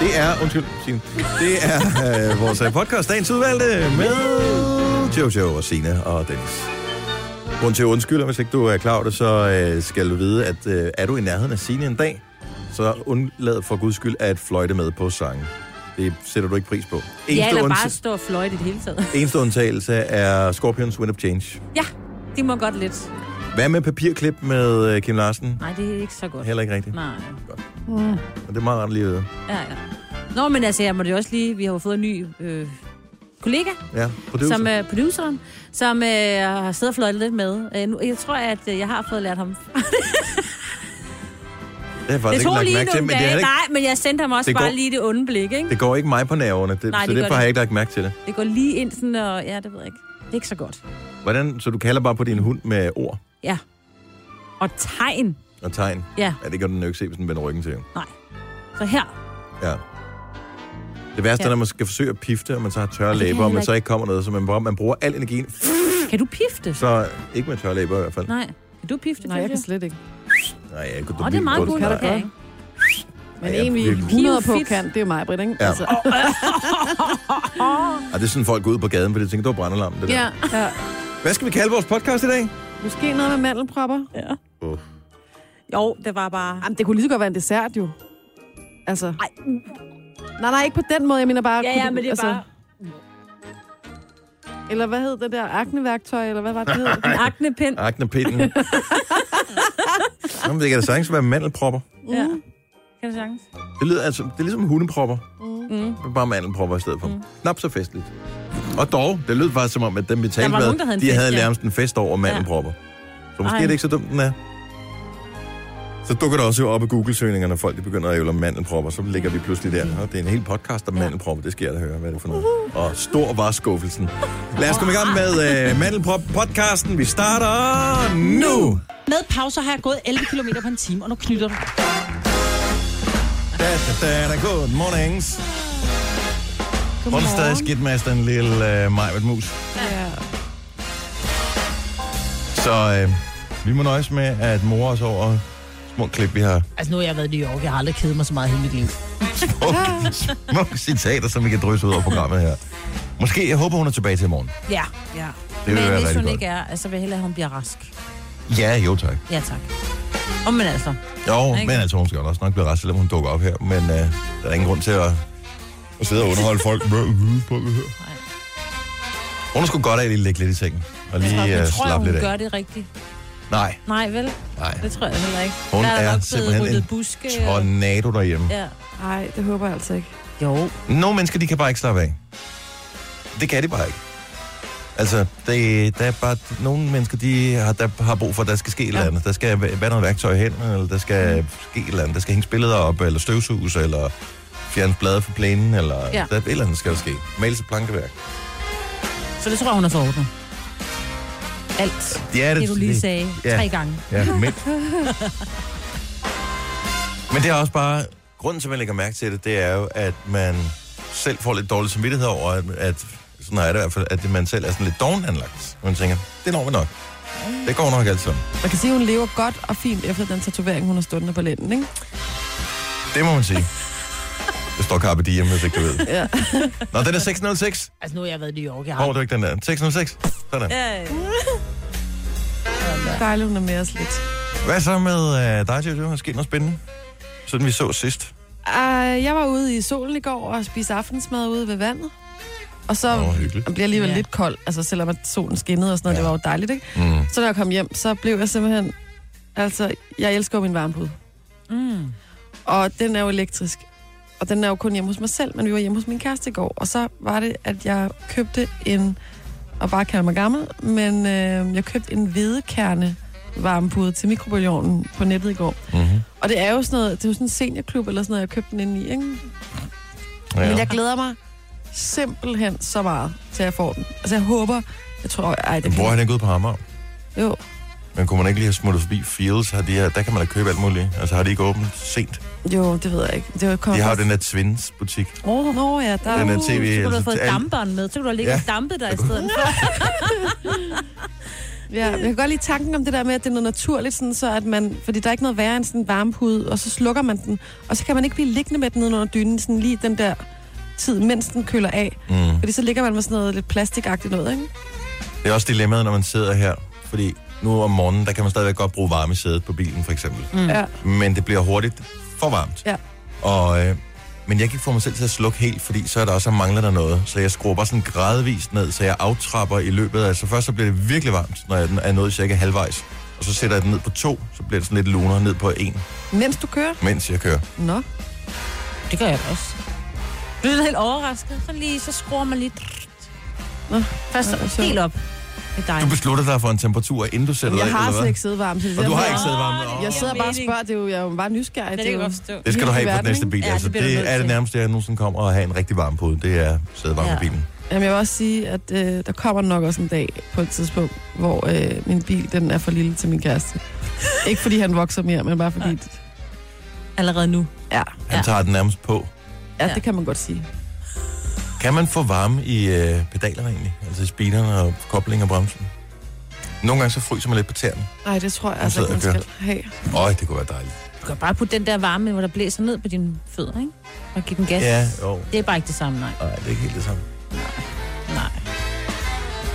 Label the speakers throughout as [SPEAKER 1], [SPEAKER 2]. [SPEAKER 1] Det er, undskyld, Signe. Det er øh, vores øh, podcast, dagens udvalgte, med Jojo og Sina og Dennis. Grund til at undskylde, hvis ikke du er klar over det, så øh, skal du vide, at øh, er du i nærheden af Signe en dag, så undlad for guds skyld at fløjte med på sangen. Det sætter du ikke pris på.
[SPEAKER 2] Ja, eller
[SPEAKER 1] unds-
[SPEAKER 2] bare stå og fløjte i det hele taget.
[SPEAKER 1] eneste undtagelse er Scorpions Wind of Change.
[SPEAKER 2] Ja, de må godt lidt.
[SPEAKER 1] Hvad med papirklip med øh, Kim Larsen?
[SPEAKER 2] Nej, det er ikke så godt.
[SPEAKER 1] Heller ikke rigtigt.
[SPEAKER 2] Nej.
[SPEAKER 1] Og det er meget rart lige at vide.
[SPEAKER 2] Ja, ja. Nå, men altså, jeg må det også lige... Vi har jo fået en ny øh, kollega,
[SPEAKER 1] Ja, producer.
[SPEAKER 2] som er øh, produceren, som øh, har siddet og fløjtet lidt med. Øh, nu, jeg tror, at øh, jeg har fået lært ham.
[SPEAKER 1] det har jeg
[SPEAKER 2] Det
[SPEAKER 1] faktisk ikke
[SPEAKER 2] tog
[SPEAKER 1] lagt
[SPEAKER 2] lige
[SPEAKER 1] mærke til,
[SPEAKER 2] nogle
[SPEAKER 1] men det, er
[SPEAKER 2] dage.
[SPEAKER 1] heller
[SPEAKER 2] Ikke...
[SPEAKER 1] ikke,
[SPEAKER 2] Nej, men jeg sendte ham også
[SPEAKER 1] Det
[SPEAKER 2] bare
[SPEAKER 1] går-
[SPEAKER 2] lige det onde blik, ikke?
[SPEAKER 1] det går ikke mig på nerverne, det,
[SPEAKER 2] Nej,
[SPEAKER 1] Nej,
[SPEAKER 2] det
[SPEAKER 1] så
[SPEAKER 2] gør
[SPEAKER 1] derfor
[SPEAKER 2] det
[SPEAKER 1] har jeg ikke lagt mærke til det.
[SPEAKER 2] Det går lige ind sådan, og ja, det ved jeg ikke. Det er ikke så godt.
[SPEAKER 1] Hvordan, så du kalder bare på din hund med ord
[SPEAKER 2] Ja. Og tegn.
[SPEAKER 1] og tegn?
[SPEAKER 2] Ja,
[SPEAKER 1] Ja, det kan den jo ikke se, hvis den vender ryggen til.
[SPEAKER 2] nej. Så her.
[SPEAKER 1] Ja. Det værste ja.
[SPEAKER 2] Ja.
[SPEAKER 1] er, når man skal forsøge at pifte, og man så har tørre
[SPEAKER 2] det kan
[SPEAKER 1] læber, og
[SPEAKER 2] jeg
[SPEAKER 1] man
[SPEAKER 2] ikke.
[SPEAKER 1] så ikke kommer noget, så man, bare- man bruger al energien.
[SPEAKER 2] Kan du pifte?
[SPEAKER 1] Så ikke med tørre læber i hvert fald.
[SPEAKER 2] Nej. Kan du pifte?
[SPEAKER 3] Nej, jeg
[SPEAKER 2] Jojo?
[SPEAKER 3] kan slet ikke.
[SPEAKER 1] Nej, jeg kunne
[SPEAKER 2] Åh, det er meget god
[SPEAKER 3] Kan du
[SPEAKER 2] Ja,
[SPEAKER 3] godt?
[SPEAKER 2] ikke?
[SPEAKER 3] Men
[SPEAKER 1] Ja,
[SPEAKER 3] en, vi
[SPEAKER 1] virkelig.
[SPEAKER 3] 100 på
[SPEAKER 2] Pivfit.
[SPEAKER 3] kan, det er mig, Britt, ikke?
[SPEAKER 1] Ja.
[SPEAKER 3] Altså,
[SPEAKER 1] Og det er sådan folk går ud på gaden, fordi de tænker, du var brandalarm. Det der.
[SPEAKER 2] Ja.
[SPEAKER 3] ja.
[SPEAKER 1] Hvad skal vi kalde vores podcast i dag?
[SPEAKER 3] Måske noget med mandelpropper?
[SPEAKER 2] ja.
[SPEAKER 1] Uh.
[SPEAKER 2] Jo, det var bare...
[SPEAKER 3] Jamen, det kunne lige så godt være en dessert, jo. Altså,
[SPEAKER 2] Ej,
[SPEAKER 3] nej, nej, ikke på den måde. Jeg mener bare...
[SPEAKER 2] ja,
[SPEAKER 3] kunne
[SPEAKER 2] ja,
[SPEAKER 3] du- altså.
[SPEAKER 2] men det er bare...
[SPEAKER 3] Eller hvad hed det der? Akneværktøj, eller hvad var det, det hed?
[SPEAKER 2] En aknepind.
[SPEAKER 1] Aknepinden. Jamen, det kan da sagtens være mandelpropper.
[SPEAKER 2] Ja. Kan det sagtens?
[SPEAKER 1] Det, lyder, altså, det er ligesom hundepropper,
[SPEAKER 2] Mm.
[SPEAKER 1] men bare mandelpropper i stedet for. Mm. Knap så festligt. Og dog, det lød faktisk som om, at dem vi talte
[SPEAKER 2] var nogen, der
[SPEAKER 1] med,
[SPEAKER 2] havde en
[SPEAKER 1] de
[SPEAKER 2] fest,
[SPEAKER 1] havde
[SPEAKER 2] ja.
[SPEAKER 1] nærmest en fest over mandelpropper. Så måske
[SPEAKER 2] Ej.
[SPEAKER 1] er det ikke så dumt, den er. Så dukker der også op i Google-søgningerne, og folk de begynder at ævle om mandelpropper, så ligger vi pludselig der. Og det er en hel podcast om mandelpropper, det skal jeg da høre, hvad er det for noget. Og stor var skuffelsen. Lad os komme i gang med uh, mandelprop-podcasten. Vi starter nu!
[SPEAKER 4] Med pauser har jeg gået 11 km på en time, og nu knytter du.
[SPEAKER 1] Da, da, da, da. Good mornings. Hun er stadig skidt med den lille øh, Majbert Mus.
[SPEAKER 3] Ja.
[SPEAKER 1] Så øh, vi må nøjes med at more os over små klip, vi har.
[SPEAKER 4] Altså, nu har jeg været i New York. Jeg har aldrig kedet mig så meget i hele mit liv.
[SPEAKER 1] Små- Små citater, som vi kan drysse ud over programmet her. Måske, jeg håber, hun er tilbage til i morgen.
[SPEAKER 2] Ja, ja.
[SPEAKER 1] Det vil
[SPEAKER 2] men
[SPEAKER 1] være
[SPEAKER 2] hvis
[SPEAKER 1] rigtig
[SPEAKER 2] hun
[SPEAKER 1] godt.
[SPEAKER 2] ikke er, altså vil jeg hellere, at hun bliver rask.
[SPEAKER 1] Ja, jo tak.
[SPEAKER 2] Ja, tak. Åh, men altså.
[SPEAKER 1] Jo,
[SPEAKER 2] Ikke?
[SPEAKER 1] men altså, hun skal også nok blive ret, selvom hun dukker op her. Men øh, der er ingen grund til at, at sidde og underholde folk med lydbøger her. Hun skulle godt af lige at ligge lidt i sengen. Og
[SPEAKER 2] Ja,
[SPEAKER 1] lige
[SPEAKER 2] Altså, men
[SPEAKER 1] øh,
[SPEAKER 2] tror jeg,
[SPEAKER 1] slappe
[SPEAKER 2] hun
[SPEAKER 1] lidt af.
[SPEAKER 2] gør det rigtigt?
[SPEAKER 1] Nej,
[SPEAKER 2] Nej, vel?
[SPEAKER 1] nej.
[SPEAKER 2] Det tror jeg heller ikke.
[SPEAKER 1] Hun
[SPEAKER 2] der
[SPEAKER 1] er
[SPEAKER 2] nok
[SPEAKER 1] simpelthen
[SPEAKER 2] blevet ryddet
[SPEAKER 1] en
[SPEAKER 2] buske. Og...
[SPEAKER 1] Tornado derhjemme.
[SPEAKER 2] Ja.
[SPEAKER 3] Ej, det håber jeg altså ikke.
[SPEAKER 2] Jo.
[SPEAKER 1] Nogle mennesker, de kan bare ikke slappe af. Det kan de bare ikke. Altså, det, der er bare nogle mennesker, de har, der har brug for, at der skal ske et eller andet. Der skal væ- være noget værktøj hen, eller der
[SPEAKER 2] Mm.
[SPEAKER 1] skal ske et eller andet. Der skal hænges billeder op, eller støvsuges, eller fjernes blade fra plænen, eller
[SPEAKER 2] Ja.
[SPEAKER 1] ja. der, et eller andet skal der ske. Males et plankeværk.
[SPEAKER 2] Så det tror jeg, hun har forordnet. Alt.
[SPEAKER 1] Ja,
[SPEAKER 2] Det, du lige sagde.
[SPEAKER 1] Ja.
[SPEAKER 2] Tre gange.
[SPEAKER 1] Ja, men... men det er også bare... Grunden til, at man lægger mærke til det, det er jo, at man selv får lidt dårlig samvittighed over, at, at sådan er det i hvert fald, at man selv er sådan lidt dovenanlagt. Man tænker, det når vi nok. Det går nok alt sammen.
[SPEAKER 3] Man kan sige, at hun lever godt og fint efter den tatovering, hun har stående på lænden, ikke?
[SPEAKER 1] Det må man sige. Det står Carpe Diem, hvis ikke du ved.
[SPEAKER 3] Ja.
[SPEAKER 1] Nå, den er 606.
[SPEAKER 4] Altså, nu har jeg været i New York. Jeg har Mm.
[SPEAKER 1] Hov, det var ikke den der. 606. Sådan.
[SPEAKER 3] Dejligt, hun er med os lidt.
[SPEAKER 1] Hvad så med øh, dig, Jojo? Har sket noget spændende? Sådan vi så sidst.
[SPEAKER 3] Uh, jeg var ude i solen i går og spiste aftensmad ude ved vandet. Og så
[SPEAKER 1] Åh, hvor
[SPEAKER 3] oh,
[SPEAKER 1] hyggeligt.
[SPEAKER 3] blev jeg alligevel
[SPEAKER 2] Ja.
[SPEAKER 3] ja. lidt kold, altså selvom at solen skinnede og sådan noget,
[SPEAKER 1] Ja.
[SPEAKER 3] ja. det var jo dejligt, ikke?
[SPEAKER 1] Mm.
[SPEAKER 3] Så når jeg kom hjem, så blev jeg simpelthen... Altså, jeg elsker jo min varmpude.
[SPEAKER 2] Mm.
[SPEAKER 3] Og den er jo elektrisk. Og den er jo kun hjemme hos mig selv, men vi var hjemme hos min kæreste i går. Og så var det, at jeg købte en... Og bare kalder mig gammel, men øh, jeg købte en hvedekerne varmepude til mikrobølgeovnen på nettet i går.
[SPEAKER 1] Mm-hmm.
[SPEAKER 3] Og det er jo sådan noget, det er jo sådan en seniorklub eller sådan noget, jeg købte den ind i, ikke? Ja. Men jeg glæder mig simpelthen så meget til, at jeg får den. Altså, jeg håber... Jeg tror... Ej, det
[SPEAKER 1] Hvor er
[SPEAKER 3] kan...
[SPEAKER 1] han ikke ude på Amager?
[SPEAKER 3] Jo.
[SPEAKER 1] Men kunne man ikke lige have smuttet forbi Fields? Har de her, der kan man da købe alt muligt. Altså har de ikke åbent sent?
[SPEAKER 3] Jo, det ved jeg ikke. Det var
[SPEAKER 1] De har jo den der Twins butik.
[SPEAKER 3] Oh, Nå ja, der
[SPEAKER 1] Den
[SPEAKER 3] er...
[SPEAKER 1] er
[SPEAKER 2] Så
[SPEAKER 1] tv.
[SPEAKER 2] kunne du
[SPEAKER 1] altså,
[SPEAKER 2] have fået
[SPEAKER 1] til alle-
[SPEAKER 2] damperen med. Så kunne du have ligget
[SPEAKER 1] Ja.
[SPEAKER 2] ja. og dampet dig i stedet for.
[SPEAKER 3] Ja, jeg kan godt lide tanken om det der med, at det er noget naturligt, sådan så at man, fordi der er ikke noget værre end sådan en varm pude, og så slukker man den, og så kan man ikke blive liggende med den nede under dynen, sådan lige den der tid, mens den køler af.
[SPEAKER 1] Mm.
[SPEAKER 3] Fordi så ligger man med sådan noget lidt plastikagtigt noget, ikke?
[SPEAKER 1] Det er også dilemmaet, når man sidder her. Fordi nu om morgenen, der kan man stadigvæk godt bruge varme i sædet på bilen, for eksempel.
[SPEAKER 3] Mm. Ja.
[SPEAKER 1] Men det bliver hurtigt for varmt.
[SPEAKER 3] Ja.
[SPEAKER 1] Og, øh, men jeg kan ikke få mig selv til at slukke helt, fordi så er der også, at mangler der noget. Så jeg skruer bare sådan gradvist ned, så jeg aftrapper i løbet af... Så først så bliver det virkelig varmt, når jeg er nået cirka halvvejs. Og så sætter jeg den ned på to, så bliver det sådan lidt lunere ned på en,
[SPEAKER 3] Mens du kører?
[SPEAKER 1] mens jeg kører.
[SPEAKER 3] Nå.
[SPEAKER 4] Det gør jeg da også.
[SPEAKER 2] Du er helt overrasket. Så lige, så skruer man lige.
[SPEAKER 3] Nå.
[SPEAKER 2] Først
[SPEAKER 3] Ja, så-
[SPEAKER 2] helt op. Det er
[SPEAKER 1] Du
[SPEAKER 2] dejligt.
[SPEAKER 1] beslutter dig for en temperatur, inden du sætter
[SPEAKER 3] Jeg
[SPEAKER 1] dig,
[SPEAKER 3] har
[SPEAKER 1] eller
[SPEAKER 3] slet
[SPEAKER 1] hvad?
[SPEAKER 3] ikke siddet varmt.
[SPEAKER 1] Og du har ikke siddet varmt.
[SPEAKER 2] Åh,
[SPEAKER 1] Åh,
[SPEAKER 3] Jeg sidder bare og
[SPEAKER 2] mening.
[SPEAKER 3] spørger, det er jo, jeg er jo bare nysgerrig.
[SPEAKER 2] Ja, det
[SPEAKER 3] er
[SPEAKER 2] kan jeg
[SPEAKER 3] jo-
[SPEAKER 2] godt forstå.
[SPEAKER 1] Det skal du have
[SPEAKER 3] Virkelig
[SPEAKER 1] på den
[SPEAKER 3] verden,
[SPEAKER 1] næste bil.
[SPEAKER 2] ikke? Ja,
[SPEAKER 1] altså,
[SPEAKER 2] det bliver du
[SPEAKER 1] det
[SPEAKER 2] nødt
[SPEAKER 1] er det
[SPEAKER 2] til.
[SPEAKER 1] nærmeste, jeg nogensinde kommer at have en rigtig varm pude. Det er sædevarme ja.
[SPEAKER 2] Ja.
[SPEAKER 1] bilen.
[SPEAKER 3] Jamen, jeg vil også sige, at øh, der kommer nok også en dag på et tidspunkt, hvor øh, min bil den er for lille til min kæreste. ikke fordi han vokser mere, men bare fordi...
[SPEAKER 2] Allerede nu.
[SPEAKER 3] Ja,
[SPEAKER 1] Han ja.
[SPEAKER 2] Ja.
[SPEAKER 1] tager den nærmest på.
[SPEAKER 3] ja,
[SPEAKER 2] Ja.
[SPEAKER 3] det kan man godt sige.
[SPEAKER 1] Kan man få varme i øh, pedalerne egentlig? Altså i speederen og koblingen og bremsen? Nogle gange så fryser man lidt på tæerne.
[SPEAKER 3] Nej, det tror jeg
[SPEAKER 1] Nu
[SPEAKER 3] altså ikke,
[SPEAKER 1] sidder
[SPEAKER 3] man
[SPEAKER 1] jeg og
[SPEAKER 3] skal have.
[SPEAKER 1] Øj, det kunne være dejligt.
[SPEAKER 2] Du kan bare putte den der varme, hvor der blæser ned på dine fødder, ikke? Og give den gas.
[SPEAKER 1] Ja, jo.
[SPEAKER 2] Det er bare ikke det samme, nej.
[SPEAKER 1] Nej, det er ikke helt det samme.
[SPEAKER 2] Nej.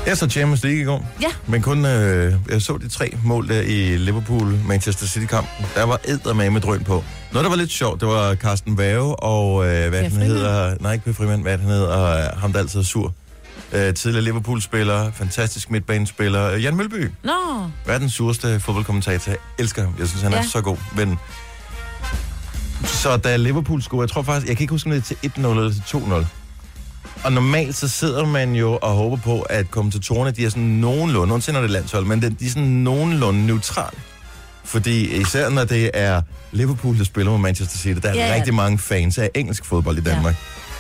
[SPEAKER 1] Jeg så Champions League i går.
[SPEAKER 2] Ja.
[SPEAKER 1] Men kun, øh, jeg så de tre mål der i Liverpool-Manchester City-kampen. Der var eddermame drøn på. Noget, der var lidt sjovt, det var Carsten Vave og, øh, hvad
[SPEAKER 3] Per
[SPEAKER 1] han
[SPEAKER 3] Frimann.
[SPEAKER 1] hedder, nej ikke Per Frimann, hvad han hedder, og øh, ham der altid er sur. Øh, tidligere Liverpool-spiller, fantastisk midtbanespiller, øh, Jan Mølby.
[SPEAKER 2] Nå,
[SPEAKER 1] verdens sureste fodboldkommentator. Jeg elsker ham. Jeg synes, han ja. er
[SPEAKER 2] Ja.
[SPEAKER 1] så god. Men... Så da Liverpool skulle, jeg tror faktisk, jeg kan ikke huske, om det er til 1-0 eller til 2-0. Og normalt så sidder man jo og håber på, at kommentatorerne, de er sådan nogenlunde, nogensinde er det landshold, men de er sådan nogenlunde neutrale. Fordi især når det er Liverpool, der spiller mod Manchester City, der er
[SPEAKER 2] Ja,
[SPEAKER 1] ja,
[SPEAKER 2] ja.
[SPEAKER 1] rigtig mange fans af engelsk fodbold i Danmark.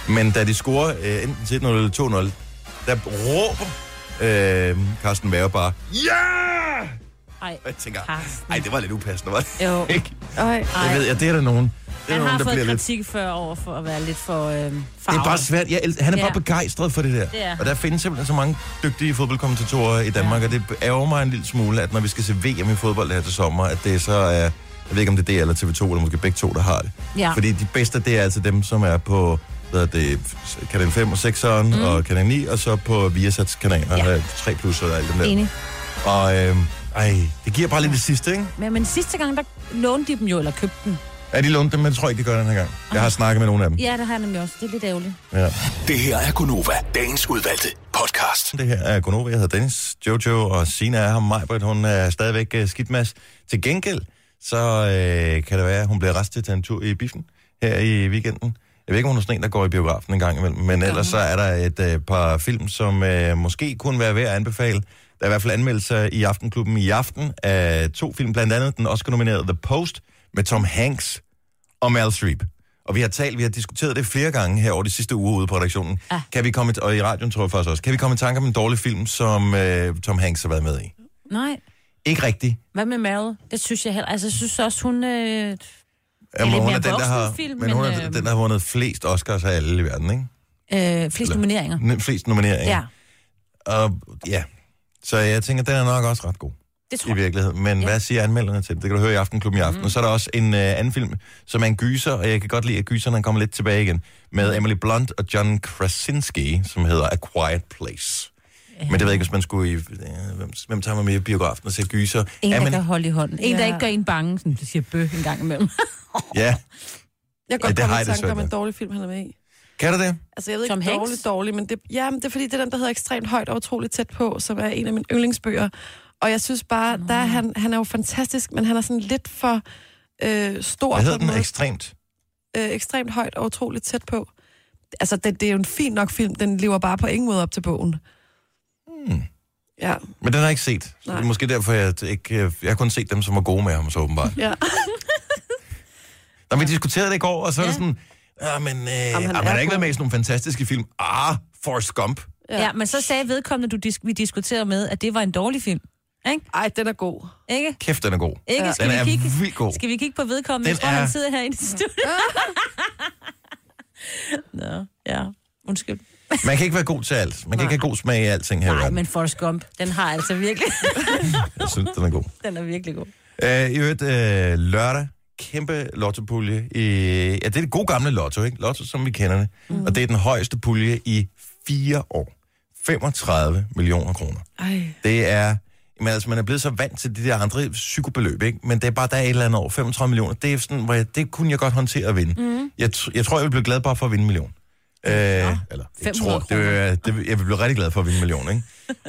[SPEAKER 1] Ja. Men da de scorer øh, enten til 1-0 eller 2-0, der råber øh, Carsten Vær bare, Ja! Yeah!
[SPEAKER 2] ej.
[SPEAKER 1] Og jeg tænker,
[SPEAKER 2] Carsten.
[SPEAKER 1] nej, det var lidt upassende, var det
[SPEAKER 2] Jo,
[SPEAKER 1] ikke?
[SPEAKER 3] Ej,
[SPEAKER 1] Jeg
[SPEAKER 2] ej.
[SPEAKER 1] ved, ja, det er der nogen. Det er
[SPEAKER 2] Han
[SPEAKER 1] der
[SPEAKER 2] har
[SPEAKER 1] nogen, der bliver
[SPEAKER 2] fået
[SPEAKER 1] lidt...
[SPEAKER 2] kritik før over for at være lidt for øh,
[SPEAKER 1] Det
[SPEAKER 2] farvet.
[SPEAKER 1] er bare svært. Jeg el- han er
[SPEAKER 2] Ja.
[SPEAKER 1] bare begejstret for det der.
[SPEAKER 2] Det er
[SPEAKER 1] Og der findes simpelthen så mange dygtige fodboldkommentatorer i Danmark,
[SPEAKER 2] Ja.
[SPEAKER 1] og det ærger mig en lille smule, at når vi skal se VM i fodbold her til sommer, at det så er... Jeg ved ikke, om det er det eller TV2, eller måske begge to, der har det.
[SPEAKER 2] Ja.
[SPEAKER 1] Fordi de bedste, det er altså dem, som er på hvad er det, kanal 5 og 6'eren mm. og kanal 9, og så på Viasats kanaler,
[SPEAKER 2] Ja.
[SPEAKER 1] ja. 3 plus og alt det der.
[SPEAKER 2] Enig.
[SPEAKER 1] Og øh, ej, det giver bare lidt det sidste, ikke?
[SPEAKER 2] Men, men sidste gang, der lånte de dem jo, eller købte dem.
[SPEAKER 1] Ja, de lånte dem, men jeg tror ikke, de gør den her gang. Jeg har snakket med nogle af dem.
[SPEAKER 2] Ja, det har jeg nemlig også. Det er lidt ærgerligt.
[SPEAKER 1] Ja.
[SPEAKER 5] Det her er Gonova, dagens udvalgte podcast.
[SPEAKER 1] Det her er Gunova, jeg hedder Dennis, Jojo og Sina er her. Majbert, hun er stadigvæk uh, skidmas. Til gengæld, så øh, kan det være, at hun bliver restet til en tur i biffen her i weekenden. Jeg ved ikke, om hun er sådan en, der går i biografen en gang imellem, men ellers så er der et øh, par film, som øh, måske kunne være værd at anbefale. Der er i hvert fald anmeldelser i Aftenklubben i aften af to film, blandt andet den Oscar-nominerede The Post med Tom Hanks og Meryl Streep. Og vi har talt, vi har diskuteret det flere gange her over de sidste uger ude på redaktionen. Ah. Kan vi komme, og i radioen tror jeg faktisk også, kan vi komme i tanke om en dårlig film, som øh, Tom Hanks har været med i?
[SPEAKER 2] Nej.
[SPEAKER 1] Ikke rigtigt.
[SPEAKER 2] Hvad med Meryl? Det synes jeg heller. Altså, jeg synes også, hun... Øh...
[SPEAKER 1] Jamen,
[SPEAKER 2] lidt
[SPEAKER 1] hun
[SPEAKER 2] mere
[SPEAKER 1] er den, der har,
[SPEAKER 2] voksenfilm,
[SPEAKER 1] men hun
[SPEAKER 2] men,
[SPEAKER 1] er den,
[SPEAKER 2] øh,
[SPEAKER 1] der har vundet flest Oscars af alle i verden, ikke?
[SPEAKER 2] Øh, flest
[SPEAKER 1] Eller-
[SPEAKER 2] nomineringer.
[SPEAKER 1] N- Flest nomineringer.
[SPEAKER 2] Ja,
[SPEAKER 1] Og, ja. Så jeg tænker, den er nok også ret god.
[SPEAKER 2] det tror
[SPEAKER 1] i
[SPEAKER 2] jeg.
[SPEAKER 1] virkeligheden. Men ja.
[SPEAKER 2] Ja.
[SPEAKER 1] hvad siger anmelderne til? det? Det kan du høre i Aftenklubben i aften. Mm. Så er der også en øh, anden film, som er en gyser, og jeg kan godt lide, at gyseren han kommer lidt tilbage igen,
[SPEAKER 3] Mm.
[SPEAKER 1] med Emily Blunt og John Krasinski, som hedder A Quiet Place. Ja. Men det ved jeg ikke, hvis man skulle i... Øh, hvem, hvem tager man med i biografen og ser gyser?
[SPEAKER 2] Ingen,
[SPEAKER 1] er
[SPEAKER 2] der
[SPEAKER 1] man,
[SPEAKER 2] kan holde i hånden. En, der
[SPEAKER 3] Ja.
[SPEAKER 2] ikke gør en bange, som du siger bøh en gang imellem.
[SPEAKER 1] ja.
[SPEAKER 3] jeg kan
[SPEAKER 1] Ja, det
[SPEAKER 3] godt ja,
[SPEAKER 1] har
[SPEAKER 3] komme
[SPEAKER 1] jeg
[SPEAKER 3] i
[SPEAKER 1] det
[SPEAKER 3] tanke
[SPEAKER 1] svært
[SPEAKER 3] om
[SPEAKER 1] med.
[SPEAKER 3] en dårlig film, han er med i.
[SPEAKER 1] Kan du det?
[SPEAKER 3] Altså, jeg ved
[SPEAKER 2] Tom
[SPEAKER 3] ikke,
[SPEAKER 2] Hanks?
[SPEAKER 3] dårlig, dårlig, men det, ja, men det er fordi, det er den, der hedder Ekstremt Højt og Utroligt Tæt På, som er en af mine yndlingsbøger. Og jeg synes bare, der er han, han er jo fantastisk, men han er sådan lidt for øh, stor.
[SPEAKER 1] Hvad
[SPEAKER 3] på
[SPEAKER 1] hedder
[SPEAKER 3] en
[SPEAKER 1] den?
[SPEAKER 3] måde.
[SPEAKER 1] Ekstremt.
[SPEAKER 3] øh, Ekstremt Højt og Utroligt Tæt På. Altså, det, det er jo en fin nok film, den lever bare på ingen måde op til bogen.
[SPEAKER 1] Hmm.
[SPEAKER 3] Ja,
[SPEAKER 1] Men den har jeg ikke set. Så det er
[SPEAKER 3] Nej.
[SPEAKER 1] måske derfor, jeg ikke... øh, Jeg har kun set dem, som var gode med ham, så åbenbart.
[SPEAKER 3] ja.
[SPEAKER 1] Nå, vi diskuterede det i går, og så er det
[SPEAKER 2] Ja.
[SPEAKER 1] sådan... Ah, men, øh, Jamen, han,
[SPEAKER 3] han
[SPEAKER 1] han
[SPEAKER 3] er
[SPEAKER 1] har ikke været
[SPEAKER 3] god."
[SPEAKER 1] med i sådan nogle fantastiske film. Ah, Forrest Gump.
[SPEAKER 2] Ja. ja, men så sagde vedkommende, du dis- vi diskuterede med, at det var en dårlig film. Ikke?
[SPEAKER 3] Ej, den er god.
[SPEAKER 2] Ikke?
[SPEAKER 1] Kæft, den er god.
[SPEAKER 2] Ikke?
[SPEAKER 3] Ja.
[SPEAKER 2] Skal,
[SPEAKER 1] Den
[SPEAKER 2] vi
[SPEAKER 1] er
[SPEAKER 2] kigge,
[SPEAKER 1] vildt god.
[SPEAKER 2] skal vi kigge på vedkommende?
[SPEAKER 1] Den
[SPEAKER 2] jeg tror,
[SPEAKER 1] er-
[SPEAKER 2] han Ah. sidder herinde i studiet. Nå, ja. Undskyld.
[SPEAKER 1] Man kan ikke være god til alt. Man kan ikke have god smag i alting her i
[SPEAKER 4] Nej,
[SPEAKER 1] verden.
[SPEAKER 4] men Forrest Gump, den har altså virkelig...
[SPEAKER 1] Jeg synes, den er god.
[SPEAKER 4] den er virkelig god.
[SPEAKER 1] Øh, I øvrigt, øh, lørdag, kæmpe lottopulje. I, ja, det er det gode gamle lotto, ikke? Lotto, som vi kender det. Mm. Og det er den højeste pulje i fire år. 35 millioner kroner.
[SPEAKER 3] Ej.
[SPEAKER 1] Det er... Men altså, man er blevet så vant til de der andre psykobeløb, ikke? Men det er bare, der er et eller andet over 35 millioner. Det er sådan, hvor jeg, det kunne jeg godt håndtere at vinde. Mm.
[SPEAKER 5] Mhm.
[SPEAKER 1] Jeg, tr- jeg tror, jeg vil blive glad bare for at vinde en million. Øh, eller, jeg
[SPEAKER 2] 500
[SPEAKER 1] tror, det, er- det, jeg vil blive rigtig glad for at vinde en million, ikke?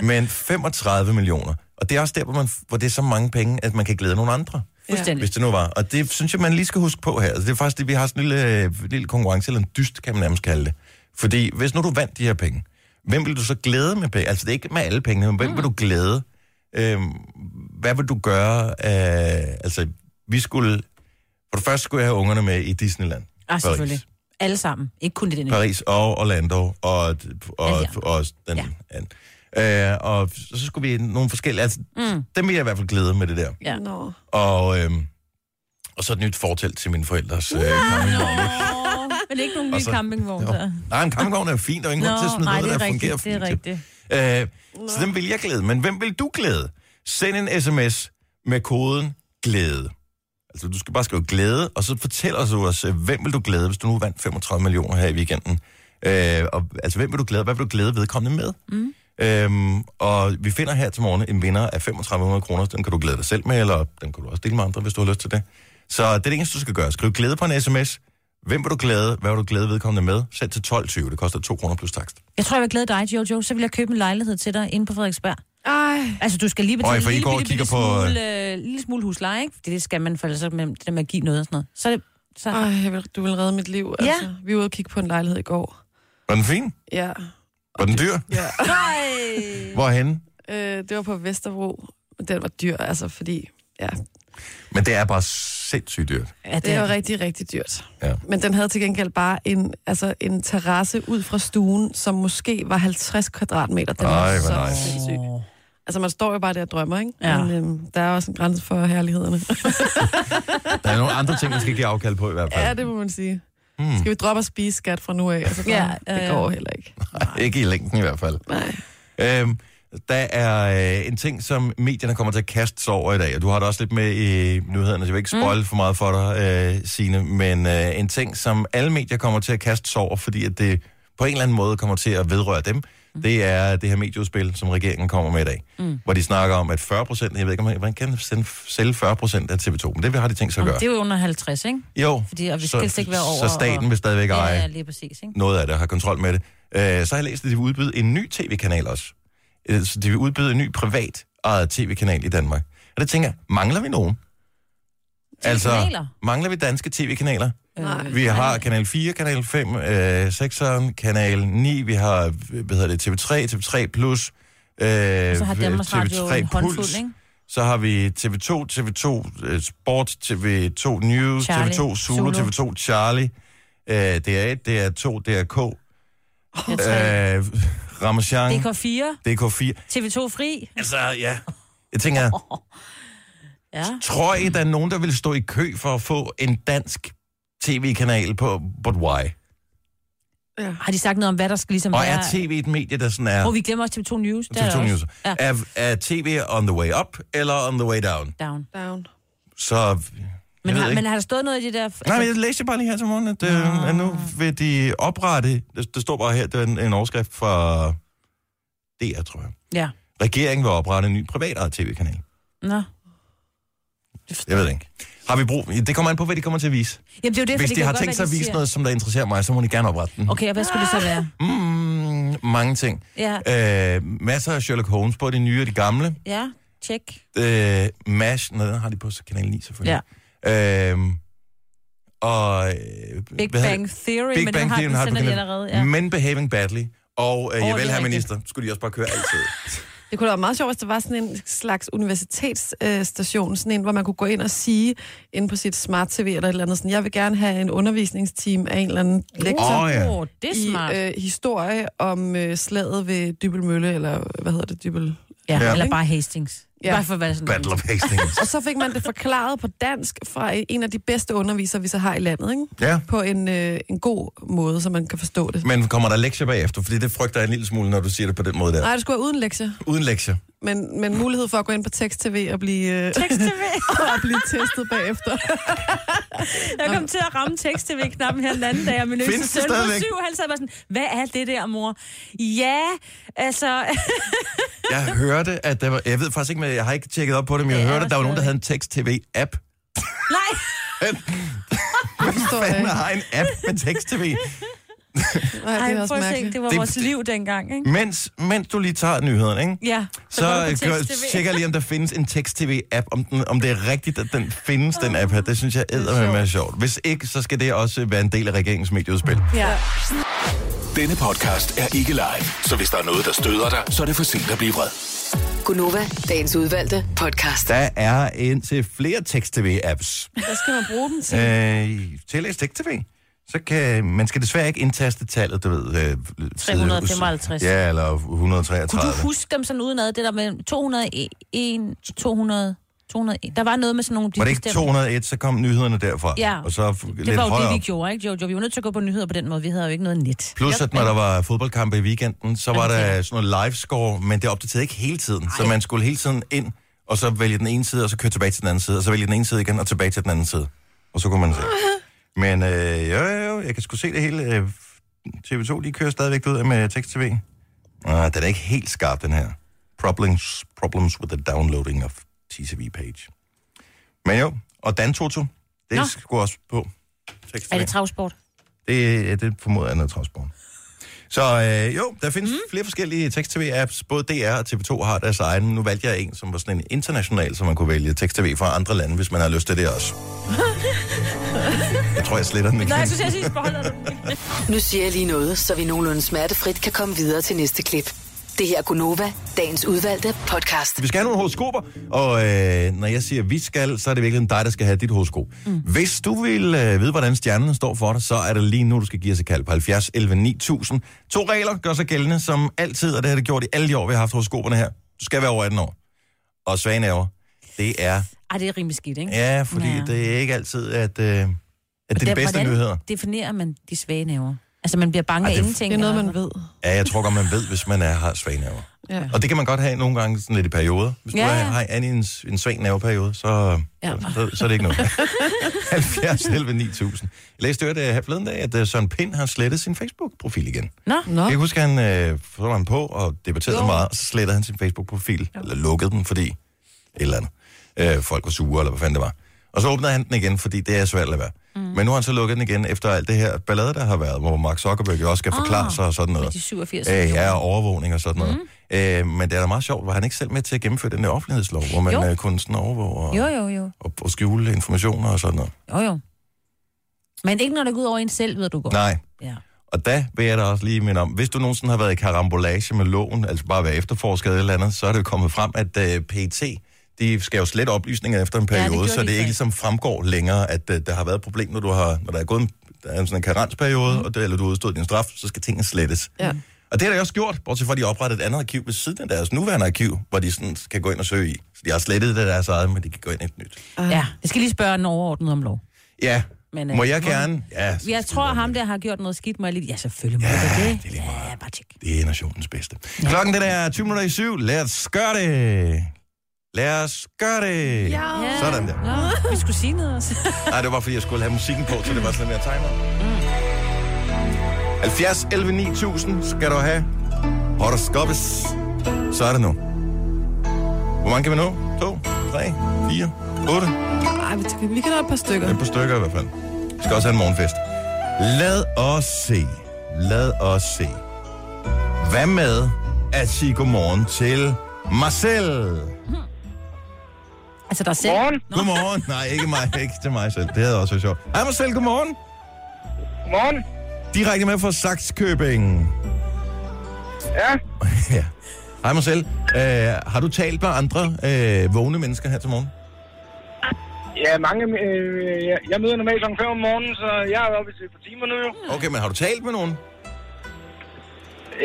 [SPEAKER 1] Men 35 millioner. Og det er også der, hvor, man, hvor det er så mange penge, at man kan glæde nogle andre.
[SPEAKER 4] Fuldstændig.
[SPEAKER 1] Hvis det nu var. Og det synes jeg, man lige skal huske på her. Altså, det er faktisk det, vi har sådan en lille, øh, lille konkurrence, eller en dyst, kan man nærmest kalde det. Fordi hvis nu du vandt de her penge, hvem vil du så glæde med penge? Altså det er ikke med alle pengene, men hvem vil du glæde? Øhm, hvad vil du gøre? Øh, altså vi skulle... For det første skulle jeg have ungerne med i Disneyland.
[SPEAKER 4] Ah, selvfølgelig. Alle sammen. Ikke kun i den
[SPEAKER 1] Paris og Orlando og, og,
[SPEAKER 4] Alle de
[SPEAKER 1] og, og den
[SPEAKER 4] Ja.
[SPEAKER 1] anden. Øh, og så så skulle vi nogle forskellige... Altså, mm. Dem vil jeg i hvert fald glæde med det der.
[SPEAKER 4] Ja.
[SPEAKER 3] Nå.
[SPEAKER 1] Og, øhm, og så et nyt fortelt til mine forældres øh, campingvogn. ikke?
[SPEAKER 2] Åh, men det er ikke nogen
[SPEAKER 1] Og
[SPEAKER 2] vild
[SPEAKER 1] så-
[SPEAKER 2] campingvogn,
[SPEAKER 1] Jo.
[SPEAKER 2] der.
[SPEAKER 1] Nej, en campingvogn er jo fint, der er ingen grund til at smide
[SPEAKER 2] nej,
[SPEAKER 1] noget,
[SPEAKER 2] det er
[SPEAKER 1] der fungerer
[SPEAKER 2] rigtigt, det er
[SPEAKER 1] fint.
[SPEAKER 2] rigtigt.
[SPEAKER 1] Øh, så dem vil jeg glæde, men hvem vil du glæde? Send en sms med koden GLÆDE. Altså, du skal bare skrive glæde, og så fortæl os, os, øh, hvem vil du glæde, hvis du nu vandt 35 millioner her i weekenden? Øh, og, altså, hvem vil du glæde? Hvad vil du glæde vedkommende med? Mm. Øhm, og vi finder her til morgen en vinder af 3500 kroner. Den kan du glæde dig selv med, eller den kan du også dele med andre, hvis du har lyst til det. Så det er det eneste, du skal gøre. Skriv glæde på en sms. Hvem vil du glæde? Hvad vil du glæde vedkommende med? Sæt til 12,20. Det koster 2 kroner plus takst.
[SPEAKER 4] Jeg tror, jeg vil glæde dig, Jojo. Så vil jeg købe en lejlighed til dig inde på Frederiksberg.
[SPEAKER 3] Ej.
[SPEAKER 4] Altså, du skal lige
[SPEAKER 1] Øj,
[SPEAKER 4] betale
[SPEAKER 1] for I
[SPEAKER 4] en lille,
[SPEAKER 1] går og
[SPEAKER 4] bitte,
[SPEAKER 1] kigger
[SPEAKER 4] bitte
[SPEAKER 1] på, øh,
[SPEAKER 4] smule, øh, lille smule husleje, ikke? Det, det skal man, for ellers så med det der med at give noget og sådan noget. Så, er det- så
[SPEAKER 3] Ej, jeg vil, du vil redde mit liv.
[SPEAKER 4] Ja.
[SPEAKER 3] Altså. Vi var ude og kigge på en lejlighed i går.
[SPEAKER 1] Var den fin?
[SPEAKER 3] Ja.
[SPEAKER 1] Var den dyr?
[SPEAKER 3] ja.
[SPEAKER 1] Hvorhen?
[SPEAKER 3] øh, det var på Vesterbro. Den var dyr, altså, fordi... Ja,
[SPEAKER 1] Men det er bare sindssygt dyrt.
[SPEAKER 4] ja, det,
[SPEAKER 3] det var
[SPEAKER 4] er,
[SPEAKER 3] rigtig, rigtig dyrt.
[SPEAKER 1] Ja.
[SPEAKER 3] Men den havde til gengæld bare en, altså, en terrasse ud fra stuen, som måske var 50 kvadratmeter. Den
[SPEAKER 1] Ej,
[SPEAKER 3] var
[SPEAKER 1] hvor
[SPEAKER 3] så
[SPEAKER 1] nice.
[SPEAKER 3] sindssyg. Altså, man står jo bare der og drømmer, ikke?
[SPEAKER 4] Ja.
[SPEAKER 3] Men øhm, der er også en grænse for herlighederne.
[SPEAKER 1] Der er nogle andre ting, man skal give afkald på i hvert fald. Hmm.
[SPEAKER 3] ja, det må man sige. Mm. Skal vi droppe at spise skat fra nu af? Altså,
[SPEAKER 4] Ja,
[SPEAKER 3] ja,
[SPEAKER 4] ja,
[SPEAKER 3] det
[SPEAKER 4] ja.
[SPEAKER 3] går heller ikke.
[SPEAKER 1] Nej, ikke i længden i hvert fald.
[SPEAKER 3] Nej.
[SPEAKER 1] Øhm, der er øh, en ting, som medierne kommer til at kaste sig over i dag, og du har det også lidt med i nyhederne, så jeg vil ikke spoil mm. for meget for dig, øh, Signe, men øh, en ting, som alle medier kommer til at kaste sig over, fordi at det på en eller anden måde kommer til at vedrøre dem,
[SPEAKER 3] Mm.
[SPEAKER 1] det er det her medieudspil, som regeringen kommer med i dag, mm. hvor de snakker om, at 40 procent, jeg ved ikke, om man hvordan kan man sende- sælge 40 procent af TV2, men det har de tænkt sig at gøre.
[SPEAKER 4] det er jo under 50, ikke?
[SPEAKER 1] Jo,
[SPEAKER 4] Fordi, og vi
[SPEAKER 1] så,
[SPEAKER 4] skal helst ikke være over...
[SPEAKER 1] så staten
[SPEAKER 4] og,
[SPEAKER 1] vil stadigvæk eje
[SPEAKER 4] Ja, lige præcis, ikke?
[SPEAKER 1] noget af det og har kontrol med det. Øh, så har jeg læst, at de vil udbyde en ny tv-kanal også. Øh, så de vil udbyde en ny privat ejet tv-kanal i Danmark. Og det tænker jeg, mangler vi nogen? Altså,
[SPEAKER 4] TV-kanaler?
[SPEAKER 1] mangler vi danske tv-kanaler?
[SPEAKER 3] Nej.
[SPEAKER 4] Øh,
[SPEAKER 1] Vi har kanal 4, kanal 5, øh, 6'eren, kanal 9, vi har, hvad hedder det, TV3, TV3+, Plus, øh,
[SPEAKER 4] Og så har Danmarks Radio en håndfuld, ikke?
[SPEAKER 1] så har vi TV2, TV2 øh, Sport, TV2 News,
[SPEAKER 4] Charlie,
[SPEAKER 1] TV2 Zulu,
[SPEAKER 4] Zulu.
[SPEAKER 1] TV2 Charlie, øh, DR1, DR2, DRK,
[SPEAKER 4] Jeg tror,
[SPEAKER 1] øh, Ramachan,
[SPEAKER 4] DK4,
[SPEAKER 1] DK4.
[SPEAKER 4] TV2 Fri.
[SPEAKER 1] Altså, ja. Jeg tænker,
[SPEAKER 4] Ja.
[SPEAKER 1] tror I, der er nogen, der vil stå i kø for at få en dansk tv-kanal på But Why?
[SPEAKER 3] Ja.
[SPEAKER 4] Har de sagt noget om, hvad der skal ligesom
[SPEAKER 1] Og
[SPEAKER 4] være...
[SPEAKER 1] er tv et medie, der sådan er...
[SPEAKER 4] Hvor vi glemmer også TV2 News. Der er der
[SPEAKER 1] TV2 News.
[SPEAKER 4] også. Ja,
[SPEAKER 1] Er, er tv on the way up, eller on the way down?
[SPEAKER 4] down.
[SPEAKER 3] Down.
[SPEAKER 1] Så... jeg
[SPEAKER 4] Men
[SPEAKER 1] ved
[SPEAKER 4] har,
[SPEAKER 1] ikke.
[SPEAKER 4] men har der stået noget i det der...
[SPEAKER 1] Nej, men jeg læste bare lige her til morgen, at, øh, at nu vil de oprette... Det, det står bare her, det er en, en overskrift fra DR, tror jeg.
[SPEAKER 4] Ja.
[SPEAKER 1] Regeringen vil oprette en ny privat tv-kanal.
[SPEAKER 4] Nå.
[SPEAKER 1] Jeg ved det ikke. Har vi brug... Det kommer an på, hvad de kommer til at vise.
[SPEAKER 4] Jamen, det er jo det,
[SPEAKER 1] Hvis
[SPEAKER 4] for det
[SPEAKER 1] de
[SPEAKER 4] kan
[SPEAKER 1] har
[SPEAKER 4] jo
[SPEAKER 1] tænkt
[SPEAKER 4] godt
[SPEAKER 1] sig
[SPEAKER 4] være,
[SPEAKER 1] at
[SPEAKER 4] de
[SPEAKER 1] vise
[SPEAKER 4] siger-
[SPEAKER 1] noget, som der interesserer mig, så må de gerne oprette den.
[SPEAKER 4] Okay, og hvad skulle det så være?
[SPEAKER 1] Mm, mange ting.
[SPEAKER 4] Ja,
[SPEAKER 1] Øh, masser af Sherlock Holmes, både de nye og de gamle.
[SPEAKER 4] ja, tjek.
[SPEAKER 1] Øh, MASH, nej, den har de på kanal 9 selvfølgelig.
[SPEAKER 4] Ja.
[SPEAKER 1] Øh, og... øh,
[SPEAKER 4] Big
[SPEAKER 1] hvad hedder
[SPEAKER 4] Bang Theory,
[SPEAKER 1] Big
[SPEAKER 4] men
[SPEAKER 1] Bang
[SPEAKER 4] den har
[SPEAKER 1] Theory
[SPEAKER 4] den
[SPEAKER 1] har den
[SPEAKER 4] sender de
[SPEAKER 1] på
[SPEAKER 4] allerede. Ja.
[SPEAKER 1] kanal. Men Behaving Badly. Og øh,
[SPEAKER 4] Åh,
[SPEAKER 1] jeg
[SPEAKER 4] det
[SPEAKER 1] vil have
[SPEAKER 4] er rigtigt.
[SPEAKER 1] minister. Skulle de også bare køre altid.
[SPEAKER 3] Det kunne da være meget sjovt, hvis der var sådan en slags universitetsstation, sådan en, hvor man kunne gå ind og sige inde på sit smart-tv eller et eller andet, sådan, jeg vil gerne have en undervisningsteam af en eller anden lektor
[SPEAKER 1] Åh, ja.
[SPEAKER 4] Åh, det er smart.
[SPEAKER 3] i øh, historie om øh, slaget ved Dybelmølle, eller hvad hedder det, Dybel...
[SPEAKER 4] ja,
[SPEAKER 1] ja.
[SPEAKER 4] eller bare Hastings. Ja. Bare for at være sådan
[SPEAKER 1] Battle of Hastings.
[SPEAKER 3] Og så fik man det forklaret på dansk fra en af de bedste undervisere, vi så har i landet, ikke?
[SPEAKER 1] Ja.
[SPEAKER 3] På en, øh, en god måde, så man kan forstå det.
[SPEAKER 1] Men kommer der lektier bagefter? Fordi det frygter jeg en lille smule, når du siger det på den måde der.
[SPEAKER 3] Nej, det skulle være uden lektier,
[SPEAKER 1] Uden lektier.
[SPEAKER 3] men, men mulighed for at gå ind på tekst-tv og blive, øh,
[SPEAKER 2] Tekst-TV.
[SPEAKER 3] og blive testet bagefter.
[SPEAKER 2] Jeg kom til at ramme tekst-tv-knappen her den anden dag, og min yngste
[SPEAKER 1] Findes det
[SPEAKER 2] søn på
[SPEAKER 1] stadigvæk?
[SPEAKER 2] syv, han sad bare sådan, hvad er det der, mor? Ja, altså...
[SPEAKER 1] Jeg hørte, at der var... Jeg ved faktisk ikke, men jeg har ikke tjekket op på det, men jeg
[SPEAKER 2] Ja,
[SPEAKER 1] hørte, at der var nogen, der
[SPEAKER 2] stadig.
[SPEAKER 1] havde en tekst-tv-app.
[SPEAKER 2] Nej,
[SPEAKER 3] Forstår jeg
[SPEAKER 1] Fanden
[SPEAKER 3] ikke.
[SPEAKER 1] har en app med tekst-tv.
[SPEAKER 3] Nej, det er
[SPEAKER 2] Ej,
[SPEAKER 3] også
[SPEAKER 2] prøv at se,
[SPEAKER 3] mærkeligt.
[SPEAKER 2] det var
[SPEAKER 1] Det-
[SPEAKER 2] vores liv dengang, ikke?
[SPEAKER 1] Mens, mens du lige tager nyhederne, ikke?
[SPEAKER 2] Ja, går
[SPEAKER 1] Så øh,
[SPEAKER 2] du på
[SPEAKER 1] gør,
[SPEAKER 2] tekst-tv.
[SPEAKER 1] tjekker jeg lige, om der findes en tekst-tv-app, om, den, om det er rigtigt, at den findes, den app her. Det synes jeg eddermame er sjovt. Hvis ikke, så skal det også være en del af regeringens medieudspil.
[SPEAKER 2] Ja.
[SPEAKER 5] Denne podcast er ikke live, så hvis der er noget, der støder dig, så er det for sent at blive vred.
[SPEAKER 6] Gunova, dagens udvalgte podcast.
[SPEAKER 1] Der er indtil flere tekst-tv-apps.
[SPEAKER 3] Hvad skal man bruge den til?
[SPEAKER 1] Øh, tillæs tekst-tv. Så kan, man skal desværre ikke indtaste tallet, du ved. Øh, side-
[SPEAKER 4] 355.
[SPEAKER 1] Ja, eller
[SPEAKER 4] Kunne
[SPEAKER 1] 133.
[SPEAKER 4] du huske dem sådan udenad, det der med 201, 200, 201? Der var noget med sådan nogle... de
[SPEAKER 1] Var det ikke
[SPEAKER 4] bestemte-
[SPEAKER 1] 201, så kom nyhederne derfra.
[SPEAKER 4] Ja.
[SPEAKER 1] Og så f- lidt
[SPEAKER 4] Det var jo
[SPEAKER 1] højere
[SPEAKER 4] det,
[SPEAKER 1] op.
[SPEAKER 4] vi gjorde, ikke, Jojo? Vi var nødt til at gå på nyheder på den måde. Vi havde jo ikke noget net.
[SPEAKER 1] Plus, at når der var fodboldkampe i weekenden, så var der sådan noget live score, men det opdaterede ikke hele tiden. Ej. Så man skulle hele tiden ind, og så vælge den ene side, og så køre tilbage til den anden side, og så vælge den ene side igen, og tilbage til den anden side. Og så kunne man se. Men øh, jo, jo, jo, jeg kan sgu se det hele. Øh, TV2, de kører stadigvæk ud med tekst-tv. Ah, den er ikke helt skarp, den her. Problems, problems with the downloading of TCV page. Men jo, og Dan Toto, det
[SPEAKER 4] Nå.
[SPEAKER 1] er sgu også på. tekst-tv.
[SPEAKER 4] Er det travsport?
[SPEAKER 1] Det, ja, det formoder jeg er noget transport. Så øh, jo, der findes mm. flere forskellige tekst-tv-apps. Både DR og TV2 har deres egen. Nu valgte jeg en, som var sådan en international, så man kunne vælge tekst-tv fra andre lande, hvis man har lyst til det også. jeg tror, jeg sletter den igen.
[SPEAKER 2] Nej, jeg synes, jeg synes, beholder den.
[SPEAKER 6] Nu siger jeg lige noget, så vi nogenlunde smertefrit kan komme videre til næste klip. Det her er Gunova, dagens udvalgte podcast.
[SPEAKER 1] Vi skal have nogle horoskoper, og øh, når jeg siger, vi skal, så er det virkelig dig, der skal have dit horoskop. Mm. Hvis du vil øh, vide, hvordan stjernen står for dig, så er det lige nu, du skal give os et kald på 70 11 9000. To regler gør sig gældende, som altid, og det har det gjort i alle de år, vi har haft horoskoperne her. Du skal være over 18 år. Og svage over. Det er,
[SPEAKER 4] Ej, det er rimelig skidt, ikke?
[SPEAKER 1] ja, fordi ja.
[SPEAKER 4] Ja.
[SPEAKER 1] det er ikke altid, at, øh, at det er de
[SPEAKER 4] Der-
[SPEAKER 1] bedste
[SPEAKER 4] hvordan
[SPEAKER 1] nyheder.
[SPEAKER 4] definerer man de svage næver? Altså, man bliver bange
[SPEAKER 1] Ej,
[SPEAKER 4] af
[SPEAKER 1] det er-
[SPEAKER 4] ingenting.
[SPEAKER 3] Det er noget,
[SPEAKER 4] eller
[SPEAKER 3] man ved.
[SPEAKER 1] Ja, jeg tror godt, man ved, hvis man er, har svagnæver. Ja.
[SPEAKER 3] Ja.
[SPEAKER 1] Og det kan man godt have nogle gange sådan lidt i perioder. Hvis ja.
[SPEAKER 4] Ja,
[SPEAKER 1] du er,
[SPEAKER 4] ja.
[SPEAKER 1] har en, en, en svagnæverperiode, så, ja.
[SPEAKER 4] Ja.
[SPEAKER 1] så, så, så er det ikke noget. 70 11 9000. Jeg læste jo det her forleden dag, at øh, Søren Pind har slettet sin Facebook-profil igen.
[SPEAKER 4] Nå,
[SPEAKER 3] Nå.
[SPEAKER 1] Jeg kan huske, han øh, så var han på og debatterede jo. meget, og så slettede han sin Facebook-profil, eller lukkede den, fordi et eller andet. Øh, folk var sure, eller hvad fanden det var. Og så åbnede han den igen, fordi det er svært at lade være. Mm. Men nu har han så lukket den igen efter alt det her ballade, der har været, hvor Mark Zuckerberg jo også skal forklare sig og sådan noget.
[SPEAKER 4] de 87
[SPEAKER 1] Øh,
[SPEAKER 4] millioner.
[SPEAKER 1] ja, og overvågning og sådan noget. Mm. Øh, men det er da meget sjovt, var han ikke selv med til at gennemføre den der offentlighedslov, hvor man
[SPEAKER 4] Jo.
[SPEAKER 1] øh, kunne sådan overvåge og,
[SPEAKER 4] Jo, jo, jo.
[SPEAKER 1] og, og skjule informationer og sådan noget.
[SPEAKER 4] Jo, jo. Men ikke når det går ud over en selv, ved du godt.
[SPEAKER 1] Nej.
[SPEAKER 4] Ja.
[SPEAKER 1] Og der vil jeg da også lige minde om, hvis du nogensinde har været i karambolage med loven, altså bare været efterforsket eller et eller andet, så er det jo kommet frem, at øh, PET, de skal jo slet oplysninger efter en
[SPEAKER 4] det
[SPEAKER 1] periode,
[SPEAKER 4] gjorde
[SPEAKER 1] så
[SPEAKER 4] de
[SPEAKER 1] det
[SPEAKER 4] i
[SPEAKER 1] ikke
[SPEAKER 4] dag.
[SPEAKER 1] ligesom fremgår længere, at øh, der har været et problem, når, du har, når der er gået en, der er sådan en karensperiode,
[SPEAKER 4] Mhm.
[SPEAKER 1] mm. og det, eller du har udstået din straf, så skal tingene slettes.
[SPEAKER 3] Ja.
[SPEAKER 1] Og det har de også gjort, bortset fra, at de oprettede et andet arkiv ved siden af deres nuværende arkiv, hvor de sådan kan gå ind og søge i. Så de har slettet det deres eget, men de kan gå ind i et nyt.
[SPEAKER 4] ja. Jeg skal lige spørge den overordnede om lov.
[SPEAKER 1] Ja, men,
[SPEAKER 4] Men,
[SPEAKER 1] øh,
[SPEAKER 4] øh,
[SPEAKER 1] må jeg
[SPEAKER 4] må-
[SPEAKER 1] gerne? Ja, så
[SPEAKER 4] Jeg
[SPEAKER 1] skal
[SPEAKER 4] tror,
[SPEAKER 1] du-
[SPEAKER 4] ham der har gjort noget skidt, må jeg lige... Ja, selvfølgelig må ja, det.
[SPEAKER 1] det er lige meget.
[SPEAKER 4] Ja, bare tjek.
[SPEAKER 1] Det er nationens bedste. Ja. Klokken den er 20 minutter i syv. Lad os gøre det. Lad os gøre det. Ja. Sådan der.
[SPEAKER 4] Nå, vi skulle sige noget også.
[SPEAKER 1] Nej, det var fordi, jeg skulle have musikken på, så det var sådan lidt mere timer. 70 11 9000 skal du have. Horoskopes. Så er det nu. Hvor mange kan vi nå? To, tre, fire, otte.
[SPEAKER 3] Ej, vi, kan- vi kan da et par stykker.
[SPEAKER 1] Et par stykker i hvert fald. Vi skal også have en morgenfest. Lad os se. Lad os se. Hvad med at sige godmorgen til Marcel?
[SPEAKER 4] Altså, der er selv...
[SPEAKER 7] Morgen.
[SPEAKER 1] Godmorgen. Nej, ikke mig. Ikke til mig selv. Det havde også været sjovt. Hej Marcel, godmorgen.
[SPEAKER 7] Morgen.
[SPEAKER 1] Direkte med fra Saxkøbing.
[SPEAKER 7] Ja.
[SPEAKER 1] ja. Hej Marcel. Øh, har du talt med andre øh, vågne mennesker her til morgen?
[SPEAKER 7] Ja, mange... Øh, jeg, jeg møder normalt kl. 5 om morgenen, så jeg er oppe i et par timer nu jo.
[SPEAKER 1] Okay, men har du talt med nogen?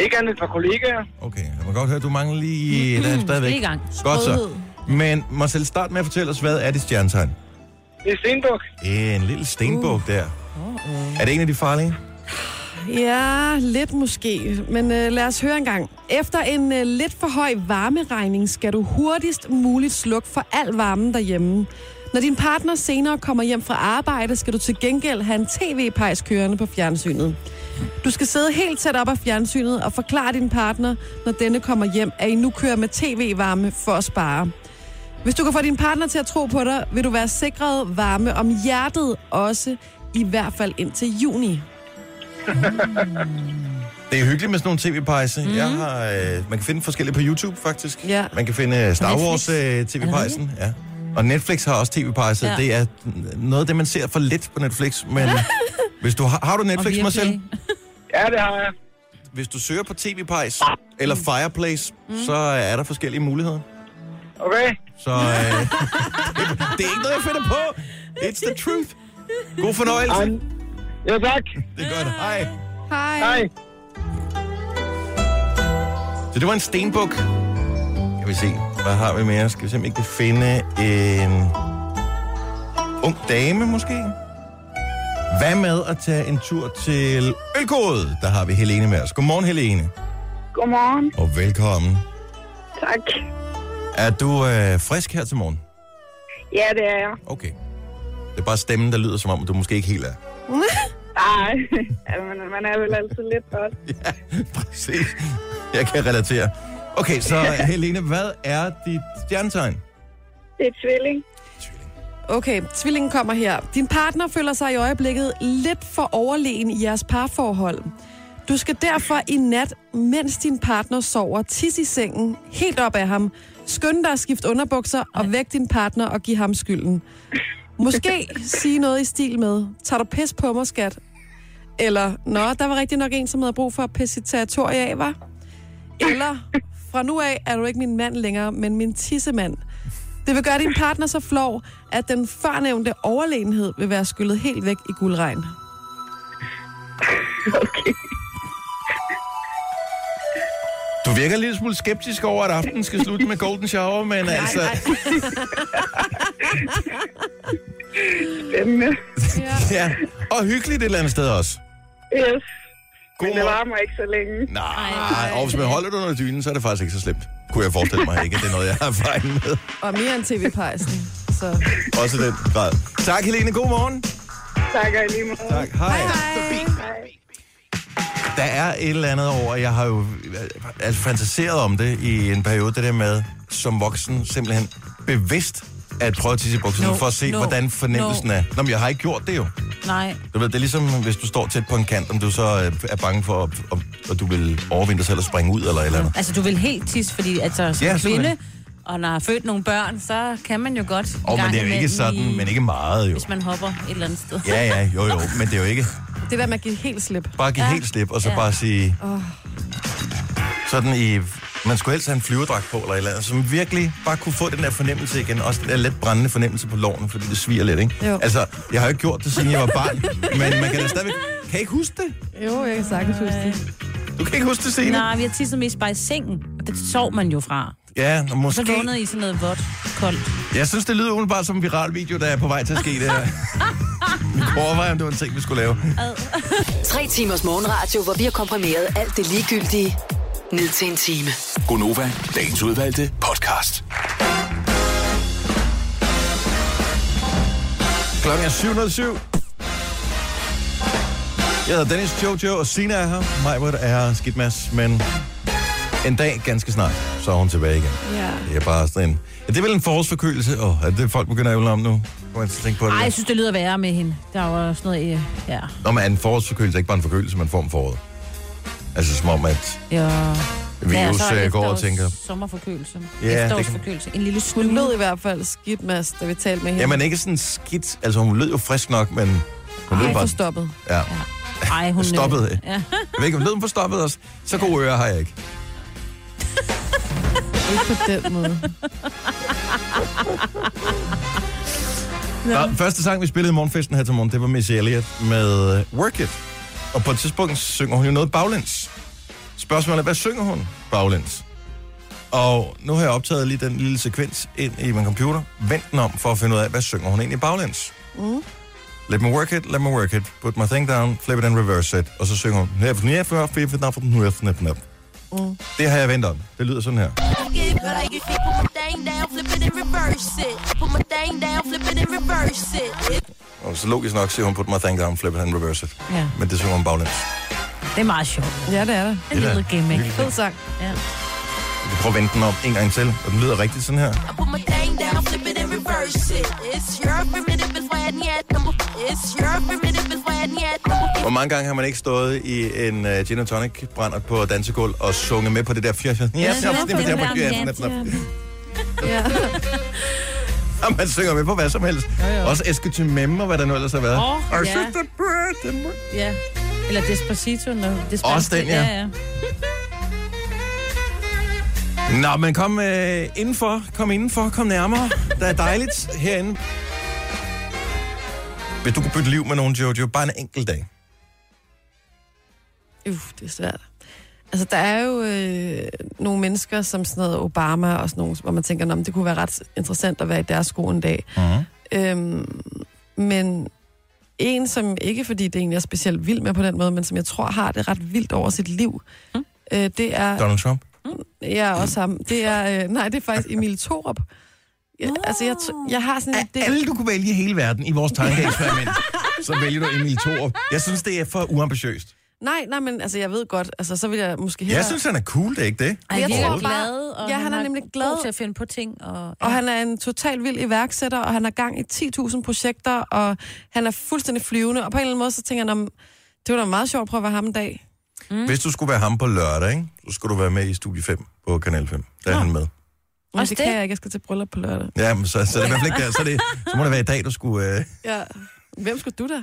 [SPEAKER 7] Ikke andet et par kollegaer.
[SPEAKER 1] Okay, jeg må godt høre, du mangler lige... Mm, der er stadigvæk.
[SPEAKER 4] i gang.
[SPEAKER 1] Godt så.
[SPEAKER 4] Sprødhed.
[SPEAKER 1] Men Marcel, start med at fortælle os, hvad er dit stjernetegn?
[SPEAKER 7] Det er Stenbuk.
[SPEAKER 1] En lille stenbog uh. der. Er det en af de farlige?
[SPEAKER 3] Ja, lidt måske. Men øh, lad os høre en gang. Efter en øh, lidt for høj varmeregning skal du hurtigst muligt slukke for al varmen derhjemme. Når din partner senere kommer hjem fra arbejde, skal du til gengæld have en tv-pejs kørende på fjernsynet. Du skal sidde helt tæt op af fjernsynet og forklare din partner, når denne kommer hjem, at I nu kører med tv-varme for at spare. Hvis du kan få din partner til at tro på dig, vil du være sikret varme om hjertet også, i hvert fald indtil juni.
[SPEAKER 1] Det er hyggeligt med sådan nogle tv-pejse. Mm. Jeg har, øh, man kan finde forskellige på YouTube, faktisk.
[SPEAKER 3] Ja.
[SPEAKER 1] Man kan finde øh, Star
[SPEAKER 4] Netflix.
[SPEAKER 1] Wars øh, tv-pejsen. Ja. Og Netflix har også tv-pejse. Ja.
[SPEAKER 4] Ja.
[SPEAKER 1] Det er noget af det, man ser for lidt på Netflix. Men hvis du har, har du Netflix,
[SPEAKER 4] virkelig.
[SPEAKER 1] Marcel?
[SPEAKER 7] Ja, det har jeg.
[SPEAKER 1] Hvis du søger på tv-pejs eller Fireplace, mm. så er der forskellige muligheder.
[SPEAKER 7] Okay.
[SPEAKER 1] Så øh, det, det er ikke noget, jeg finder på. It's the truth. God fornøjelse.
[SPEAKER 7] Um, ja, tak.
[SPEAKER 1] Det er godt. Hej.
[SPEAKER 3] Hej.
[SPEAKER 7] Hej.
[SPEAKER 1] Så det var en stenbuk. Jeg vil se, hvad har vi mere? Skal vi se, om vi kan finde en ung dame, måske? Hvad med at tage en tur til Ølkode? Der har vi Helene med os. Godmorgen, Helene.
[SPEAKER 8] Godmorgen.
[SPEAKER 1] Og velkommen.
[SPEAKER 8] Tak.
[SPEAKER 1] Er du øh, frisk her til morgen?
[SPEAKER 8] Ja, det er jeg.
[SPEAKER 1] Okay. Det er bare stemmen, der lyder som om, du måske ikke helt er.
[SPEAKER 8] Nej, altså, man, man er vel altid lidt godt.
[SPEAKER 1] Ja, præcis. Jeg kan relatere. Okay, så Helene, hvad er dit stjernetegn?
[SPEAKER 8] Det er tvilling.
[SPEAKER 3] Okay, tvillingen kommer her. Din partner føler sig i øjeblikket lidt for overlegen i jeres parforhold. Du skal derfor i nat, mens din partner sover, tisse i sengen, helt op af ham. Skynd dig at skifte underbukser og væk din partner og give ham skylden. Måske sige noget i stil med, tager du pis på mig, skat? Eller, nå, der var rigtig nok en, som havde brug for at pisse sit territorie af, var? Eller, fra nu af er du ikke min mand længere, men min tissemand. Det vil gøre din partner så flov, at den førnævnte overlegenhed vil være skyllet helt væk i guldregn.
[SPEAKER 8] Okay.
[SPEAKER 1] Du virker en lille smule skeptisk over, at aftenen skal slutte med golden shower, men altså...
[SPEAKER 8] Spændende.
[SPEAKER 1] Ja, og hyggeligt et eller andet sted også.
[SPEAKER 8] Yes. Men det
[SPEAKER 1] morgen.
[SPEAKER 8] varmer ikke så længe.
[SPEAKER 1] Nej, og hvis man holder det under dynen, så er det faktisk ikke så slemt. Kunne jeg forestille mig ikke, at det er noget, jeg har erfaring med.
[SPEAKER 3] Og mere end tv-pejsen. Så
[SPEAKER 1] Også i den grad. Tak, Helene. God morgen.
[SPEAKER 8] Tak og i lige måde.
[SPEAKER 1] Tak. Hej. hej. Der er et eller andet over, jeg har jo altså, fantaseret om det i en periode, det der med, som voksen, simpelthen bevidst at prøve at tisse i bukserne, no,
[SPEAKER 4] No,
[SPEAKER 1] for at se, no,
[SPEAKER 4] no,
[SPEAKER 1] hvordan fornemmelsen no. er. Nå, men jeg har ikke gjort det jo.
[SPEAKER 4] Nej.
[SPEAKER 1] Du ved, det er ligesom, hvis du står tæt på en kant, om du så øh, er bange for, at- om, at du vil overvinde dig selv og springe ud eller et eller andet.
[SPEAKER 4] Altså, du vil helt tisse, fordi altså, som
[SPEAKER 1] Ja,
[SPEAKER 4] ja,
[SPEAKER 1] simpelthen.
[SPEAKER 4] kvinde, og når har født nogle børn, så kan man jo godt en
[SPEAKER 1] Åh, oh, men
[SPEAKER 4] gang
[SPEAKER 1] det er jo ikke
[SPEAKER 4] imellem
[SPEAKER 1] sådan,
[SPEAKER 4] lige-
[SPEAKER 1] men ikke meget jo.
[SPEAKER 4] Hvis man hopper et eller andet sted.
[SPEAKER 1] Ja, ja, jo, jo, men det er jo ikke.
[SPEAKER 3] det der med at give helt slip.
[SPEAKER 1] Bare give ja. helt slip, og så ja. bare sige... Sådan i... Man skulle helst have en flyverdragt på, eller et eller andet, som virkelig bare kunne få den der fornemmelse igen. Også den der let brændende fornemmelse på loven, fordi det sviger lidt, ikke?
[SPEAKER 3] Jo.
[SPEAKER 1] Altså, jeg har jo ikke gjort det, siden jeg var barn, men man kan da stadigvæk... Kan I ikke huske det?
[SPEAKER 3] Jo, jeg kan sagtens huske det.
[SPEAKER 1] Du kan ikke huske det, Signe?
[SPEAKER 4] Nej, vi har tisset mest bare i sengen, og det sov man jo fra.
[SPEAKER 1] Ja, nå,
[SPEAKER 4] Så
[SPEAKER 1] måske.
[SPEAKER 4] vågnede I sådan noget vådt, koldt.
[SPEAKER 1] Jeg synes, det lyder umiddelbart som en viral video, der er på vej til at ske det her. Vi kunne overveje, om det var en ting, vi skulle lave.
[SPEAKER 6] Tre timers morgenradio, hvor vi har komprimeret alt det ligegyldige ned til en time.
[SPEAKER 5] Gonova, dagens udvalgte podcast.
[SPEAKER 1] Klokken er 707. Jeg hedder Dennis Jojo, og Sina er her. Majbert er skidt mas, men en dag ganske snart, så er hun tilbage igen.
[SPEAKER 3] Ja.
[SPEAKER 1] Det er bare sådan en... Ja, det er vel en forårsforkølelse. Åh, oh, er det folk begynder at ævle om nu? Må jeg tænke på det?
[SPEAKER 4] Ej, jeg synes, det lyder værre med hende. Der var sådan noget, øh, ja.
[SPEAKER 1] Nå, men er en forårsforkølelse ikke bare en forkølelse, man får om foråret? Altså som om, at
[SPEAKER 4] ja.
[SPEAKER 1] virus
[SPEAKER 4] Ja, så er
[SPEAKER 1] ja, går og
[SPEAKER 4] efterårs-
[SPEAKER 1] tænker...
[SPEAKER 4] Sommerforkølelse.
[SPEAKER 1] det kan-
[SPEAKER 4] Ja, Efterårsforkølelse. En lille
[SPEAKER 3] Hun
[SPEAKER 4] smule.
[SPEAKER 3] lød i hvert fald skidt, Mads, da vi talte
[SPEAKER 4] Øh.
[SPEAKER 3] med hende.
[SPEAKER 1] Jamen ikke sådan skidt. Altså hun lød jo frisk nok, men... Hun lød
[SPEAKER 3] Helt
[SPEAKER 1] bare...
[SPEAKER 3] forstoppet.
[SPEAKER 1] Ja.
[SPEAKER 4] Ej, hun øh,
[SPEAKER 1] Stoppede.
[SPEAKER 4] Ja.
[SPEAKER 1] Jeg ved ikke, om lyden forstoppede os. Så gode ører har jeg ikke.
[SPEAKER 3] Ikke på den måde.
[SPEAKER 1] Ja. Nå, første sang, vi spillede i morgenfesten her til morgen, det var Missy Elliott med øh, Work It. Og på et tidspunkt synger hun jo noget baglæns. Spørgsmålet er, hvad synger hun baglæns? Og nu har jeg optaget lige den lille sekvens ind i min computer. Vent den om for at finde ud af, hvad synger hun egentlig baglæns? Mm. Let me work it, let me work it. Put my thing down, flip it and reverse it. Og så synger hun... "Nep, nep, nep, nep, nep, nep, nep, nep." Det har jeg ventet om. Det lyder sådan her. Og så logisk nok siger hun, put my thing down, flip it and reverse it.
[SPEAKER 4] Ja.
[SPEAKER 1] Men det synger hun baglæns.
[SPEAKER 4] Det er meget sjovt.
[SPEAKER 3] Ja, det er det.
[SPEAKER 4] En lille gimmick.
[SPEAKER 1] Lille
[SPEAKER 3] Fed sang.
[SPEAKER 1] Vi prøver at vente den op en gang til, og den lyder rigtigt sådan her. Hvor mange gange har man ikke stået i en uh, gin and tonic brænder på dansegulv og sunget med på det der fjerde? Ja, ja,
[SPEAKER 2] det er det, der er
[SPEAKER 1] ja, ja, Og man synger med på hvad som helst. Ja, ja. Også Eske til Memme, og hvad der nu ellers har været.
[SPEAKER 2] Åh,
[SPEAKER 1] Our
[SPEAKER 2] ja.
[SPEAKER 1] sister Britain.
[SPEAKER 2] Ja. Eller Despacito. No. Despacito.
[SPEAKER 1] Også den, ja.
[SPEAKER 2] ja, ja.
[SPEAKER 1] Nå, men kom uh, indenfor. Kom indenfor. Kom nærmere. Der er dejligt herinde. Hvis du kunne bytte liv med nogen, Jojo, bare en enkelt dag.
[SPEAKER 3] Uh, det er svært. Altså, der er jo øh, nogle mennesker, som sådan noget Obama og sådan nogle, hvor man tænker, "Nå, men det kunne være ret interessant at være i deres sko en dag.
[SPEAKER 1] Mm.
[SPEAKER 3] Øhm, men en, som ikke fordi det egentlig er specielt vild med på den måde, men som jeg tror har det ret vildt over sit liv, mm. øh, det er...
[SPEAKER 1] Donald Trump.
[SPEAKER 3] Ja, også ham. Det er, øh, nej, det er faktisk Emil Thorup. Jeg, altså, jeg, tr- jeg har sådan en
[SPEAKER 1] Af alle, du kunne vælge i hele verden i vores tankeeksperiment, så vælger du Emil Thorup. Jeg synes, det er for uambitiøst.
[SPEAKER 3] Nej, nej, men altså, jeg ved godt. Altså, så vil jeg måske
[SPEAKER 1] Jeg synes, han er cool, det er ikke det?
[SPEAKER 2] Ej,
[SPEAKER 3] Jeg
[SPEAKER 2] jeg
[SPEAKER 3] tror
[SPEAKER 2] tror
[SPEAKER 3] bare-
[SPEAKER 2] glad, og
[SPEAKER 3] Ja, han er
[SPEAKER 2] har
[SPEAKER 3] nemlig
[SPEAKER 2] god
[SPEAKER 3] glad.
[SPEAKER 2] til at finde på ting. Og,
[SPEAKER 3] Og han er en total vild iværksætter, og han har gang i 10.000 projekter, og han er fuldstændig flyvende. Og på en eller anden måde, så tænker han om, det var da meget sjovt at prøve at være ham en dag.
[SPEAKER 1] Mm. Hvis du skulle være ham på lørdag, ikke? så skulle du være med i Studie 5 på Kanal 5. Der er han med.
[SPEAKER 3] Men
[SPEAKER 4] Også det?
[SPEAKER 3] det, det kan jeg ikke, jeg skal til bryllup på lørdag.
[SPEAKER 1] Ja, men så, så, er det i hvert fald ikke der. Så, er det, så må det være i dag, du skulle... Øh...
[SPEAKER 3] Ja. Hvem skulle du da?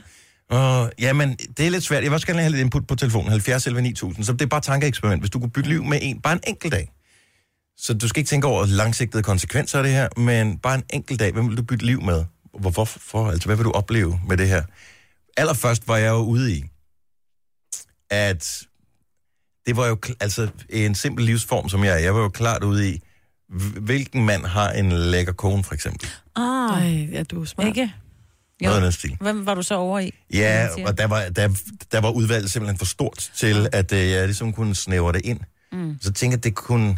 [SPEAKER 1] Og, jamen, Øh, det er lidt svært. Jeg vil også gerne have lidt input på telefonen. 70 11 9000. Så det er bare et tankeeksperiment. Hvis du kunne bytte liv med en, bare en enkelt dag. Så du skal ikke tænke over langsigtede konsekvenser af det her, men bare en enkelt dag. Hvem vil du bytte liv med? Hvor- Hvorfor? For, altså, hvad vil du opleve med det her? Allerførst var jeg jo ude i, at det var jo kl- altså, en simpel livsform, som jeg er. Jeg var jo klart ude i, hv- hvilken mand har en lækker kone, for eksempel?
[SPEAKER 4] Ah,
[SPEAKER 3] Nej, ja, du er smart.
[SPEAKER 4] ikke? Jo.
[SPEAKER 1] Noget af den stil.
[SPEAKER 4] Hvem var du så over i?
[SPEAKER 1] Ja,
[SPEAKER 4] man siger.
[SPEAKER 1] og der var, der, der var udvalget simpelthen for stort til, at øh, jeg ligesom kunne snævre det ind. Mm. Så tænkte jeg, at det kunne...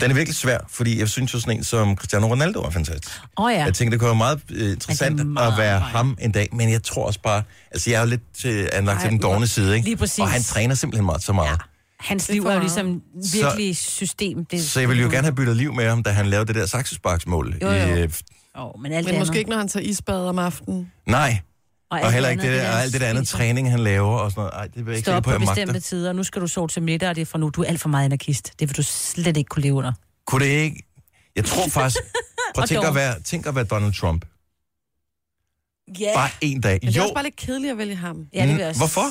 [SPEAKER 1] Den er virkelig svær, fordi jeg synes jo sådan en som Cristiano Ronaldo er fantastisk.
[SPEAKER 4] Åh oh,
[SPEAKER 1] Ja.
[SPEAKER 4] ja.
[SPEAKER 1] Jeg tænkte, det kunne være meget øh, interessant meget
[SPEAKER 4] meget
[SPEAKER 1] at være
[SPEAKER 4] arbejde.
[SPEAKER 1] ham en dag, men jeg tror også bare... Altså, jeg er jo lidt øh, anlagt til den dårne side, ikke?
[SPEAKER 4] Lige præcis.
[SPEAKER 1] Og han træner simpelthen meget så meget. Ja.
[SPEAKER 4] Hans liv er jo ligesom virkelig system. Det,
[SPEAKER 1] Så jeg ville jo gerne have byttet liv med ham, da han lavede det der saksesparksmål.
[SPEAKER 4] Jo, jo.
[SPEAKER 1] I, øh,
[SPEAKER 4] Oh, men alt
[SPEAKER 3] Men
[SPEAKER 4] det
[SPEAKER 3] måske
[SPEAKER 4] andet.
[SPEAKER 3] ikke, når han tager isbad om aftenen.
[SPEAKER 1] nej,
[SPEAKER 4] alt
[SPEAKER 1] og heller ikke det
[SPEAKER 4] andet,
[SPEAKER 1] der, og alt det der andet
[SPEAKER 4] spiser.
[SPEAKER 1] træning, han laver og sådan noget. Ej, det vil jeg ikke
[SPEAKER 4] Stå op
[SPEAKER 1] helt på,
[SPEAKER 4] på
[SPEAKER 1] jeg
[SPEAKER 4] bestemte
[SPEAKER 1] magter.
[SPEAKER 4] tider, og nu skal du sove til middag, og det er fra nu. Du er alt for meget anarkist. Det vil du slet ikke kunne leve under.
[SPEAKER 1] Kunne det ikke? Jeg tror faktisk... Prøv at
[SPEAKER 4] Og
[SPEAKER 1] tænk at,
[SPEAKER 4] dog.
[SPEAKER 1] være, tænk at være Donald Trump.
[SPEAKER 4] Ja,
[SPEAKER 1] Bare en dag.
[SPEAKER 3] Men det er
[SPEAKER 1] Jo,
[SPEAKER 3] også bare lidt kedeligt at vælge ham.
[SPEAKER 4] ja det vil
[SPEAKER 1] Mm,
[SPEAKER 4] jeg også.
[SPEAKER 1] hvorfor?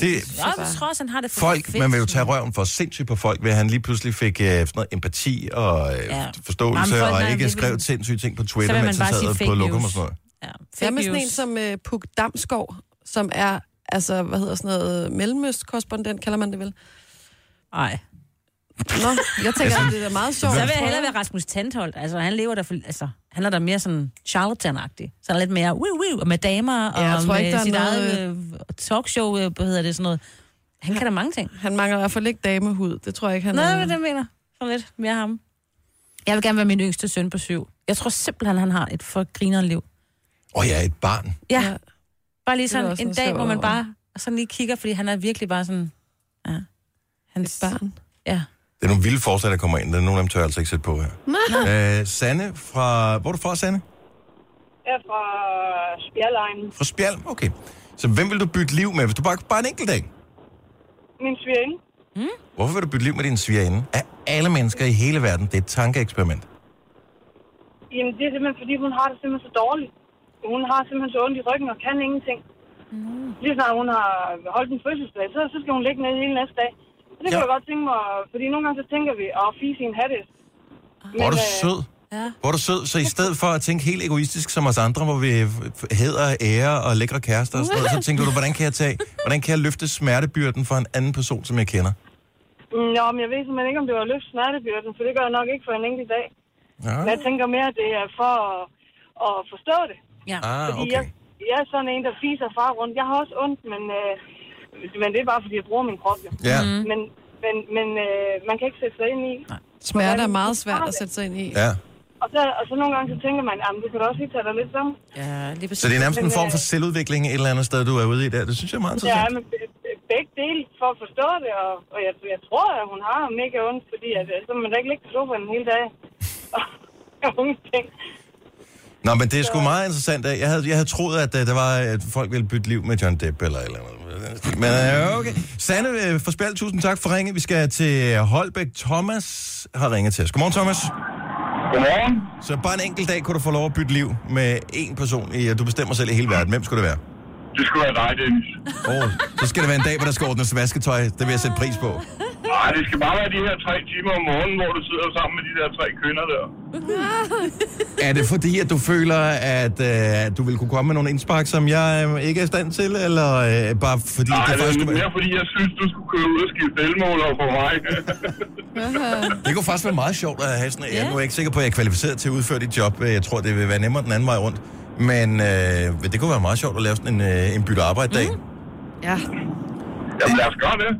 [SPEAKER 1] det,
[SPEAKER 4] Ja, jeg tror også, han har det for
[SPEAKER 1] folk,
[SPEAKER 4] fedt.
[SPEAKER 1] man vil jo tage røven for sindssygt på folk, ved at han lige pludselig fik øh, sådan noget empati og øh,
[SPEAKER 4] Ja. Jamen,
[SPEAKER 1] forståelse,
[SPEAKER 4] folk,
[SPEAKER 1] og
[SPEAKER 4] nej,
[SPEAKER 1] ikke
[SPEAKER 4] det
[SPEAKER 1] skrev
[SPEAKER 4] vil-
[SPEAKER 1] sindssyge ting på
[SPEAKER 4] Så
[SPEAKER 1] Twitter,
[SPEAKER 4] vil man
[SPEAKER 1] mens han
[SPEAKER 4] bare sige
[SPEAKER 1] sad
[SPEAKER 4] fake
[SPEAKER 1] på lokum og
[SPEAKER 4] news.
[SPEAKER 1] sådan noget.
[SPEAKER 4] Ja, fake
[SPEAKER 3] Hvad med sådan en
[SPEAKER 4] news.
[SPEAKER 3] som øh, Puk Damskov, som er, altså, hvad hedder sådan noget, mellemøstkorrespondent, kalder man det vel?
[SPEAKER 4] Ej. Altså,
[SPEAKER 3] Nå, jeg tænker, at det er da meget sjovt.
[SPEAKER 4] Så vil jeg hellere være Rasmus Tandholt. Altså, han lever der for, altså, han er der mere sådan charlatan -agtig. Så han er lidt mere woo woo, og med damer, og
[SPEAKER 3] Ja, jeg tror
[SPEAKER 4] med
[SPEAKER 3] ikke, der er
[SPEAKER 4] sit
[SPEAKER 3] noget-
[SPEAKER 4] eget øh, talkshow, øh, hvad hedder det, sådan noget. Han kan da mange ting.
[SPEAKER 3] Han mangler i hvert fald ikke damehud. Det tror jeg ikke, han
[SPEAKER 4] Nå,
[SPEAKER 3] er.
[SPEAKER 4] hvad det mener. Sådan lidt mere ham. Jeg vil gerne være min yngste søn på syv. Jeg tror simpelthen, han har et for grineren liv.
[SPEAKER 1] Åh, oh, jeg er et barn.
[SPEAKER 4] Ja,
[SPEAKER 3] Ja.
[SPEAKER 4] ja. bare lige
[SPEAKER 3] Det er
[SPEAKER 4] sådan
[SPEAKER 3] også
[SPEAKER 4] en
[SPEAKER 3] en
[SPEAKER 4] dag,
[SPEAKER 3] sjov
[SPEAKER 4] hvor man
[SPEAKER 3] over.
[SPEAKER 4] bare sådan lige kigger, fordi han er virkelig bare sådan... Ja. Hans,
[SPEAKER 3] Et barn.
[SPEAKER 4] Ja.
[SPEAKER 1] Det er nogle vilde forslag, der kommer ind. Der er nogle af dem, tør jeg altså ikke sætte på her. Øh, Sanne fra... Hvor er du fra, Sanne?
[SPEAKER 8] Jeg er fra Spjerlejen.
[SPEAKER 1] Fra Spjald? Okay. Så hvem vil du bytte liv med, hvis du bare, bare en enkelt dag?
[SPEAKER 8] Min svigerinde.
[SPEAKER 1] Hvorfor vil du bytte liv med din svigerinde? Af alle mennesker i hele verden, det er et tankeeksperiment.
[SPEAKER 8] Jamen, det er simpelthen, fordi hun har det simpelthen så dårligt. Hun har simpelthen så ondt i ryggen og kan ingenting. Mm. Lige snart hun har holdt en fødselsdag, så, så skal hun ligge ned hele næste dag. Og det
[SPEAKER 1] Ja.
[SPEAKER 8] kunne jeg godt tænke mig, fordi nogle gange så tænker vi, åh, fise i en hatte.
[SPEAKER 1] Hvor er du
[SPEAKER 8] Men, øh,
[SPEAKER 1] sød.
[SPEAKER 4] Ja.
[SPEAKER 1] Hvor er du sød. Så i stedet for at tænke helt egoistisk som os andre, hvor vi hedder ære og lækre kærester og sådan noget, så tænker du, hvordan kan jeg tage, hvordan kan jeg løfte smertebyrden for en anden person, som jeg kender?
[SPEAKER 8] Mm, Nå, men jeg ved simpelthen ikke, om det var løft smertebyrden, for det gør jeg nok ikke for en enkelt dag. Men
[SPEAKER 1] Ja.
[SPEAKER 8] jeg tænker mere, at det er for at, at forstå det.
[SPEAKER 4] Ja.
[SPEAKER 1] Ah,
[SPEAKER 8] Fordi
[SPEAKER 1] okay.
[SPEAKER 8] jeg, jeg er sådan en, der fiser far rundt. Jeg har også ondt, men, øh, men det er bare, fordi jeg bruger min krop. Jo.
[SPEAKER 1] Ja.
[SPEAKER 4] Mhm.
[SPEAKER 8] Men, men, men øh, man kan ikke sætte sig ind i.
[SPEAKER 3] Smerte er meget svært at sætte sig ind i.
[SPEAKER 1] ja.
[SPEAKER 8] Og så, og så nogle gange så tænker man, at du kan da også lige tage dig lidt sammen. øh,
[SPEAKER 4] Ja, lige
[SPEAKER 1] Så det er nærmest en form for selvudvikling et eller andet sted, du er ude i der. Det synes jeg er meget
[SPEAKER 8] Ja,
[SPEAKER 1] interessant.
[SPEAKER 8] men be- be- begge dele for at forstå det, og, og jeg, jeg tror, at hun har mega ondt, fordi at, øh, så må man da ikke ligge på sofaen hele dagen. Og unge ting.
[SPEAKER 1] Nå, men det er sgu meget interessant. Jeg havde, jeg havde troet, at øh, der var, at folk ville bytte liv med John Depp eller et eller andet. Men øh, okay. Sanne øh, fra Spjald, tusind tak for ringet. Vi skal til Holbæk. Thomas har ringet til os. Godmorgen, Thomas.
[SPEAKER 7] Godmorgen.
[SPEAKER 1] Så bare en enkelt dag kunne du få lov at bytte liv med én person. i- Du bestemmer selv i hele verden. Hvem skulle det være?
[SPEAKER 7] Det skulle være dig, Dennis.
[SPEAKER 1] Oh, så skal det være en dag, hvor der skal ordnes vasketøj. Det vil jeg sætte pris på.
[SPEAKER 7] Nej, det skal bare være de her tre timer om morgenen, hvor du sidder sammen med de der tre kvinder der.
[SPEAKER 1] Er det fordi, at du føler, at øh, at du vil kunne komme med nogle indspark, som jeg øh, ikke er i stand til? Eller øh, bare fordi
[SPEAKER 7] Nej,
[SPEAKER 1] det
[SPEAKER 7] det
[SPEAKER 1] faktisk
[SPEAKER 7] er
[SPEAKER 1] kunne være...
[SPEAKER 7] mere fordi, jeg synes, du skulle køre ud og skifte elmåler for mig.
[SPEAKER 1] Det kunne faktisk være meget sjovt at have sådan, jeg nu er jeg ikke sikker på, at jeg er kvalificeret til at udføre dit job. Jeg tror, det vil være nemmere den anden vej rundt. Men øh, det kunne være meget sjovt at lave sådan en, øh, en bytte arbejde dag. Mm.
[SPEAKER 3] Ja.
[SPEAKER 7] Jamen lad os gøre det.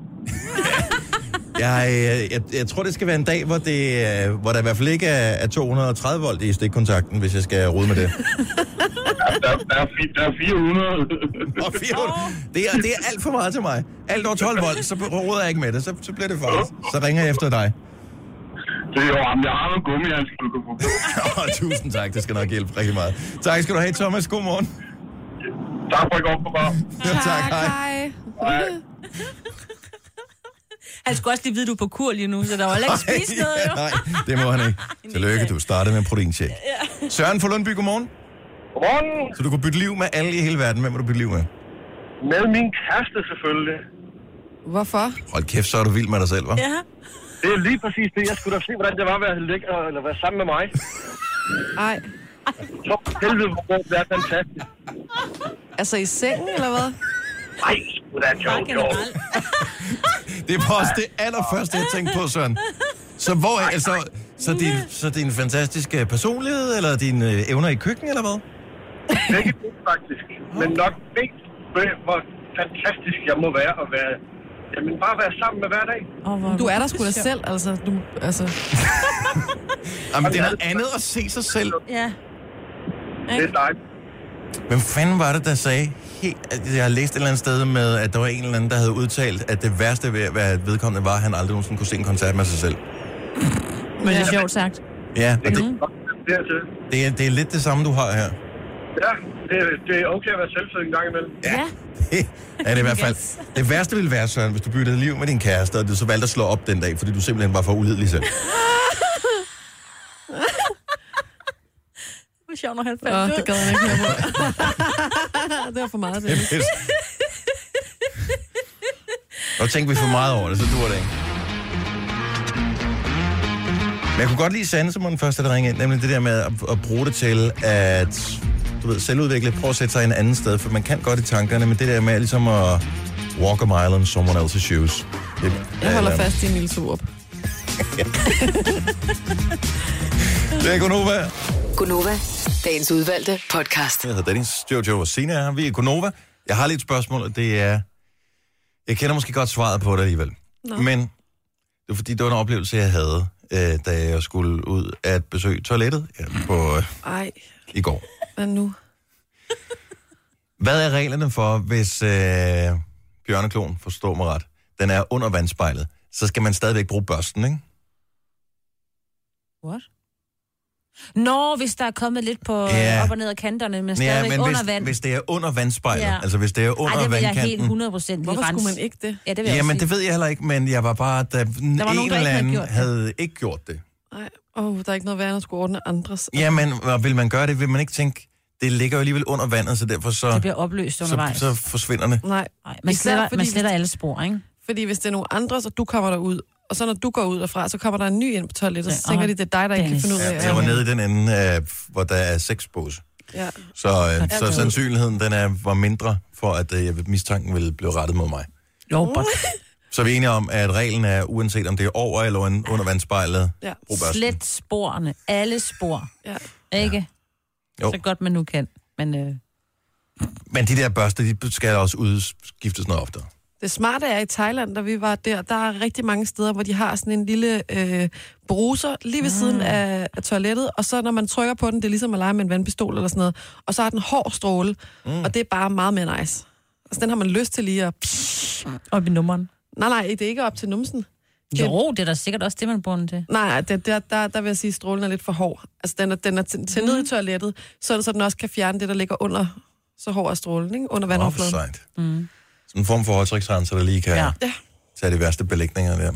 [SPEAKER 1] Jeg, øh, jeg, jeg, tror, det skal være en dag, hvor, det, øh, hvor der i hvert fald ikke er, er 230 volt i stikkontakten, hvis jeg skal rode med det.
[SPEAKER 7] Der, der, er, fi- der er 400.
[SPEAKER 1] Og 400. Det, er, det er alt for meget til mig. Alt over 12 volt, så råder jeg ikke med det. Så, så bliver det farligt. Så ringer jeg efter dig.
[SPEAKER 7] det er jo, om jeg har nogle gummihandsker, du kan få på.
[SPEAKER 1] Oh, tusind tak, det skal nok hjælpe rigtig meget. Tak skal du have, Thomas. God morgen.
[SPEAKER 7] Tak for i går, program.
[SPEAKER 1] tak, hej.
[SPEAKER 3] hej.
[SPEAKER 7] Hej.
[SPEAKER 4] Han skulle også lige vide, at du er på kur lige nu, så der var heller ikke spist noget, jo.
[SPEAKER 1] Nej, det må han ikke. Tillykke, du startede med en proteinshake. Søren fra Lundby, godmorgen.
[SPEAKER 7] Godmorgen.
[SPEAKER 1] Så du kunne bytte liv med alle i hele verden. Hvem vil du bytte liv med?
[SPEAKER 7] Med min kæreste selvfølgelig.
[SPEAKER 3] Hvorfor?
[SPEAKER 1] Hold kæft, så er du vild med dig selv, hva'?
[SPEAKER 4] Ja.
[SPEAKER 7] Det er lige præcis det. Jeg skulle da se, hvordan det var at være lækker, eller være sammen med mig.
[SPEAKER 3] Ej.
[SPEAKER 7] Så helvede, hvor det er fantastisk.
[SPEAKER 3] Altså i sengen, eller hvad?
[SPEAKER 7] Ej, sgu da, jo, jo.
[SPEAKER 4] generelt.
[SPEAKER 1] Det var også det allerførste, jeg tænkte på, Søren. Så hvor er, altså, så din, så din fantastiske personlighed, eller dine øh, evner i køkken, eller hvad?
[SPEAKER 7] Begge dele, faktisk. Men nok mest med, hvor fantastisk jeg må være at være. Jamen, bare være sammen med hver dag.
[SPEAKER 4] Oh, hvor...
[SPEAKER 3] Du er der sgu da selv, altså. Du, altså.
[SPEAKER 1] Jamen, det er noget andet at se sig selv.
[SPEAKER 4] Ja.
[SPEAKER 7] Det er dejligt.
[SPEAKER 1] Hvem fanden var det, der sagde, helt, at jeg har læst et eller andet sted med, at der var en eller anden, der havde udtalt, at det værste ved at være vedkommende var, at han aldrig nogensinde kunne se en koncert med sig selv.
[SPEAKER 4] Men det er sjovt sagt.
[SPEAKER 1] Ja, og det,
[SPEAKER 7] Det er til.
[SPEAKER 1] det, er, det er lidt det samme, du har her.
[SPEAKER 7] Ja, det, det er okay at være selvfødt en gang imellem.
[SPEAKER 1] Ja. Det er det i hvert fald. Det værste ville være, Søren, hvis du byttede liv med din kæreste, og du så valgte at slå op den dag, fordi du simpelthen var for ulidelig selv.
[SPEAKER 4] Det var sjovt, når han
[SPEAKER 3] Åh,
[SPEAKER 4] fandt
[SPEAKER 3] det
[SPEAKER 4] ud.
[SPEAKER 3] gad jeg ikke mere på. det var for meget, det.
[SPEAKER 1] Yes. Og tænkte vi for meget over det, så dur det ikke. Men jeg kunne godt lide Sande, som var den første, der ringede ind, nemlig det der med at, at bruge det til at du ved, selvudvikle, prøve at sætte sig i en anden sted, for man kan godt i tankerne, men det der med ligesom at walk a mile in someone else's shoes. Det,
[SPEAKER 3] Jeg holder fast i en lille tur op.
[SPEAKER 1] Det er Gunova.
[SPEAKER 6] Gunova, dagens udvalgte podcast.
[SPEAKER 1] Jeg hedder Dennis, Jojo og Sina er her. Vi er Gunova. Jeg har lige et spørgsmål, og det er... Jeg kender måske godt svaret på det alligevel. Nå. Men det var fordi, det var en oplevelse, jeg havde, øh, da jeg skulle ud at besøge toilettet ja, på, øh,
[SPEAKER 3] Ej,
[SPEAKER 1] i går.
[SPEAKER 3] hvad nu?
[SPEAKER 1] Hvad er reglerne for, hvis øh, bjørneklon, forstår mig ret, den er under vandspejlet, så skal man stadigvæk bruge børsten, ikke?
[SPEAKER 4] What? Nå, hvis der er kommet lidt på
[SPEAKER 1] Ja.
[SPEAKER 4] ja. op og ned af kanterne, men stadigvæk ja, men under
[SPEAKER 1] hvis,
[SPEAKER 4] vand.
[SPEAKER 1] hvis det er under vandspejlet, ja.
[SPEAKER 4] Ja.
[SPEAKER 1] altså hvis det er under
[SPEAKER 4] Ej, det vil jeg
[SPEAKER 1] vandkanten...
[SPEAKER 4] helt 100 procent lige
[SPEAKER 3] Hvorfor
[SPEAKER 4] rense.
[SPEAKER 3] skulle man ikke det?
[SPEAKER 4] Ja, det vil jeg
[SPEAKER 1] Jamen,
[SPEAKER 4] også
[SPEAKER 1] det ved jeg heller ikke, men jeg var bare, da der en
[SPEAKER 4] nogen, der ikke
[SPEAKER 1] eller
[SPEAKER 4] havde
[SPEAKER 1] anden
[SPEAKER 4] gjort det.
[SPEAKER 1] havde ikke gjort det.
[SPEAKER 3] Nej, oh, der er ikke noget værre, end at skulle ordne andres.
[SPEAKER 1] Jamen, og vil man gøre det, vil man ikke tænke, det ligger jo alligevel under vandet, så derfor så,
[SPEAKER 4] Det bliver opløst
[SPEAKER 1] så,
[SPEAKER 4] undervejs.
[SPEAKER 1] så forsvinder det.
[SPEAKER 3] Nej,
[SPEAKER 4] Nej, man,
[SPEAKER 3] Især
[SPEAKER 4] sletter,
[SPEAKER 3] fordi
[SPEAKER 4] man
[SPEAKER 3] hvis-
[SPEAKER 4] sletter alle spor, ikke?
[SPEAKER 3] fordi hvis det er nogen andres, og du kommer derud, og så når du går ud derfra, så kommer der en ny ind på toilettet,
[SPEAKER 4] Ja,
[SPEAKER 3] så tænker
[SPEAKER 4] og-
[SPEAKER 3] de, det er dig, der ikke kan
[SPEAKER 4] Dennis.
[SPEAKER 3] finde ud af.
[SPEAKER 1] Ja, jeg var nede i den ende, øh, hvor der er seks pose.
[SPEAKER 3] Ja.
[SPEAKER 1] Så, øh, så sandsynligheden den er, var mindre for, at øh, jeg- mistanken ville blive rettet mod mig.
[SPEAKER 4] Lovbot.
[SPEAKER 1] Så er vi enige om, at reglen er, uanset om det er over eller un- under vandspejlet,
[SPEAKER 3] Ja.
[SPEAKER 1] brug børsten.
[SPEAKER 4] Slet sporene. Alle spor.
[SPEAKER 3] Ja.
[SPEAKER 4] Ikke?
[SPEAKER 1] Jo.
[SPEAKER 4] Jo. Så godt man nu kan. Men øh,
[SPEAKER 1] Men de der børster, de skal også udskiftes noget oftere.
[SPEAKER 3] Det smarte er i Thailand, da vi var der, der er rigtig mange steder, hvor de har sådan en lille øh, bruser lige ved siden
[SPEAKER 1] Ah.
[SPEAKER 3] af, af toilettet, og så når man trykker på den, det er ligesom at lege med en vandpistol eller sådan noget, og så har den hård stråle, mm. og det er bare meget mere nice. Altså, den har man lyst til lige at...
[SPEAKER 4] op i nummeren.
[SPEAKER 3] Nej, nej, det er ikke op til numsen.
[SPEAKER 4] Jo, det er da sikkert også det, man bruger den til.
[SPEAKER 3] Nej, nej, det, der, der, der vil jeg sige, at strålen er lidt for hård. Altså, den er, den er til, til
[SPEAKER 1] Mm.
[SPEAKER 3] ned i toilettet, så, så den også kan fjerne det, der ligger under så hård er strålen, ikke? Under
[SPEAKER 1] Åh, hvor
[SPEAKER 3] vandoverfladen.
[SPEAKER 1] sejt. Mm. Sådan en form for håndtryksrenser, der lige kan ja.
[SPEAKER 4] Ja.
[SPEAKER 3] Ja.
[SPEAKER 1] tage de værste belægninger der.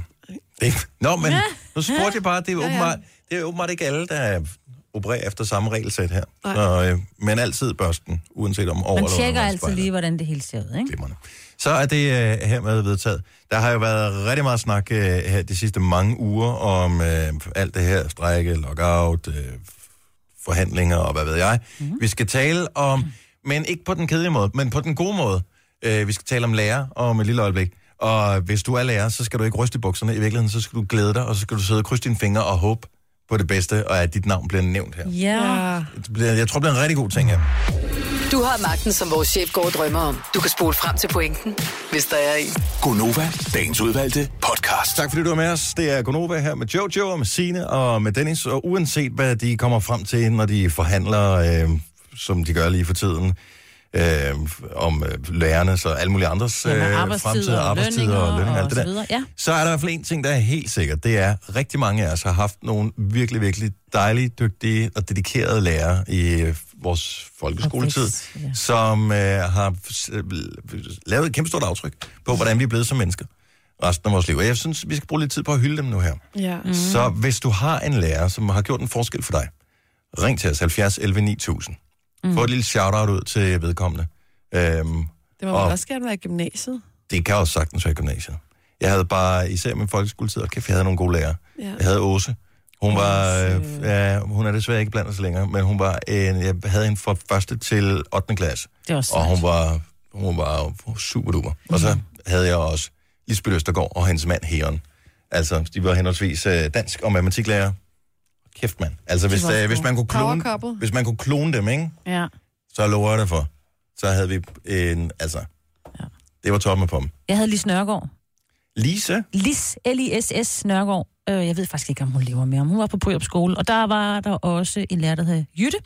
[SPEAKER 1] Det. Nå, men nu spurgte jeg bare, det er, åbenbart, det er åbenbart ikke alle, der opererer efter samme regelsæt her.
[SPEAKER 3] Nej.
[SPEAKER 1] Så, øh, men altid børsten, uanset om over
[SPEAKER 4] Man
[SPEAKER 1] eller
[SPEAKER 4] tjekker
[SPEAKER 1] under
[SPEAKER 4] altid
[SPEAKER 1] vandspejlet.
[SPEAKER 4] lige, hvordan det hele ser ud, ikke?
[SPEAKER 1] glimrende. Så er det øh, hermed vedtaget. Der har jo været rigtig meget snak øh, her de sidste mange uger om øh, alt det her, strække, lockout, øh, forhandlinger og hvad ved jeg. Mm. Vi skal tale om, men ikke på den kedelige måde, men på den gode måde. Øh, vi skal tale om lærer om et lille øjeblik. Og hvis du er lærer, så skal du ikke ryste i bukserne. I virkeligheden, så skal du glæde dig, og så skal du sidde og krydse dine fingre og håbe på det bedste, og at dit navn bliver nævnt her.
[SPEAKER 4] Ja.
[SPEAKER 3] Ja.
[SPEAKER 1] Det bliver- Jeg tror, det bliver en rigtig god ting her.
[SPEAKER 6] Du har magten, som vores chef går og drømmer om. Du kan spole frem til pointen, hvis der er en.
[SPEAKER 5] Gonova, dagens udvalgte podcast.
[SPEAKER 1] Tak fordi du er med os. Det er Gonova her med Jojo og med Sine og med Dennis. Og uanset hvad de kommer frem til, når de forhandler, øh, som de gør lige for tiden, øh, om øh, lærerne og alle mulige andres øh,
[SPEAKER 4] Ja, med
[SPEAKER 1] ja,
[SPEAKER 4] arbejdstid
[SPEAKER 1] fremtider,
[SPEAKER 4] og
[SPEAKER 1] arbejdstider og
[SPEAKER 4] lønninger
[SPEAKER 1] lønninger og
[SPEAKER 4] og
[SPEAKER 1] alt det
[SPEAKER 4] så
[SPEAKER 1] der.
[SPEAKER 4] videre, ja.
[SPEAKER 1] Så er der i hvert fald en ting, der er helt sikkert. Det er, at rigtig mange af os har haft nogle virkelig, virkelig dejlige, dygtige og dedikerede lærere i øh, vores folkeskoletid,
[SPEAKER 4] Og
[SPEAKER 1] ja.
[SPEAKER 4] ja.
[SPEAKER 1] som øh, har s- øh, lavet et kæmpe stort aftryk på, hvordan vi er blevet som mennesker resten af vores liv. Og jeg synes, vi skal bruge lidt tid på at hylde dem nu her.
[SPEAKER 3] Ja.
[SPEAKER 1] Mm. Så hvis du har en lærer, som har gjort en forskel for dig, ring til os 70 11 9000. Mm. Få et lille shout-out ud til vedkommende. Øhm,
[SPEAKER 3] Det må
[SPEAKER 1] Og-
[SPEAKER 3] man også gerne være i gymnasiet.
[SPEAKER 1] det kan også sagtens være i gymnasiet. Jeg havde bare, især i min folkeskoletid, og kæft, jeg havde nogle gode lærere.
[SPEAKER 3] Ja.
[SPEAKER 1] Jeg havde Åse. Hun var, øh, ja, hun er desværre ikke blandt os længere, men hun var, øh, jeg havde hende fra første til 8. klasse.
[SPEAKER 4] Det er også
[SPEAKER 1] Og hun
[SPEAKER 4] sejt. Mm.
[SPEAKER 1] var, hun var super duper. Og så havde jeg også Lisbeth Østergaard og hendes mand Heron. Altså, de var henholdsvis øh, dansk og matematiklærer. Kæft, mand. Altså, hvis,
[SPEAKER 4] var
[SPEAKER 1] øh,
[SPEAKER 4] også
[SPEAKER 1] hvis, man kunne klone,
[SPEAKER 3] Power couple.
[SPEAKER 1] hvis man kunne klone dem, ikke?
[SPEAKER 4] Ja.
[SPEAKER 1] så lover jeg dig for. Så havde vi en, altså, det var toppen af pommen.
[SPEAKER 4] Jeg havde Lis Nørgaard.
[SPEAKER 1] Lise,
[SPEAKER 4] Lis, L-I-S-S Nørgaard. Øh, jeg ved faktisk ikke, om hun lever mere. Hun var på Bryrup skole, og der var der også en lærer, der hed Jytte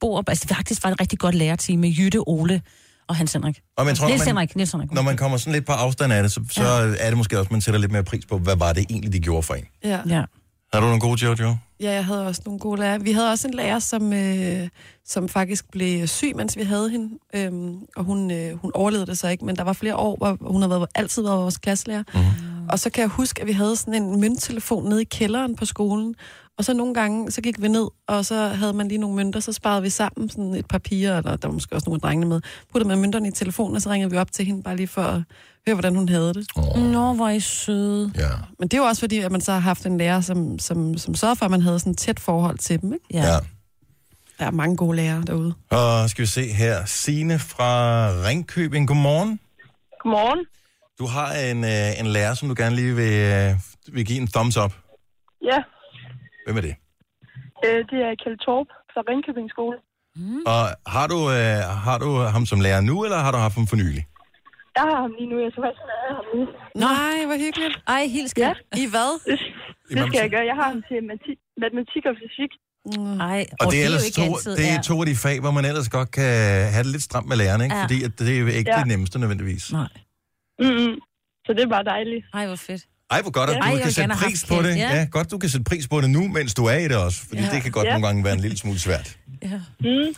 [SPEAKER 4] Borup. Altså, det faktisk var et rigtig godt lærerteam med Jytte, Ole og Hans Henrik.
[SPEAKER 1] Og man tror,
[SPEAKER 4] Niels
[SPEAKER 1] man-
[SPEAKER 4] Henrik, Niels Henrik.
[SPEAKER 1] når man kommer sådan lidt på afstand af det, så, så ja. er det måske også, man sætter lidt mere pris på, hvad var det egentlig, de gjorde for en.
[SPEAKER 3] Ja.
[SPEAKER 4] Ja.
[SPEAKER 1] Har du nogle gode, Jojo?
[SPEAKER 3] Ja, jeg havde også nogle gode lærere. Vi havde også en lærer, som, øh, som faktisk blev syg, mens vi havde hende. Øhm, og hun, øh, hun overlevede det så ikke, men der var flere år, hvor hun har været, altid været vores klasselærer. Mm. Og så kan jeg huske, at vi havde sådan en mønttelefon nede i kælderen på skolen. Og så nogle gange, så gik vi ned, og så havde man lige nogle mønter, så sparede vi sammen sådan et par piger, eller der var måske også nogle af drengene med. Puttede man mønterne i telefonen, og så ringede vi op til hende bare lige for at høre, hvordan hun havde det.
[SPEAKER 4] Nå, hvor er I søde.
[SPEAKER 1] Ja.
[SPEAKER 3] Men det er jo også fordi, at man så har haft en lærer, som, som, som sørgede for, at man havde sådan et tæt forhold til dem, ikke?
[SPEAKER 4] Ja.
[SPEAKER 1] ja.
[SPEAKER 4] ja.
[SPEAKER 3] Der er mange gode lærere derude.
[SPEAKER 1] Og skal vi se her. Sine fra Ringkøbing. Godmorgen.
[SPEAKER 8] Godmorgen.
[SPEAKER 1] Du har en, øh, en lærer, som du gerne lige vil, øh, vil give en thumbs up.
[SPEAKER 8] Ja,
[SPEAKER 1] Hvem er det?
[SPEAKER 8] øh, det er Kjeld Torp fra Ringkøbing Skole.
[SPEAKER 1] Mm. Og har du, øh, har du ham som lærer nu, eller har du haft ham for nylig?
[SPEAKER 8] Jeg har ham lige nu. Jeg er så faktisk, jeg har ham nu.
[SPEAKER 3] Nej, hvor hyggeligt.
[SPEAKER 4] Ej, helt skat. Ja.
[SPEAKER 3] I hvad?
[SPEAKER 8] Det skal jeg gøre. Jeg har ham til matematik, matematik og fysik.
[SPEAKER 4] Ej,
[SPEAKER 1] Mm. Og, og det,
[SPEAKER 4] jo
[SPEAKER 1] er ellers
[SPEAKER 4] ikke
[SPEAKER 1] to,
[SPEAKER 4] altid,
[SPEAKER 1] det
[SPEAKER 4] ja.
[SPEAKER 1] er to af de fag, hvor man ellers godt kan have det lidt stramt med lærerne, ikke? Ja.
[SPEAKER 4] Ja.
[SPEAKER 1] fordi at det er ikke ja.
[SPEAKER 8] Ja.
[SPEAKER 1] det nemmeste nødvendigvis.
[SPEAKER 4] Nej.
[SPEAKER 8] Mm-hmm. Så det er bare dejligt.
[SPEAKER 4] Ej, hvor fedt.
[SPEAKER 1] Ej, hvor godt, at
[SPEAKER 4] Ej,
[SPEAKER 1] du
[SPEAKER 4] jeg
[SPEAKER 1] kan
[SPEAKER 4] vil
[SPEAKER 1] sætte
[SPEAKER 4] gerne have
[SPEAKER 1] pris
[SPEAKER 4] haft
[SPEAKER 1] på
[SPEAKER 4] Kjeld,
[SPEAKER 1] det.
[SPEAKER 4] ja.
[SPEAKER 1] Ja, godt, du kan sætte pris på det nu, mens du er i det også. Fordi ja. det kan godt ja.
[SPEAKER 8] Ja.
[SPEAKER 1] nogle gange være en lille smule svært.
[SPEAKER 4] Ja.
[SPEAKER 8] Mm.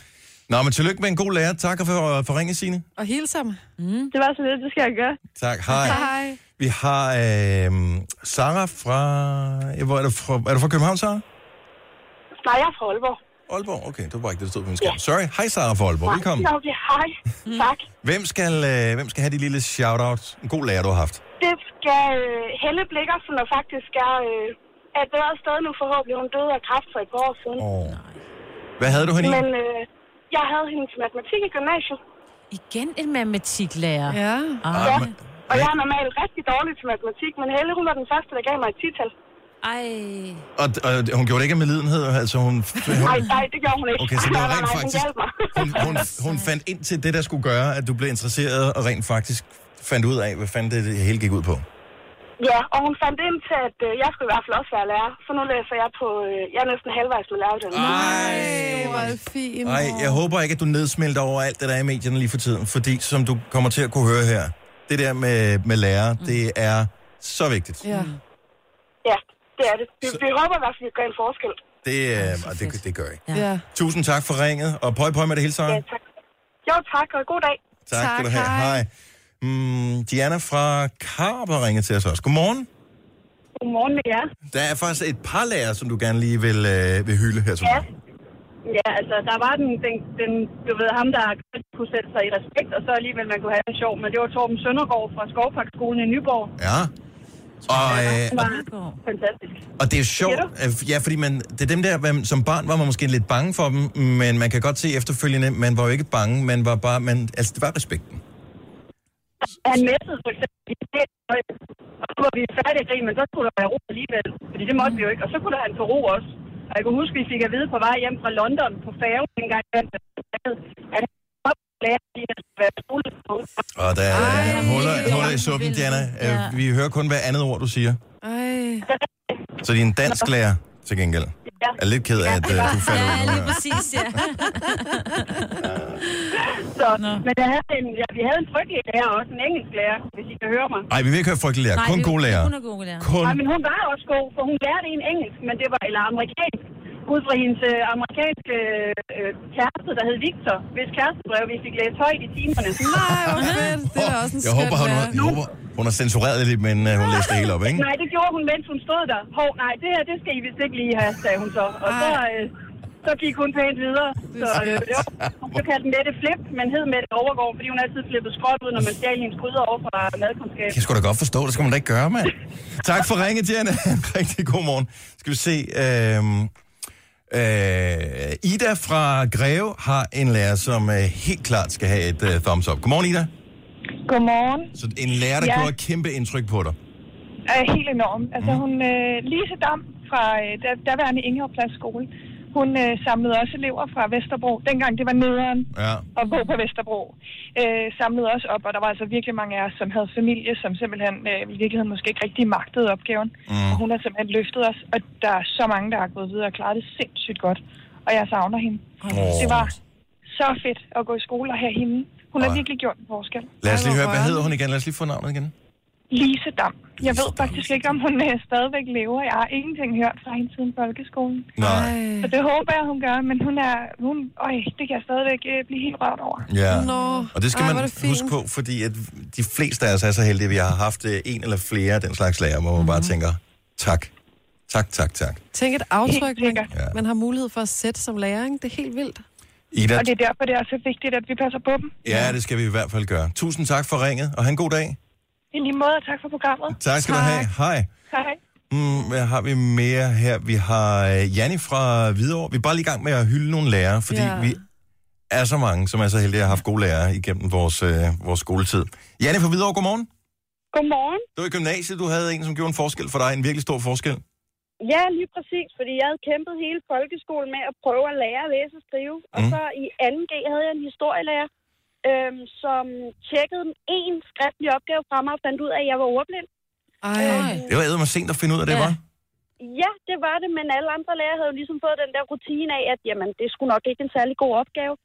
[SPEAKER 1] Nå, men tillykke med en god lærer. Tak for, for ringe, Signe.
[SPEAKER 3] Og hele sammen.
[SPEAKER 4] Mm.
[SPEAKER 8] Det var så lidt. Det skal jeg gøre.
[SPEAKER 1] Tak. Hej.
[SPEAKER 3] Hej.
[SPEAKER 1] Vi har øh, Sara fra... ja, Hvor er, du fra... er du fra København, Sara?
[SPEAKER 8] Nej, jeg er fra Aalborg.
[SPEAKER 1] Aalborg? Okay, det var bare ikke det, der stod på min skærm. Sorry. Hej, Sara fra Aalborg. Velkommen.
[SPEAKER 8] Nå, det er hej.
[SPEAKER 4] Mm.
[SPEAKER 8] Tak.
[SPEAKER 1] Hvem skal, øh, hvem skal have de lille shout-out? En god lærer, du har haft.
[SPEAKER 8] Det skal øh, Helle Blikkersen, og faktisk er, øh, er et bedre sted nu forhåbentlig. Hun døde af kræft for et par år siden.
[SPEAKER 1] Oh. Hvad havde du hende i?
[SPEAKER 8] Men øh, jeg havde hende til matematik i gymnasiet.
[SPEAKER 4] Igen en matematiklærer.
[SPEAKER 3] Ja.
[SPEAKER 4] Ej,
[SPEAKER 1] Ah, men,
[SPEAKER 8] Og jeg er normalt rigtig dårlig til matematik, men Helle, hun var den første, der gav mig et tital.
[SPEAKER 2] Ej.
[SPEAKER 1] Og, og hun gjorde det ikke af medlidenhed, altså hun... hun
[SPEAKER 8] Nej, nej, det gjorde hun ikke.
[SPEAKER 1] Okay, så det var
[SPEAKER 8] Nej,
[SPEAKER 1] rent
[SPEAKER 8] nej,
[SPEAKER 1] faktisk...
[SPEAKER 8] Hun hjalp mig.
[SPEAKER 1] Hun, hun, hun fandt ind til det, der skulle gøre, at du blev interesseret, og rent faktisk fandt ud af, hvad fanden det, det hele gik ud på.
[SPEAKER 8] ja, og hun fandt ind til, at øh, jeg skulle i hvert fald også være lærer. Så nu læser jeg på... Øh, jeg er næsten halvvejs med læreruddannelsen.
[SPEAKER 3] Det var det fint.
[SPEAKER 1] Ej, jeg håber ikke, at du nedsmelter over alt det, der er i medierne lige for tiden, fordi som du kommer til at kunne høre her, det der med, med lærer, det er så vigtigt.
[SPEAKER 3] Mm. Ja.
[SPEAKER 8] Ja, det er det. Vi, vi håber i hvert fald, at vi gør en forskel.
[SPEAKER 1] Det, øh, og det, det gør jeg.
[SPEAKER 3] ja.
[SPEAKER 1] Tusind tak for ringet, og pøj pøj med det hele
[SPEAKER 8] Ja,
[SPEAKER 1] sammen.
[SPEAKER 8] tak. Jo, tak, og god dag.
[SPEAKER 1] Tak, tak skal du
[SPEAKER 3] Tak,
[SPEAKER 1] have.
[SPEAKER 3] hej.
[SPEAKER 1] Hej. Mm, Diana fra Karp har ringet til os også. Godmorgen.
[SPEAKER 8] Godmorgen med jer.
[SPEAKER 1] Der er faktisk et par lærere, som du gerne lige vil, øh, vil hylde her.
[SPEAKER 8] Ja.
[SPEAKER 1] Ja.
[SPEAKER 8] Ja, altså, der var den, den, den du ved, ham, der godt kunne sætte sig i respekt, og så alligevel man kunne have det sjovt, men det var Torben Søndergaard fra Skovparkskolen i Nyborg.
[SPEAKER 1] ja. Og, øh, og,
[SPEAKER 8] Han var fantastisk.
[SPEAKER 1] og det er jo sjovt, øh, ja, fordi man, det er dem der, man, som barn var man måske lidt bange for dem, men man kan godt se efterfølgende, man var jo ikke bange, man var bare, man, altså det var respekten.
[SPEAKER 8] Han messede for eksempel i dag, og og så var vi færdige at grine, men så skulle der være ro alligevel, fordi det måtte vi jo ikke, og så kunne der han få ro også. Og jeg kan huske, vi fik at vide på vej hjem fra London på færgen en gang, at han var lærer, fordi han skulle være skolepunkt.
[SPEAKER 1] Og der er huller, huller i suppen, Diana. Ja. Vi hører kun hver andet ord, du siger.
[SPEAKER 3] Ej.
[SPEAKER 1] Så din dansk lærer, til gengæld,
[SPEAKER 8] Ja.
[SPEAKER 1] er lidt ked af, at øh, du falder
[SPEAKER 2] Ja,
[SPEAKER 1] ud.
[SPEAKER 2] lige
[SPEAKER 1] her.
[SPEAKER 2] præcis, ja.
[SPEAKER 8] Så, men jeg havde en, ja, vi havde en frygtelig lærer også, en engelsk lærer, hvis I kan høre mig.
[SPEAKER 1] Ej, vi vil ikke høre frygtelig lærer. Kun
[SPEAKER 2] det-
[SPEAKER 1] god lærer.
[SPEAKER 2] Hun er god lærer.
[SPEAKER 1] Kun...
[SPEAKER 8] Nej, men hun var også god, for hun lærte en engelsk, men det var, eller amerikansk, ud fra hendes øh, amerikanske øh, øh, kæreste, der hed Victor, hvis kærestebrev vi fik læst højt i timerne.
[SPEAKER 3] Nej, hvor fedt. Det er da også en
[SPEAKER 1] jeg håber, hun, jeg håber, hun har censureret lidt, men øh, hun læste det hele op, ikke?
[SPEAKER 8] Nej, det gjorde hun, mens hun stod der. Hov, nej, det her, det skal I vist ikke lige have, sagde hun så. Og så, øh, så gik hun pænt videre. Så øh, det var, hun blev kaldt Mette Flip, men hed Mette Overgaard, fordi hun altid flippede skråt ud, når man stjal hendes krydder over fra madkundskab.
[SPEAKER 1] Det kan jeg sgu da godt forstå. Det skal man da ikke gøre, mand. Tak for ringet, Diana. Rigtig god morgen. Skal vi se. Øhm, øh, Ida fra Greve har en lærer, som øh, helt klart skal have et øh, thumbs up. Godmorgen, Ida.
[SPEAKER 8] Godmorgen.
[SPEAKER 1] Så en lærer, der ja.
[SPEAKER 8] Ja.
[SPEAKER 1] gjorde et kæmpe indtryk på dig.
[SPEAKER 8] er helt enorm. Altså hun, øh, Lise Dam fra øh, der, derværende Ingerplads skole, hun øh, samlede også elever fra Vesterbro, dengang det var nederen
[SPEAKER 1] Ja.
[SPEAKER 8] og bo på Vesterbro, øh, samlede også op, og der var altså virkelig mange af os, som havde familie, som simpelthen øh, i virkeligheden måske ikke rigtig magtede opgaven. Mm. Og hun har simpelthen løftet os, og der er så mange, der har gået videre og klaret det sindssygt godt. Og jeg savner hende.
[SPEAKER 1] Åh.
[SPEAKER 8] Det var så fedt at gå i skole og have hende. Hun har
[SPEAKER 1] Ej.
[SPEAKER 8] virkelig gjort en forskel.
[SPEAKER 1] Lad os
[SPEAKER 3] Ej,
[SPEAKER 1] lige
[SPEAKER 3] hvor
[SPEAKER 1] høre, hvad
[SPEAKER 3] rørende.
[SPEAKER 1] hedder hun igen? Lad os lige få navnet igen.
[SPEAKER 8] Lise Dam. Jeg ved faktisk ikke, om hun øh, stadigvæk lever. Jeg har ingenting hørt fra hende siden folkeskolen.
[SPEAKER 1] Nej.
[SPEAKER 8] Så det håber jeg, hun gør, men hun er... Hun, øj, det kan jeg stadigvæk øh, blive helt rørt over.
[SPEAKER 1] Ja.
[SPEAKER 3] Nå.
[SPEAKER 1] Og det skal
[SPEAKER 3] Ej,
[SPEAKER 1] Ej,
[SPEAKER 3] hvor er
[SPEAKER 1] man
[SPEAKER 3] det fint.
[SPEAKER 1] huske på, fordi at de fleste af os er så heldige, at vi har haft øh, en eller flere af den slags lærer, hvor man mm-hmm.
[SPEAKER 3] Mhm.
[SPEAKER 1] bare tænker, tak, tak, tak, tak.
[SPEAKER 3] Tænk et aftryk,
[SPEAKER 8] Helt
[SPEAKER 3] man,
[SPEAKER 8] sikkert.
[SPEAKER 1] Ja.
[SPEAKER 3] man har mulighed for at sætte som lærer. Ikke? Det er helt vildt.
[SPEAKER 1] Ida,
[SPEAKER 8] Og det er derfor, det er så vigtigt, at vi passer på dem.
[SPEAKER 1] Ja, det skal vi i hvert fald gøre. Tusind tak for ringet, og have en god dag.
[SPEAKER 8] I lige måde, og tak for programmet.
[SPEAKER 1] Tak skal du
[SPEAKER 3] Tak.
[SPEAKER 1] have. Hej.
[SPEAKER 8] Hej.
[SPEAKER 1] Mm, hvad har vi mere her? Vi har øh, Janni fra Hvidovre. Vi er bare lige i gang med at hylde nogle lærere, fordi ja.
[SPEAKER 3] Ja.
[SPEAKER 1] vi er så mange, som er så heldige at have haft gode lærere igennem vores, øh, vores skoletid. Janni fra Hvidovre, godmorgen.
[SPEAKER 8] Godmorgen.
[SPEAKER 1] Du var i gymnasiet, du havde en, som gjorde en forskel for dig, en virkelig stor forskel.
[SPEAKER 8] Ja, lige præcis, fordi jeg havde kæmpet hele folkeskolen med at prøve at lære at læse og skrive. Og
[SPEAKER 1] Mm.
[SPEAKER 8] så i 2G havde jeg en historielærer, øhm, som tjekkede en skriftlig opgave fra mig og fandt ud af, at jeg var ordblind. Øhm,
[SPEAKER 3] Ej.
[SPEAKER 1] Det var ædme sent at finde ud af det, ja.
[SPEAKER 4] Ja.
[SPEAKER 1] var?
[SPEAKER 8] Ja, det var det, men alle andre lærere havde jo ligesom fået den der rutine af, at jamen, det skulle nok ikke en særlig god opgave.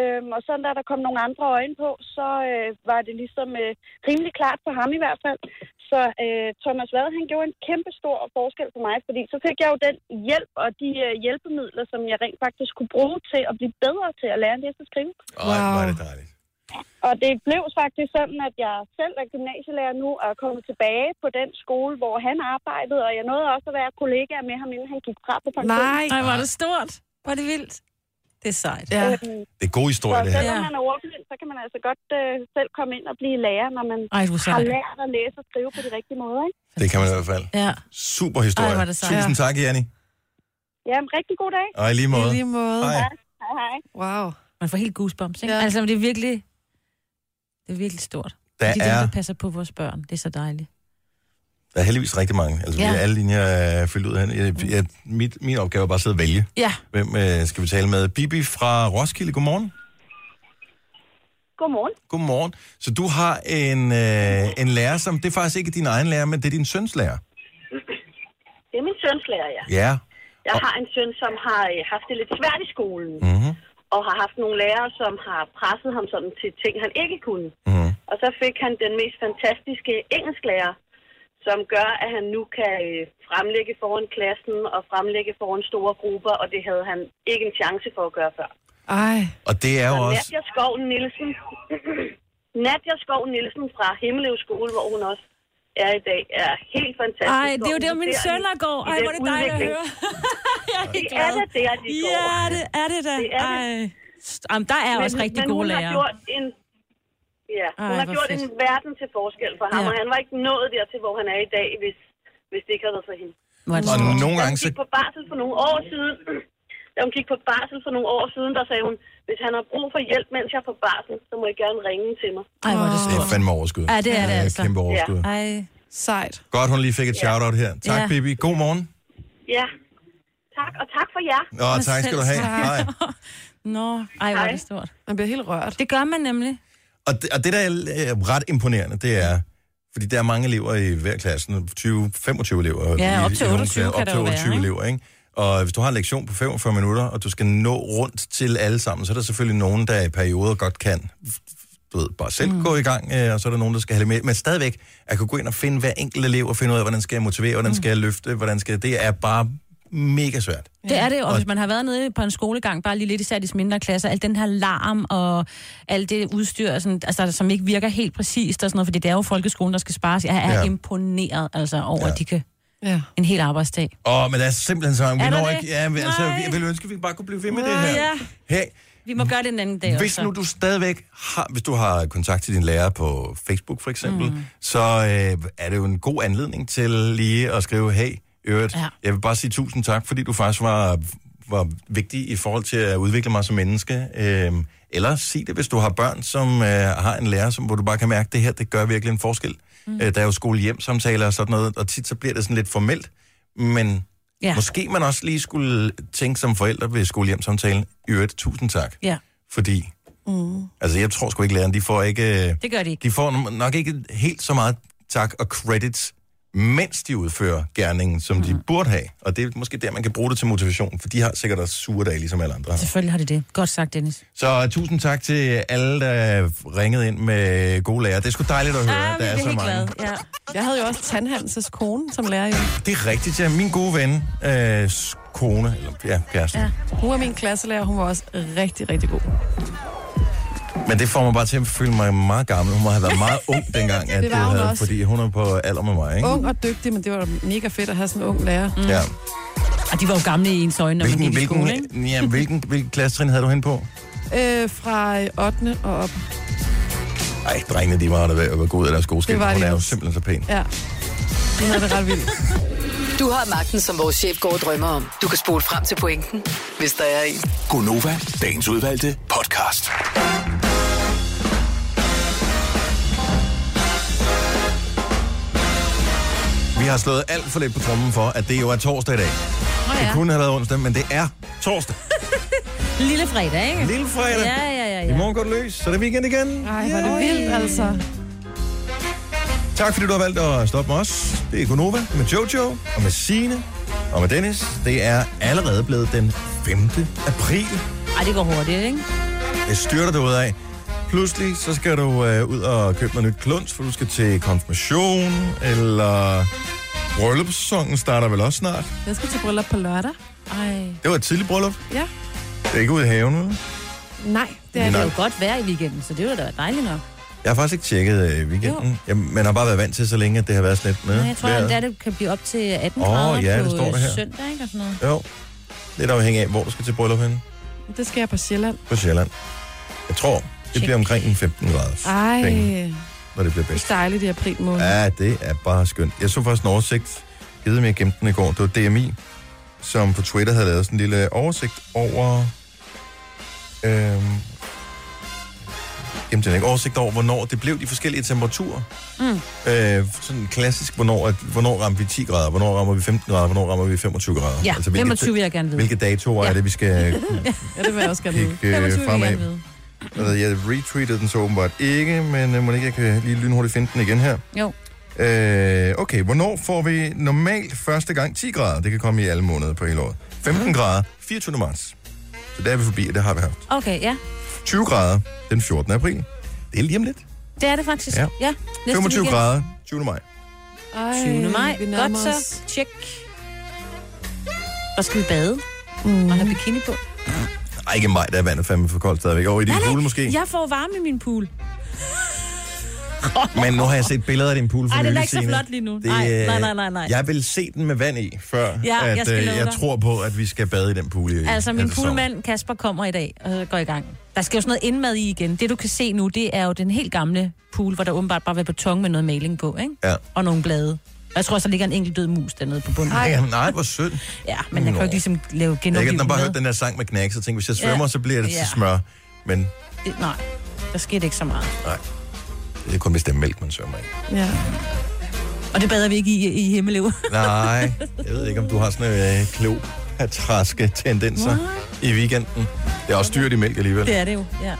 [SPEAKER 8] Øhm, og sådan da der kom nogle andre øjne på, så øh, var det ligesom øh, rimelig klart for ham i hvert fald. Så øh, Thomas Vad, han gjorde en kæmpe stor forskel for mig, fordi så fik jeg jo den hjælp og de øh, hjælpemidler, som jeg rent faktisk kunne bruge til at blive bedre til at lære at læse og skrive.
[SPEAKER 1] Ej, wow. var
[SPEAKER 3] Wow.
[SPEAKER 1] det dejligt.
[SPEAKER 8] Og det blev faktisk sådan, at jeg selv er gymnasielærer nu og er kommet tilbage på den skole, hvor han arbejdede, og jeg nåede også at være kollega med ham, inden han gik fra på pension.
[SPEAKER 3] Nej.
[SPEAKER 4] Ej, var det stort. Var det vildt. Det er sejt.
[SPEAKER 3] Ja.
[SPEAKER 8] Øhm,
[SPEAKER 1] Det er god
[SPEAKER 8] Så
[SPEAKER 1] historie, det her.
[SPEAKER 8] selvom
[SPEAKER 4] Ja.
[SPEAKER 8] man er ordblind, så kan man altså godt øh, selv komme ind og blive lærer, når man
[SPEAKER 4] Ej, du er
[SPEAKER 8] har
[SPEAKER 4] sej.
[SPEAKER 8] lært at læse og skrive på de rigtige måder. Ikke?
[SPEAKER 1] Det kan man i hvert fald.
[SPEAKER 4] Ja.
[SPEAKER 1] Super historie.
[SPEAKER 4] Ej, var det sejt.
[SPEAKER 1] Tusind tak, Janni.
[SPEAKER 8] Ja, en rigtig god dag.
[SPEAKER 1] Og i lige måde.
[SPEAKER 3] I lige måde.
[SPEAKER 1] Hej.
[SPEAKER 8] Hej, hej.
[SPEAKER 3] Wow.
[SPEAKER 4] Man får helt goosebumps, ikke?
[SPEAKER 3] Ja.
[SPEAKER 4] Ja. Altså, det er virkelig... Det er virkelig stort.
[SPEAKER 1] Der
[SPEAKER 4] Fordi det er
[SPEAKER 1] er,
[SPEAKER 4] dem, der passer på vores børn. Det er så dejligt.
[SPEAKER 1] der er heldigvis rigtig mange. Altså, ja.
[SPEAKER 4] Ja.
[SPEAKER 1] alle linjer er fyldt ud. Jeg, jeg, jeg, mit, min opgave er bare at sidde og vælge.
[SPEAKER 4] Ja.
[SPEAKER 1] Hvem øh, skal vi tale med? Bibi fra Roskilde, godmorgen.
[SPEAKER 8] Godmorgen.
[SPEAKER 1] Godmorgen. Så du har en, øh, en lærer, som det er faktisk ikke din egen lærer, men det er din søns lærer.
[SPEAKER 8] Det er min søns lærer, ja.
[SPEAKER 1] Ja.
[SPEAKER 8] Jeg har en søn, som har øh, haft det lidt svært i skolen.
[SPEAKER 1] Mm-hmm.
[SPEAKER 8] og har haft nogle lærere, som har presset ham sådan til ting, han ikke kunne.
[SPEAKER 1] Mhm.
[SPEAKER 8] Og så fik han den mest fantastiske engelsklærer, som gør, at han nu kan øh, fremlægge foran klassen og fremlægge foran store grupper, og det havde han ikke en chance for at gøre før.
[SPEAKER 3] Ej,
[SPEAKER 1] Og det er jo
[SPEAKER 8] Så
[SPEAKER 1] også...
[SPEAKER 8] Nadja Skov Nielsen, Nadja Skov Nielsen fra Himmeløv Skole, hvor hun også er i dag, er helt fantastisk.
[SPEAKER 2] Ej, det er jo der, min
[SPEAKER 8] Hvor hun
[SPEAKER 2] sønner
[SPEAKER 8] ser
[SPEAKER 2] går.
[SPEAKER 8] i- i
[SPEAKER 2] Ej,
[SPEAKER 8] den
[SPEAKER 2] hvor er det dejligt at
[SPEAKER 8] udvikling.
[SPEAKER 2] høre. jeg er helt
[SPEAKER 8] Det er
[SPEAKER 2] glad.
[SPEAKER 8] da der, de går.
[SPEAKER 2] Ja, det er det da.
[SPEAKER 8] Det er det.
[SPEAKER 2] Ej. Jamen, der er også rigtig
[SPEAKER 8] men
[SPEAKER 2] gode
[SPEAKER 8] hun
[SPEAKER 2] lærere.
[SPEAKER 8] Har gjort en, ja, hun
[SPEAKER 2] Ej,
[SPEAKER 8] har
[SPEAKER 2] hvor
[SPEAKER 8] gjort
[SPEAKER 2] fedt.
[SPEAKER 8] en verden til forskel for ham,
[SPEAKER 2] Ja.
[SPEAKER 8] ja. og han var ikke nået dertil, hvor han er i dag, hvis, hvis det ikke havde været for hende.
[SPEAKER 4] Hvor er det
[SPEAKER 1] Og
[SPEAKER 4] stort.
[SPEAKER 1] nogle
[SPEAKER 8] Da
[SPEAKER 1] gange
[SPEAKER 8] hun
[SPEAKER 1] så...
[SPEAKER 8] gik på barsel for nogle år siden, da hun gik på barsel for nogle år siden, der sagde hun, hvis han har brug for hjælp, mens jeg er på barsel, så må I gerne ringe til mig.
[SPEAKER 4] Ej, hvor er det
[SPEAKER 1] Det er
[SPEAKER 4] stort.
[SPEAKER 1] fandme overskud.
[SPEAKER 2] Ja, det er det altså.
[SPEAKER 1] Kæmpe overskud. Ja.
[SPEAKER 2] Ej.
[SPEAKER 3] sejt.
[SPEAKER 1] Godt, hun lige fik et shout-out her. Tak, ja.
[SPEAKER 2] Ja.
[SPEAKER 1] Bibi. God morgen.
[SPEAKER 8] Ja, tak, og tak for jer.
[SPEAKER 1] Nå, tak skal du have. Hej.
[SPEAKER 2] Nå, ej, hvor er det
[SPEAKER 8] Hej.
[SPEAKER 2] stort.
[SPEAKER 3] Man bliver helt rørt.
[SPEAKER 2] Det gør man nemlig.
[SPEAKER 1] Og det, og det, der er øh, ret imponerende, det er, fordi der er mange elever i hver klasse, 20-25 elever.
[SPEAKER 4] Ja,
[SPEAKER 1] i-
[SPEAKER 4] op
[SPEAKER 1] i
[SPEAKER 4] til
[SPEAKER 1] nogle
[SPEAKER 4] 28
[SPEAKER 1] klasser,
[SPEAKER 4] kan
[SPEAKER 1] op
[SPEAKER 4] der
[SPEAKER 1] til
[SPEAKER 4] jo være,
[SPEAKER 1] 28
[SPEAKER 4] ikke?
[SPEAKER 1] elever, ikke? Og hvis du har en lektion på 45 minutter, og du skal nå rundt til alle sammen, så er der selvfølgelig nogen, der i perioder godt kan du ved, bare selv mm. gå i gang, øh, og så er der nogen, der skal have det med. Men stadigvæk, at kunne gå ind og finde hver enkelt elev, og finde ud af, hvordan skal jeg motivere,
[SPEAKER 4] Mm.
[SPEAKER 1] hvordan skal jeg løfte, hvordan skal jeg... Det er bare mega svært.
[SPEAKER 4] Det er det, og hvis man har været nede på en skolegang, bare lige lidt især i de mindre klasser, al den her larm og alt det udstyr, sådan, altså, som ikke virker helt præcist og sådan noget, fordi det er jo folkeskolen, der skal spares. Jeg er
[SPEAKER 1] Ja.
[SPEAKER 4] ja. imponeret altså, over,
[SPEAKER 1] Ja.
[SPEAKER 4] ja. at de kan
[SPEAKER 3] Ja.
[SPEAKER 4] en hel arbejdsdag.
[SPEAKER 1] Åh, men der er simpelthen så mange. Vi
[SPEAKER 4] Er der
[SPEAKER 1] når
[SPEAKER 4] det?
[SPEAKER 1] ikke... Ja, men altså,
[SPEAKER 4] Nej.
[SPEAKER 1] jeg ville ønske, at vi bare kunne blive ved med det her.
[SPEAKER 4] ja.
[SPEAKER 1] Hey,
[SPEAKER 4] Vi må gøre det en anden dag
[SPEAKER 1] Hvis
[SPEAKER 4] også.
[SPEAKER 1] nu du stadigvæk har, hvis du har kontakt til din lærer på Facebook for eksempel, mm. så øh, er det jo en god anledning til lige at skrive, hey, øvrigt, ja.
[SPEAKER 4] Ja.
[SPEAKER 1] jeg vil bare sige tusind tak, fordi du faktisk var, var vigtig i forhold til at udvikle mig som menneske. Øh, eller sig det, hvis du har børn, som øh, har en lærer, som, hvor du bare kan mærke, det her, det gør virkelig en forskel. Mm. Øh, der er jo skole-hjem-samtaler og sådan noget, og tit så bliver det sådan lidt formelt, men... Ja.
[SPEAKER 4] Ja.
[SPEAKER 1] Måske man også lige skulle tænke som forældre ved skole-hjem-samtalen, i øvrigt, tusind tak
[SPEAKER 4] Ja,
[SPEAKER 1] fordi... Mm. Altså, jeg tror sgu ikke, lærerne, de får ikke... øh,
[SPEAKER 4] det gør de ikke.
[SPEAKER 1] De får nok ikke helt så meget tak og credits, mens de udfører gerningen, som mm. de burde have. Og det er måske der, man kan bruge det til motivation, for de har sikkert også sure dage, ligesom alle andre har.
[SPEAKER 4] Selvfølgelig har de det. Godt sagt, Dennis.
[SPEAKER 1] Så øh, tusind tak til alle, der ringede ind med gode lærere. Det er sgu dejligt at høre,
[SPEAKER 4] Ja,
[SPEAKER 1] ah,
[SPEAKER 4] vi
[SPEAKER 1] der er
[SPEAKER 4] bliver
[SPEAKER 1] så
[SPEAKER 4] helt
[SPEAKER 1] mange.
[SPEAKER 4] glade. Ja.
[SPEAKER 3] Jeg havde jo også Tandhanses kone som lærer jo.
[SPEAKER 1] Det er rigtigt, ja. Min gode ven, øh, s- kone, eller ja, kæreste. Ja.
[SPEAKER 3] Hun var min klasselærer, hun var også rigtig, rigtig god.
[SPEAKER 1] Men det får mig bare til at føle mig meget gammel. Hun må have været meget ung dengang, at
[SPEAKER 3] var
[SPEAKER 1] det
[SPEAKER 3] hun
[SPEAKER 1] havde,
[SPEAKER 3] også.
[SPEAKER 1] fordi hun er på alder med mig, ikke?
[SPEAKER 3] Ung og dygtig, men det var da mega fedt at have sådan en ung lærer. Mm.
[SPEAKER 1] Ja.
[SPEAKER 4] Og de var jo gamle i ens øjne, når man
[SPEAKER 1] Hvilken,
[SPEAKER 4] gik i skole, ikke?
[SPEAKER 1] hvilken, ja, hvilken, hvilken klassetrin havde du hen på?
[SPEAKER 3] Øh, fra øh, 8. og op.
[SPEAKER 1] Ej, drengene, de var der ved at være gode af deres gode
[SPEAKER 3] Det var
[SPEAKER 1] Hun
[SPEAKER 3] de
[SPEAKER 1] er jo
[SPEAKER 3] også.
[SPEAKER 1] simpelthen så pæn.
[SPEAKER 3] Ja. Det havde det ret vildt.
[SPEAKER 6] Du har magten, som vores chef går og drømmer om. Du kan spole frem til pointen, hvis der er en.
[SPEAKER 5] Gonova, dagens udvalgte podcast.
[SPEAKER 1] Vi har slået alt for lidt på trommen for, at det jo er torsdag i dag.
[SPEAKER 4] Nå
[SPEAKER 1] Det
[SPEAKER 4] ja.
[SPEAKER 1] kunne have været onsdag, men det er torsdag.
[SPEAKER 4] Lille fredag, ikke?
[SPEAKER 1] Lille fredag.
[SPEAKER 4] Ja, ja, ja,
[SPEAKER 1] I
[SPEAKER 4] ja.
[SPEAKER 1] morgen går det løs, så er det weekend igen.
[SPEAKER 3] Ej, var det vildt, altså.
[SPEAKER 1] Tak fordi du har valgt at stoppe med os. Det er Gunova med Jojo og med Sine og med Dennis. Det er allerede blevet den 5. april.
[SPEAKER 4] Ej, det går hurtigt, ikke?
[SPEAKER 1] Det styrter dig ud af. Pludselig så skal du øh, ud og købe noget nyt kluns, for du skal til konfirmation, eller bryllupssæsonen starter vel også snart.
[SPEAKER 3] Jeg skal til bryllup på lørdag.
[SPEAKER 4] Ej.
[SPEAKER 1] Det var et tidligt bryllup.
[SPEAKER 3] Ja.
[SPEAKER 1] Det er ikke ude i haven, vel?
[SPEAKER 3] Nej, det
[SPEAKER 1] Nej.
[SPEAKER 3] er
[SPEAKER 4] Det er jo godt vejr i weekenden, så det var da dejligt nok.
[SPEAKER 1] Jeg har faktisk ikke tjekket øh, weekenden. Jeg, man har bare været vant til så længe, at det har været sådan lidt med.
[SPEAKER 4] Ja, jeg tror,
[SPEAKER 1] vejret.
[SPEAKER 4] at der det kan blive op til 18
[SPEAKER 1] Åh,
[SPEAKER 4] grader
[SPEAKER 1] ja, det
[SPEAKER 4] på
[SPEAKER 1] står der her.
[SPEAKER 4] øh, søndag, ikke? Og sådan noget.
[SPEAKER 1] Jo. Lidt afhængig af, hvor du skal til bryllup henne.
[SPEAKER 3] ikke. Det skal jeg på Sjælland.
[SPEAKER 1] På Sjælland. Jeg tror, det
[SPEAKER 4] Tjek.
[SPEAKER 1] bliver omkring en 15 grader.
[SPEAKER 3] Ej,
[SPEAKER 1] Penge, Når det bliver
[SPEAKER 3] det
[SPEAKER 1] bedst.
[SPEAKER 3] er dejligt i april måned.
[SPEAKER 1] Ja, det er bare skønt. Jeg så faktisk en oversigt, givet mig gennem den i går. Det var DMI, som på Twitter havde lavet sådan en lille oversigt over... Øhm, Jamen, den har ikke oversigt over, hvornår det blev de forskellige temperaturer. Mm. Øh, sådan klassisk, hvornår, at, hvornår rammer vi 10 grader, hvornår rammer vi 15 grader, hvornår rammer vi 25 grader. Altså,
[SPEAKER 2] Ja,
[SPEAKER 1] hvilke-
[SPEAKER 2] 25 vil jeg gerne vide.
[SPEAKER 1] Hvilke datoer ja. er det, vi skal
[SPEAKER 3] Ja, det vil jeg også gerne
[SPEAKER 1] kigge
[SPEAKER 3] vide.
[SPEAKER 1] øh,
[SPEAKER 2] 25 vil jeg
[SPEAKER 1] fremad?
[SPEAKER 2] gerne vide.
[SPEAKER 1] Altså, jeg retweetede den så åbenbart ikke, men øh, må ikke, jeg kan lige lynhurtigt finde den igen her.
[SPEAKER 2] Jo.
[SPEAKER 1] Øh, okay, hvornår får vi normalt første gang 10 grader? Det kan komme i alle måneder på hele året. 15 grader, 24. marts. Så der er vi forbi, og det har vi haft.
[SPEAKER 2] Okay, ja.
[SPEAKER 1] 20 grader, den 14. april. Det er lige om lidt.
[SPEAKER 2] Det er det faktisk.
[SPEAKER 1] Ja.
[SPEAKER 2] Ja. ja. næste
[SPEAKER 1] 25
[SPEAKER 2] weekend.
[SPEAKER 1] grader, 20. maj.
[SPEAKER 2] 20. maj.
[SPEAKER 3] vi nærmer
[SPEAKER 2] Godt så.
[SPEAKER 3] os.
[SPEAKER 2] Tjek. Og skal vi bade? Mm. Og have bikini på?
[SPEAKER 1] Ej, ikke i maj, der er vandet fandme for koldt stadigvæk. Over i din pool måske.
[SPEAKER 2] Jeg får varme i min pool.
[SPEAKER 1] Men nu har jeg set billeder af din pool for
[SPEAKER 2] Ej, den er
[SPEAKER 1] nylig,
[SPEAKER 2] ikke så
[SPEAKER 1] Signe.
[SPEAKER 2] flot lige nu.
[SPEAKER 1] Det,
[SPEAKER 2] Nej,
[SPEAKER 1] øh,
[SPEAKER 2] nej, nej, nej, nej.
[SPEAKER 1] Jeg vil se den med vand i, før
[SPEAKER 2] Ja, jeg
[SPEAKER 1] at,
[SPEAKER 2] skal
[SPEAKER 1] øh,
[SPEAKER 2] love
[SPEAKER 1] jeg
[SPEAKER 2] dig.
[SPEAKER 1] tror på, at vi skal bade i den pool. i-
[SPEAKER 4] Altså, min
[SPEAKER 1] efter sommer.
[SPEAKER 4] poolmand Kasper kommer i dag og går i gang. Der skal jo sådan noget indmad i igen. Det, du kan se nu, det er jo den helt gamle pool, hvor der åbenbart bare var beton med noget maling på, ikke?
[SPEAKER 1] Ja.
[SPEAKER 4] Og nogle blade. Og jeg tror også, der ligger en enkelt død mus dernede på bunden.
[SPEAKER 1] Ej, jamen, nej, hvor sødt.
[SPEAKER 4] Ja, men jeg kan jo ikke ligesom lave
[SPEAKER 1] Jeg
[SPEAKER 4] genoplevelse.
[SPEAKER 1] kan bare hørt den der sang med knæk, så tænkte hvis jeg svømmer, ja.
[SPEAKER 4] Ja.
[SPEAKER 1] så bliver det til
[SPEAKER 4] Ja.
[SPEAKER 1] smør. Men
[SPEAKER 4] Det, nej, der skete ikke så meget.
[SPEAKER 1] nej, det er kun hvis det er mælk, man svømmer i.
[SPEAKER 3] Ja.
[SPEAKER 4] Og det bader vi ikke i, i himmelev.
[SPEAKER 1] Nej, jeg ved ikke, om du har sådan en øh, klog patraske tendenser i weekenden. Det er også dyrt i mælk alligevel.
[SPEAKER 4] det er det jo, ja.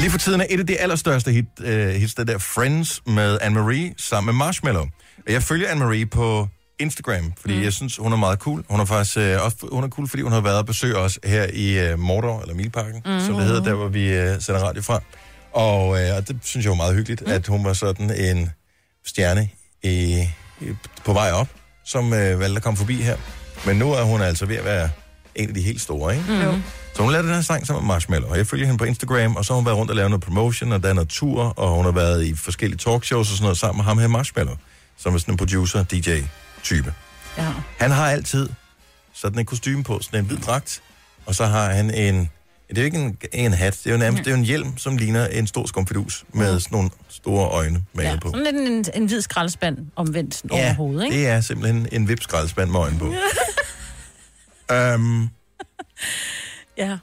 [SPEAKER 1] Lige for tiden er et af de allerstørste hit, øh, hits, det der Friends med Anne-Marie sammen med Marshmallow. Og Jeg følger Anne-Marie på Instagram, fordi mm. jeg synes, hun er meget cool. Hun er faktisk øh, også hun er cool, fordi hun har været og besøg os her i øh, Mordor, eller Milparken, mm. som det hedder, der hvor vi øh, sender radio fra. Og, øh, og det synes jeg var meget hyggeligt, mm. at hun var sådan en stjerne i, i, på vej op, som øh, valgte at komme forbi her. Men nu er hun altså ved at være en af de helt store, ikke?
[SPEAKER 4] Mm-hmm.
[SPEAKER 3] Jo.
[SPEAKER 1] Så hun lavede den her sang sammen med Marshmallow, og jeg følger hende på Instagram, og så har hun været rundt og lavet noget promotion, og der er noget tur, og hun har været i forskellige talkshows og sådan noget sammen med ham her Marshmallow, som er sådan en producer, DJ-type.
[SPEAKER 4] ja.
[SPEAKER 1] Han har altid sådan en kostume på, sådan en hvid dragt, og så har han en, det er jo ikke en, en hat, det er jo nærmest det er jo en hjelm, som ligner en stor skumfidus med sådan nogle store øjne malet
[SPEAKER 4] ja.
[SPEAKER 1] på.
[SPEAKER 4] Sådan lidt en, en, en hvid skraldespand omvendt ja, over hovedet, ikke?
[SPEAKER 1] det er simpelthen en vipskraldespand med øjne på. øhm,
[SPEAKER 4] Ja.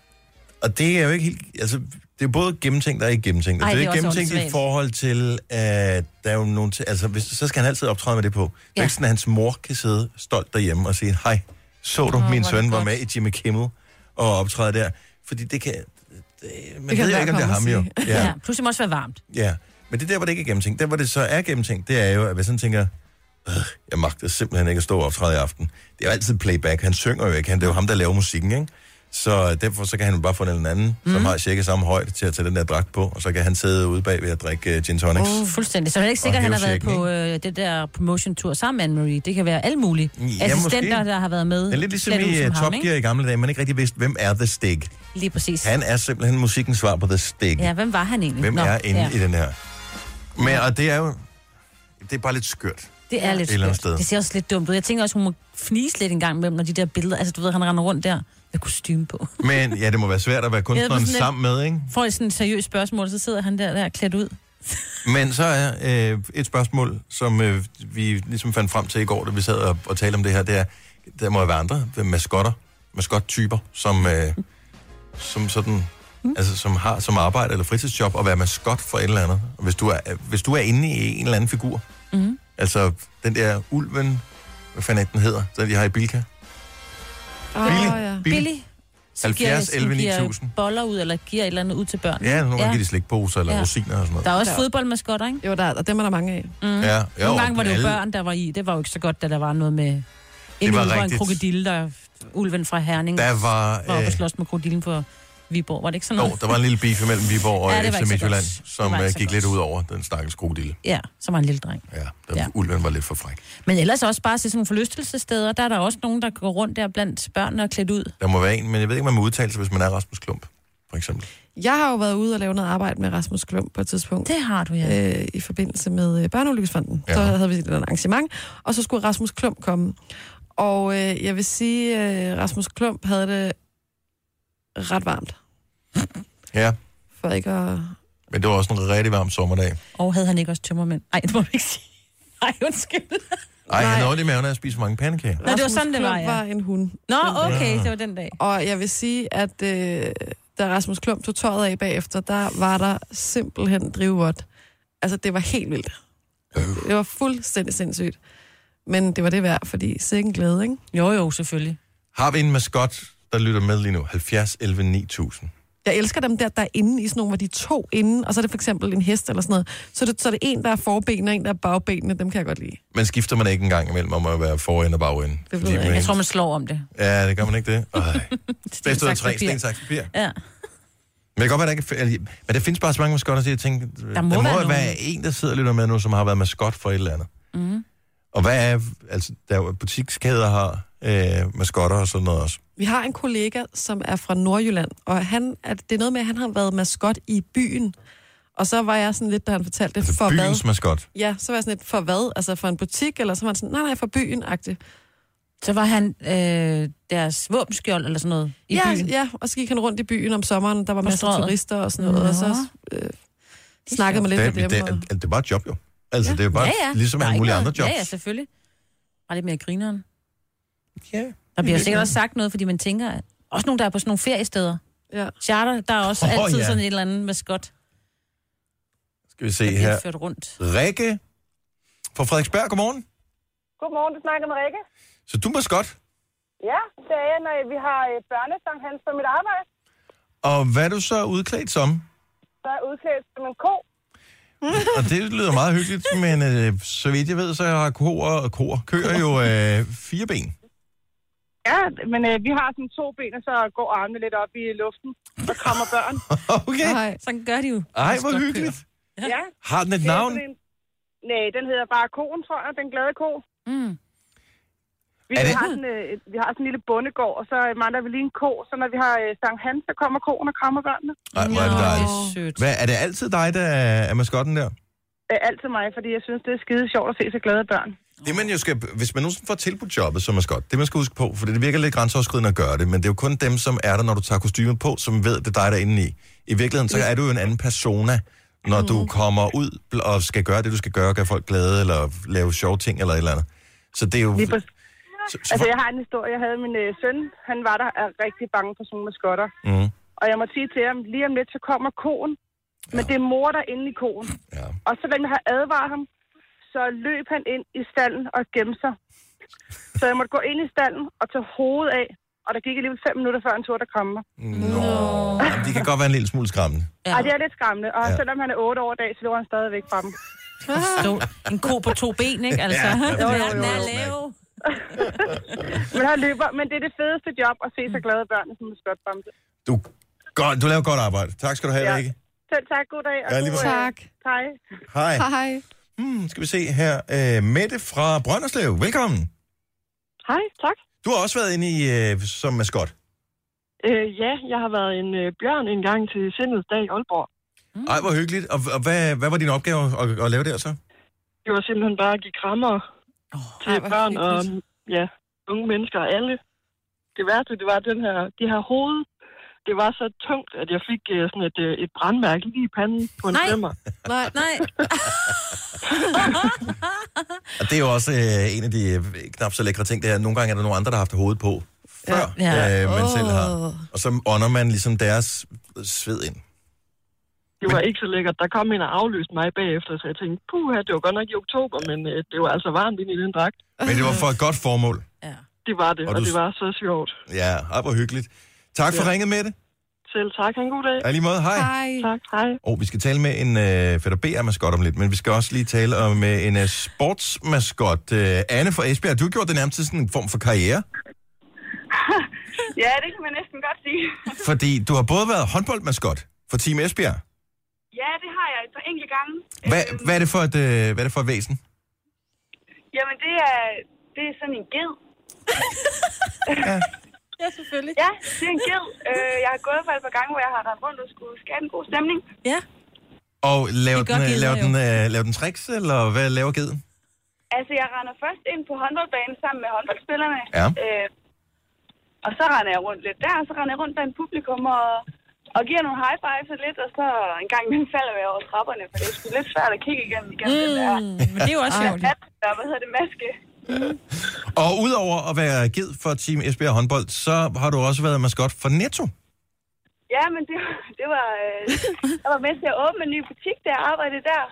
[SPEAKER 1] Og det er jo ikke helt... Altså, det er både gennemtænkt og ikke gennemtænkt. Og
[SPEAKER 4] Ej,
[SPEAKER 1] det er
[SPEAKER 4] det
[SPEAKER 1] ikke
[SPEAKER 4] er også
[SPEAKER 1] gennemtænkt i
[SPEAKER 4] åndssvagt.
[SPEAKER 1] forhold til, at der er jo nogle... Til, altså, hvis, så skal han altid optræde med det på. Ja. Det er
[SPEAKER 4] Ja.
[SPEAKER 1] ikke sådan, at hans mor kan sidde stolt derhjemme og sige, hej, så du, min
[SPEAKER 4] det
[SPEAKER 1] søn var
[SPEAKER 4] godt."
[SPEAKER 1] med i Jimmy Kimmel og optræde der. Fordi det kan... Det, man det ved
[SPEAKER 3] kan
[SPEAKER 1] jo
[SPEAKER 3] enhver
[SPEAKER 1] ikke, om det er ham
[SPEAKER 3] komme
[SPEAKER 1] jo.
[SPEAKER 3] og
[SPEAKER 1] Ja.
[SPEAKER 4] ja. Pludselig må det også være varmt.
[SPEAKER 1] Ja, men det er der, hvor det ikke er gennemtænkt. Der, hvor det så er gennemtænkt, det er jo, at hvis han tænker, "Øh, jeg magter simpelthen ikke at stå og optræde i aften. Det er jo altid playback. Han synger jo ikke. Han, det er jo ham, der laver musikken, ikke? Så derfor så kan han jo bare få en anden, mm.
[SPEAKER 4] Mhm.
[SPEAKER 1] som har cirka samme højde til at tage den der dragt på, og så kan han sidde ude bag ved at drikke uh, gin tonics.
[SPEAKER 4] Uh, fuldstændig. Så det er ikke sikkert, at han har været
[SPEAKER 1] hævechecken,
[SPEAKER 4] på øh, det der promotion-tur sammen med Anne-Marie. Det kan være alle mulige
[SPEAKER 1] Ja,
[SPEAKER 4] ja, assistenter,
[SPEAKER 1] måske.
[SPEAKER 4] der har været med.
[SPEAKER 1] Det er lidt ligesom
[SPEAKER 4] Slet ud
[SPEAKER 1] i
[SPEAKER 4] som
[SPEAKER 1] uh,
[SPEAKER 4] ham,
[SPEAKER 1] Top
[SPEAKER 4] ikke?
[SPEAKER 1] Gear i gamle dage, man ikke rigtig vidste, hvem er The Stig.
[SPEAKER 4] Lige præcis.
[SPEAKER 1] Han er simpelthen musikkens svar på The Stig.
[SPEAKER 4] Ja, hvem var han egentlig?
[SPEAKER 1] hvem
[SPEAKER 4] Nå,
[SPEAKER 1] er inde
[SPEAKER 4] ja.
[SPEAKER 1] i den her? Men, og det er jo... Det er bare lidt skørt.
[SPEAKER 4] Det er lidt
[SPEAKER 1] Et eller andet
[SPEAKER 4] skørt.
[SPEAKER 1] sted.
[SPEAKER 4] Det ser også lidt dumt ud. Jeg tænker også, hun må fnise lidt en gang med når de der billeder... Altså, du ved, han render rundt der med kostume på.
[SPEAKER 1] Men ja, det må være svært at være kunstneren
[SPEAKER 4] sådan lidt-
[SPEAKER 1] sammen med, ikke?
[SPEAKER 4] Får jeg sådan et seriøst spørgsmål, så sidder han der, der er klædt ud.
[SPEAKER 1] Men så er øh, et spørgsmål, som øh, vi ligesom fandt frem til i går, da vi sad og, og talte om det her, det er, der må jo være andre øh, maskotter, maskottyper, som, øh, som sådan, mm. altså som har som arbejde eller fritidsjob at være maskot for et eller andet. Og Hvis du er, øh, hvis du er inde i en eller anden figur, mm.
[SPEAKER 4] Mm-hmm.
[SPEAKER 1] altså den der ulven, hvad fanden er det, den hedder, den de har i Bilka.
[SPEAKER 3] Åh,
[SPEAKER 1] Billy.
[SPEAKER 3] ja.
[SPEAKER 1] Billy.
[SPEAKER 4] Billy. som
[SPEAKER 1] 70,
[SPEAKER 4] som
[SPEAKER 1] 11,
[SPEAKER 4] giver
[SPEAKER 1] 9000.
[SPEAKER 4] boller ud, eller giver et eller andet ud til børn.
[SPEAKER 1] Ja, nogle gange ja. giver de slikposer eller ja.
[SPEAKER 4] Ja.
[SPEAKER 1] rosiner og sådan noget.
[SPEAKER 4] Der er også
[SPEAKER 3] Der-
[SPEAKER 4] fodboldmaskotter, ikke?
[SPEAKER 3] Jo, der, er- og dem er der mange af.
[SPEAKER 1] Mm. Ja, jo,
[SPEAKER 4] Nogle gange var det jo
[SPEAKER 1] alle-
[SPEAKER 4] børn, der var i. Det var jo ikke så godt, da der var noget med...
[SPEAKER 1] Det
[SPEAKER 4] En
[SPEAKER 1] var
[SPEAKER 4] ulv og en
[SPEAKER 1] rigtigt.
[SPEAKER 4] krokodille, der ulven fra Herning.
[SPEAKER 1] Der var...
[SPEAKER 4] var oppe
[SPEAKER 1] øh,
[SPEAKER 4] og slås med krokodillen for Viborg. Var det ikke sådan noget?
[SPEAKER 1] Jo, der var en lille beef mellem Viborg og
[SPEAKER 4] Ja,
[SPEAKER 1] ja,
[SPEAKER 4] det var
[SPEAKER 1] FC
[SPEAKER 4] ikke så
[SPEAKER 1] Midtjylland,
[SPEAKER 4] godt. Det
[SPEAKER 1] som
[SPEAKER 4] var
[SPEAKER 1] øh,
[SPEAKER 4] ikke
[SPEAKER 1] gik
[SPEAKER 4] så
[SPEAKER 1] lidt
[SPEAKER 4] godt.
[SPEAKER 1] ud over den stakkels krokodille.
[SPEAKER 4] Ja, som var en lille dreng.
[SPEAKER 1] Ja, den ja.
[SPEAKER 4] Ja.
[SPEAKER 1] ulven var lidt for fræk.
[SPEAKER 4] Men ellers også bare til sådan nogle forlystelsesteder, der er der også nogen, der går rundt der blandt børnene og klædt ud.
[SPEAKER 1] Der må være en, men jeg ved ikke, om man må udtale sig, hvis man er Rasmus Klump, for eksempel.
[SPEAKER 3] Jeg har jo været ude og lave noget arbejde med Rasmus Klump på et tidspunkt.
[SPEAKER 4] Det har du, ja.
[SPEAKER 3] øh, i forbindelse med øh, Børneulykkesfonden.
[SPEAKER 1] Ja.
[SPEAKER 3] Ja. Så havde vi et eller andet arrangement, og så skulle Rasmus Klump komme. Og øh, jeg vil sige, øh, Rasmus Klump havde det ret varmt,
[SPEAKER 1] Ja,
[SPEAKER 3] for ikke at...
[SPEAKER 1] men det var også en rigtig varm sommerdag.
[SPEAKER 4] Og havde han ikke også tømmermænd? Nej, det må du ikke sige. Nej, undskyld.
[SPEAKER 1] Ej, han
[SPEAKER 3] Nej.
[SPEAKER 1] havde ondt i maven af at spise mange pandekager.
[SPEAKER 4] var
[SPEAKER 3] Rasmus
[SPEAKER 4] sådan, det var,
[SPEAKER 3] Klump
[SPEAKER 4] ja.
[SPEAKER 3] var en hund.
[SPEAKER 4] Nå, okay, det var den dag.
[SPEAKER 3] Og jeg vil sige, at øh, da Rasmus Klump tog tøjet af bagefter, der var der simpelthen drivvot. Altså, det var helt vildt. Det var fuldstændig sindssygt. Men det var det værd, fordi sikken glæde, ikke?
[SPEAKER 4] Jo, jo, selvfølgelig.
[SPEAKER 1] Har vi en maskot, der lytter med lige nu? 70 11 9000.
[SPEAKER 3] Jeg elsker dem der, der er inde i sådan nogle, hvor de er to inde, og så er det for eksempel en hest eller sådan noget. Så er det, så er det en, der er forbenene, og en, der er bagbenene. Dem kan jeg godt lide.
[SPEAKER 1] Men skifter man ikke engang imellem om at være foran og bagende?
[SPEAKER 3] ved
[SPEAKER 1] Fordi
[SPEAKER 3] jeg
[SPEAKER 1] man
[SPEAKER 3] ikke.
[SPEAKER 4] Jeg tror, man slår om det.
[SPEAKER 1] Ja, det gør man ikke det. Ej. Bedst ud af
[SPEAKER 4] saks,
[SPEAKER 1] tre,
[SPEAKER 4] papir.
[SPEAKER 1] sten, saks, papir. Men
[SPEAKER 4] Ja.
[SPEAKER 1] det kan godt være, der ikke... er- eller- Men der findes bare så mange maskotter, så jeg tænker, der
[SPEAKER 4] må
[SPEAKER 1] må
[SPEAKER 4] være
[SPEAKER 1] jo
[SPEAKER 4] nogen.
[SPEAKER 1] være en, der sidder og lytter med nu, som har været maskot for et eller andet. Mm.
[SPEAKER 4] Mhm.
[SPEAKER 1] Og hvad er... Altså, der er jo butikskæder har øh, maskotter og sådan noget også.
[SPEAKER 3] Vi har en kollega, som er fra Nordjylland, og han, at det er noget med, at han har været maskot i byen. Og så var jeg sådan lidt, da han fortalte det,
[SPEAKER 1] Altså,
[SPEAKER 3] for hvad?
[SPEAKER 1] byens maskot.
[SPEAKER 3] Ja, så var jeg sådan lidt, for hvad? Altså for en butik, eller så var han sådan, nej, nej, for byen-agtig.
[SPEAKER 4] Så var han øh, deres våbenskjold eller sådan noget i
[SPEAKER 3] ja,
[SPEAKER 4] byen.
[SPEAKER 3] ja, og så gik han rundt i byen om sommeren, der var
[SPEAKER 4] Med
[SPEAKER 3] masser af
[SPEAKER 4] strøget.
[SPEAKER 3] turister og sådan noget, og så øh, snakkede man lidt
[SPEAKER 1] Det,
[SPEAKER 3] med
[SPEAKER 1] det,
[SPEAKER 3] dem. og-
[SPEAKER 1] det, det, er bare et job, jo. Altså, ja. det er jo bare ja, ja. ligesom
[SPEAKER 4] Der er
[SPEAKER 1] alle
[SPEAKER 4] ikke
[SPEAKER 1] mulige
[SPEAKER 4] noget-
[SPEAKER 1] andre jobs.
[SPEAKER 4] Ja, ja, selvfølgelig. Bare lidt mere grineren.
[SPEAKER 1] Ja.
[SPEAKER 4] Der bliver sikkert også sagt noget, fordi man tænker... at- Også nogen, der er på sådan nogle feriesteder.
[SPEAKER 3] Ja.
[SPEAKER 4] Charter, der er også
[SPEAKER 1] Åh,
[SPEAKER 4] oh, altid
[SPEAKER 1] ja.
[SPEAKER 4] ja. sådan et eller andet maskot,
[SPEAKER 1] Skal vi
[SPEAKER 4] der
[SPEAKER 1] se her.
[SPEAKER 4] bliver ført rundt.
[SPEAKER 1] Rikke fra Frederiksberg, godmorgen.
[SPEAKER 8] Godmorgen, du snakker med Rikke.
[SPEAKER 1] Så du er maskot.
[SPEAKER 8] Ja, det er jeg, når vi har øh, børnesang hans på mit arbejde.
[SPEAKER 1] Og hvad er du så udklædt som?
[SPEAKER 8] Så er jeg udklædt som en ko.
[SPEAKER 1] Og det lyder meget hyggeligt, men øh, så vidt jeg ved, så har koer, koer kører jo øh, fire ben.
[SPEAKER 8] Ja, men øh, vi har sådan to ben, og så går armene lidt op i luften. Så kommer børn.
[SPEAKER 1] Okay.
[SPEAKER 3] Nej,
[SPEAKER 4] Sådan gør de jo.
[SPEAKER 1] Ej, hvor hyggeligt.
[SPEAKER 8] ja.
[SPEAKER 1] Har den et
[SPEAKER 8] det er
[SPEAKER 1] navn?
[SPEAKER 8] sådan en- Nej, den hedder bare koen, tror jeg. Den glade ko.
[SPEAKER 4] Mm.
[SPEAKER 8] Vi,
[SPEAKER 1] Er det-
[SPEAKER 8] har sådan, øh, et- vi har sådan en lille bondegård, og så øh, mangler vi lige en ko. Så når vi har øh, Sankt Hans, så kommer koen og krammer børnene.
[SPEAKER 1] Ej, hvor er det
[SPEAKER 4] Nå,
[SPEAKER 1] dejligt.
[SPEAKER 4] er sødt.
[SPEAKER 1] Hvad, er det altid dig, der er er maskotten der?
[SPEAKER 8] Det er altid mig, fordi jeg synes, det er skide sjovt at se så glade børn.
[SPEAKER 1] Det man jo skal, hvis man nogensinde får tilbudt jobbet som maskot, det man skal huske på, for det virker lidt grænseoverskridende at gøre det, men det er jo kun dem, som er der, når du tager kostymet på, som ved, det er dig, der er inde i. I virkeligheden, så er du jo en anden persona, når
[SPEAKER 4] Mm.
[SPEAKER 1] du kommer ud bl- og skal gøre det, du skal gøre, gøre folk glade, eller lave sjove ting, eller et eller andet. Så det er jo...
[SPEAKER 8] Lige på,
[SPEAKER 1] Så, så
[SPEAKER 8] altså,
[SPEAKER 1] for,
[SPEAKER 8] jeg har en historie. Jeg havde min øh, søn. Han var der er rigtig bange for sådan nogle maskotter.
[SPEAKER 1] Mhm.
[SPEAKER 8] Og jeg må sige til ham, lige om lidt, så kommer koen. Men det er mor, der er inde i koen.
[SPEAKER 1] ja.
[SPEAKER 8] Og så den har advaret ham, så løb han ind i stallen og gemte sig. Så jeg måtte gå ind i stallen og tage hovedet af, og der gik alligevel fem minutter, før han tog der komme mig.
[SPEAKER 1] Nå. Jamen, de kan godt være en lille smule skræmmende.
[SPEAKER 8] Ja.
[SPEAKER 4] Ja.
[SPEAKER 8] Og det er lidt skræmmende, og
[SPEAKER 1] Ja.
[SPEAKER 8] ja. selvom han er otte år i dag, så løber han stadigvæk fra dem.
[SPEAKER 4] Stå. En ko på to ben, ikke? Ah. Altså,
[SPEAKER 1] Ja,
[SPEAKER 4] ja,
[SPEAKER 1] jo,
[SPEAKER 4] jo,
[SPEAKER 1] jo, jo,
[SPEAKER 4] den er
[SPEAKER 1] jo.
[SPEAKER 4] lav.
[SPEAKER 8] Men han løber, men det er det fedeste job at se så glade børn, som er skørt bamse.
[SPEAKER 1] Du, godt, du laver godt arbejde. Tak skal du have, ja.
[SPEAKER 8] Ja.
[SPEAKER 1] Rikke.
[SPEAKER 8] Selv tak, god dag. Og
[SPEAKER 1] Ja, lige
[SPEAKER 8] god,
[SPEAKER 1] måde.
[SPEAKER 8] øh,
[SPEAKER 3] Tak.
[SPEAKER 8] Hej.
[SPEAKER 1] Hej.
[SPEAKER 3] Hej.
[SPEAKER 1] Hmm, skal vi se her. Øh, Mette fra Brønderslev, velkommen.
[SPEAKER 8] Hej, tak.
[SPEAKER 1] Du har også været inde i øh, som maskot.
[SPEAKER 8] Øh, ja, jeg har været en øh, bjørn en gang til Sindets dag i Aalborg.
[SPEAKER 1] Ej, hvor hyggeligt. Og, og hvad, hvad var din opgave at, at lave der så?
[SPEAKER 8] Det var simpelthen bare at give krammer til
[SPEAKER 3] Ej,
[SPEAKER 8] Ej,
[SPEAKER 3] hvor
[SPEAKER 8] børn og
[SPEAKER 3] hyggeligt.
[SPEAKER 8] ja, unge mennesker og alle. Det værste, det var den her, de her hoved. Det var så tungt, at jeg fik øh, sådan et, øh, et brandmærke lige i panden på en
[SPEAKER 4] Nej.
[SPEAKER 8] femmer.
[SPEAKER 3] Nej,
[SPEAKER 4] Nej.
[SPEAKER 1] Og det er jo også øh, en af de øh, knap så lækre ting, det er, at nogle gange er der nogle andre, der har haft hovedet på før, ja.
[SPEAKER 4] Ja.
[SPEAKER 1] Ja.
[SPEAKER 4] Ja.
[SPEAKER 1] Øh, man selv har.
[SPEAKER 3] Åh.
[SPEAKER 1] Og så ånder man ligesom deres sved ind.
[SPEAKER 8] Det var ikke så lækkert. Der kom en og afløste mig bagefter, så jeg tænkte, puha, det var godt nok i oktober, men øh, det var altså varmt inde i den dragt.
[SPEAKER 1] Men det var for et godt formål.
[SPEAKER 4] ja.
[SPEAKER 8] Det var det,
[SPEAKER 1] Og
[SPEAKER 8] og,
[SPEAKER 1] du-
[SPEAKER 8] det var så sjovt.
[SPEAKER 1] Ja, ej, hvor hyggeligt. Tak for ja. ringet, Mette.
[SPEAKER 8] Selv tak, ha' en god dag.
[SPEAKER 1] Ja, lige måde, hej.
[SPEAKER 3] Hej.
[SPEAKER 8] Tak, hej.
[SPEAKER 1] Og vi skal tale med en øh, fætter BR maskot om lidt, men vi skal også lige tale om øh, en øh, sportsmaskot. Øh, Anne fra Esbjerg, du har gjort det nærmest til sådan en form for karriere,
[SPEAKER 8] Ja, det kan man næsten godt sige.
[SPEAKER 1] fordi du har både været håndboldmaskot for Team Esbjerg.
[SPEAKER 8] Ja, det har jeg et par enkelte gange.
[SPEAKER 1] Hvad, hvad, er det for et, øh, hvad er det for et væsen?
[SPEAKER 8] Jamen, det er, det er sådan en ged.
[SPEAKER 2] Ja, selvfølgelig.
[SPEAKER 8] Ja, det er en ged. Øh, jeg har gået for et par gange, hvor jeg har rendt rundt og skulle skabe en god stemning.
[SPEAKER 2] Ja.
[SPEAKER 1] Og laver
[SPEAKER 4] Det gør
[SPEAKER 1] den, øh,
[SPEAKER 4] gedder
[SPEAKER 1] laver,
[SPEAKER 4] jo.
[SPEAKER 1] den, øh, laver den tricks, eller hvad laver geden?
[SPEAKER 8] Altså, jeg render først ind på håndboldbanen sammen med håndboldspillerne.
[SPEAKER 1] Ja.
[SPEAKER 8] Øh, og så render jeg rundt lidt der, og så render jeg rundt blandt publikum og, og giver nogle high fives og lidt, og så en gang imellem falder jeg over trapperne, for det er sgu lidt svært at kigge igennem, igennem mm. den der,
[SPEAKER 4] Mm, men det er jo også sjovt.
[SPEAKER 8] mat, der, hvad hedder det, maske.
[SPEAKER 1] Og udover at være ged for Team Esbjerg håndbold, så har du også været maskot for Netto.
[SPEAKER 8] Ja, men det, det var... Øh, jeg var med til at åbne en ny butik, der jeg arbejdede der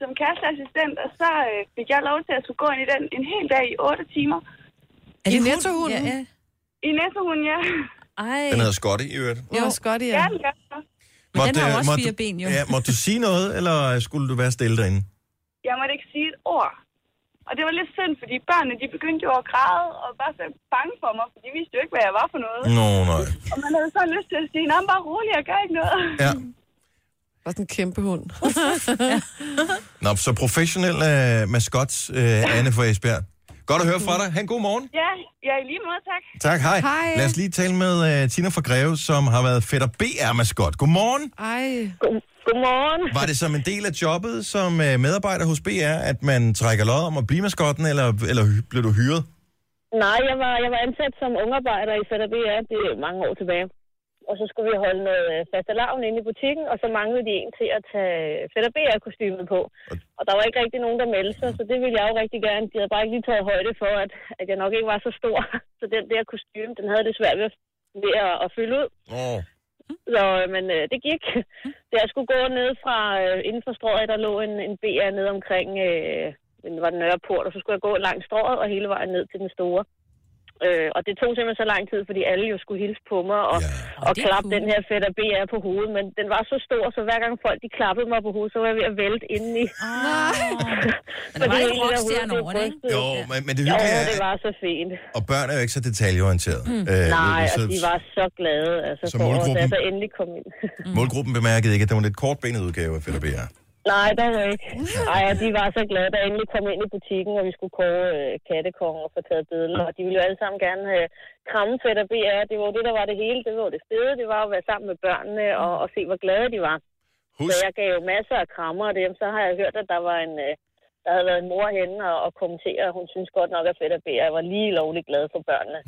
[SPEAKER 8] som kæresteassistent, og så øh, fik jeg lov til at skulle gå ind i den en hel dag i 8 timer.
[SPEAKER 4] Er
[SPEAKER 3] I
[SPEAKER 4] det hund?
[SPEAKER 3] nettohunden?
[SPEAKER 2] Ja, ja.
[SPEAKER 8] I Nettohunden, ja.
[SPEAKER 2] Ej,
[SPEAKER 1] Den hedder Scotty i øvrigt.
[SPEAKER 3] Det var Scotty,
[SPEAKER 8] Ja,
[SPEAKER 3] ja.
[SPEAKER 8] den gør så.
[SPEAKER 2] men den har
[SPEAKER 1] øh,
[SPEAKER 2] jo også
[SPEAKER 1] måtte
[SPEAKER 2] fire
[SPEAKER 1] du-
[SPEAKER 2] ben, jo. Mm.
[SPEAKER 1] Ja, måtte du sige noget, eller skulle du være stille derinde?
[SPEAKER 8] Jeg måtte ikke sige et ord. Og det var lidt synd, fordi børnene de begyndte jo at græde og var så bange for mig, for de vidste jo ikke, hvad jeg var for noget.
[SPEAKER 1] Nå, nej.
[SPEAKER 8] Og man havde så lyst til at sige, nej, bare rolig, jeg gør ikke noget.
[SPEAKER 1] Ja.
[SPEAKER 3] Det var sådan en kæmpe hund.
[SPEAKER 1] Nå, så professionel øh, maskot, øh, Anne fra Esbjerg. Godt at høre fra dig. Han god morgen.
[SPEAKER 8] Ja, ja, i lige måde, tak.
[SPEAKER 1] Tak, hej.
[SPEAKER 3] Hej.
[SPEAKER 1] Lad os lige tale med øh, Tina fra Greve, som har været fætter BR-maskot. Godmorgen.
[SPEAKER 3] Ej,
[SPEAKER 9] Godmorgen.
[SPEAKER 1] Var det som en del af jobbet som øh, medarbejder hos BR, at man trækker lod om at blive maskotten, eller, eller hy- blev du hyret?
[SPEAKER 9] Nej, jeg var, jeg var ansat som ungarbejder i Fætter BR, det er mange år tilbage. Og så skulle vi holde noget faste lavn inde i butikken, og så manglede de en til at tage Fætter BR-kostymet på. Og der var ikke rigtig nogen, der meldte sig, så det ville jeg jo rigtig gerne. De havde bare ikke lige taget højde for, at, at jeg nok ikke var så stor. Så den der kostume, den havde det svært ved, at- ved at, at fylde ud.
[SPEAKER 1] Åh.
[SPEAKER 9] Så, øh, men øh, det gik. Da jeg skulle gå ned fra øh, inden for strået, der lå en, en BR ned omkring, øh, den var den Nørreport, og så skulle jeg gå langs strået og hele vejen ned til den store. Øh, og det tog simpelthen så lang tid, fordi alle jo skulle hilse på mig og,
[SPEAKER 1] Ja.
[SPEAKER 9] ja, og
[SPEAKER 4] det er
[SPEAKER 9] klappe
[SPEAKER 4] cool.
[SPEAKER 9] den her fætter BR på hovedet. Men den var så stor, så hver gang folk de klappede mig på hovedet, så var jeg ved at vælte indeni.
[SPEAKER 4] Ah, men der
[SPEAKER 9] Fordi
[SPEAKER 4] var
[SPEAKER 9] hele
[SPEAKER 4] ikke
[SPEAKER 9] der
[SPEAKER 4] rockstjerne
[SPEAKER 9] hoved blev
[SPEAKER 4] over det, ikke?
[SPEAKER 9] rystet.
[SPEAKER 1] Jo, men, men det
[SPEAKER 9] Jo,
[SPEAKER 1] hyggelige er,
[SPEAKER 9] det var så fint.
[SPEAKER 1] og børn er jo ikke så detaljeorienteret. Mm. Øh,
[SPEAKER 9] Nej,
[SPEAKER 1] så,
[SPEAKER 9] og de var så glade, altså,
[SPEAKER 1] Så
[SPEAKER 9] for os,
[SPEAKER 1] målgruppen-
[SPEAKER 9] at jeg endelig kom ind.
[SPEAKER 1] Mm.
[SPEAKER 4] Mm.
[SPEAKER 1] Målgruppen bemærkede ikke, at det var en lidt kortbenet udgave af Fætter BR.
[SPEAKER 9] Nej, der var ikke. Ej, og de var så glade, da jeg endelig kom ind i butikken, og vi skulle kåre øh, kattekongen og få taget billeder. Og de ville jo alle sammen gerne have kramme fætter BR. Det var jo det, der var det hele. Det var jo det fede. Det var jo at være sammen med børnene og, og se, hvor glade de var. Så
[SPEAKER 1] Husk,
[SPEAKER 9] jeg gav jo masser af krammer, og dem, så har jeg hørt, at der var en... Øh, der havde været en mor henne og, og kommentere, og hun synes godt nok, at fætter BR var lige lovlig glad for børnene.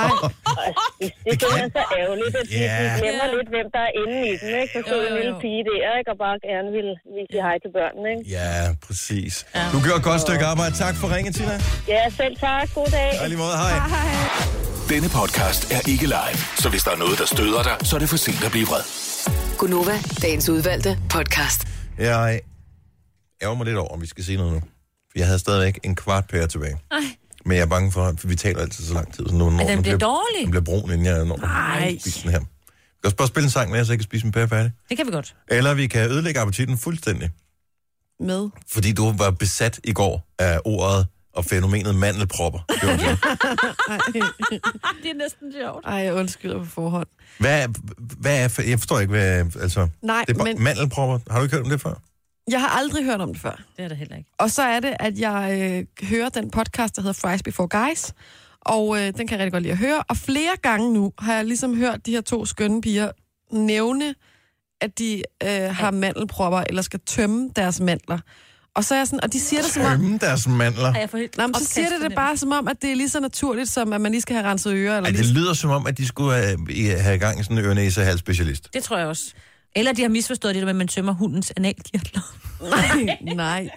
[SPEAKER 3] ej.
[SPEAKER 9] Og det, det
[SPEAKER 1] Det
[SPEAKER 9] synes
[SPEAKER 1] kan-
[SPEAKER 9] jeg er så ærgerligt, at de, de
[SPEAKER 1] Ja.
[SPEAKER 9] glemmer lidt, hvem der er inde i den. Ikke? Så stod
[SPEAKER 4] Jo, jo,
[SPEAKER 9] en lille
[SPEAKER 4] jo.
[SPEAKER 9] pige der, ikke? og bare gerne ville, ville sige hej til børnene. Ikke?
[SPEAKER 1] Ja, præcis. Du gjorde et godt stykke arbejde. Tak for ringen, Tina.
[SPEAKER 9] Ja, selv tak. God dag.
[SPEAKER 1] Og i lige måde, hej.
[SPEAKER 5] Denne podcast er ikke live, så hvis der er noget, der støder dig, så er det for sent at blive vred.
[SPEAKER 6] Gunova, dagens udvalgte podcast.
[SPEAKER 1] Jeg ærger mig lidt over, om vi skal sige noget nu. For jeg havde stadigvæk en kvart pære tilbage.
[SPEAKER 2] Ej,
[SPEAKER 1] Men jeg er bange for, at vi taler altid så lang tid. Så nu, når
[SPEAKER 4] den bliver dårlig.
[SPEAKER 1] Den bliver brun, inden jeg når at spise den her. Vi kan også bare spille en sang med, så jeg kan spise min pære færdig.
[SPEAKER 4] Det kan vi godt.
[SPEAKER 1] Eller vi kan ødelægge appetitten fuldstændig.
[SPEAKER 3] Med.
[SPEAKER 1] Fordi du var besat i går af ordet og fænomenet mandelpropper. Det var en joke.
[SPEAKER 2] det er næsten sjovt.
[SPEAKER 3] Ej, jeg undskylder på forhånd.
[SPEAKER 1] Hvad, hvad er, jeg forstår ikke, hvad, altså,
[SPEAKER 3] Nej,
[SPEAKER 1] det er bare,
[SPEAKER 3] men-
[SPEAKER 1] mandelpropper, har du ikke hørt om det før?
[SPEAKER 3] Jeg har aldrig hørt om det før.
[SPEAKER 4] Det er det heller ikke.
[SPEAKER 3] Og så er det, at jeg øh, hører den podcast, der hedder Fries Before Guys. Og øh, den kan jeg rigtig godt lide at høre. Og flere gange nu har jeg ligesom hørt de her to skønne piger nævne, at de øh, har mandelpropper, eller skal tømme deres mandler. Og så er jeg sådan, og de siger det som om...
[SPEAKER 1] Ømme deres mandler.
[SPEAKER 2] Ej, jeg får helt
[SPEAKER 3] Nej, men så siger det det bare som om, at det er lige så naturligt, som at man lige skal have renset ører. Eller
[SPEAKER 1] Ej, det
[SPEAKER 3] lige...
[SPEAKER 1] lyder som om, at de skulle have, i- have i gang i sådan en øre hals specialist.
[SPEAKER 4] Det tror jeg også. Eller de har misforstået det der med, at man tømmer hundens analkirtler.
[SPEAKER 3] Nej, nej.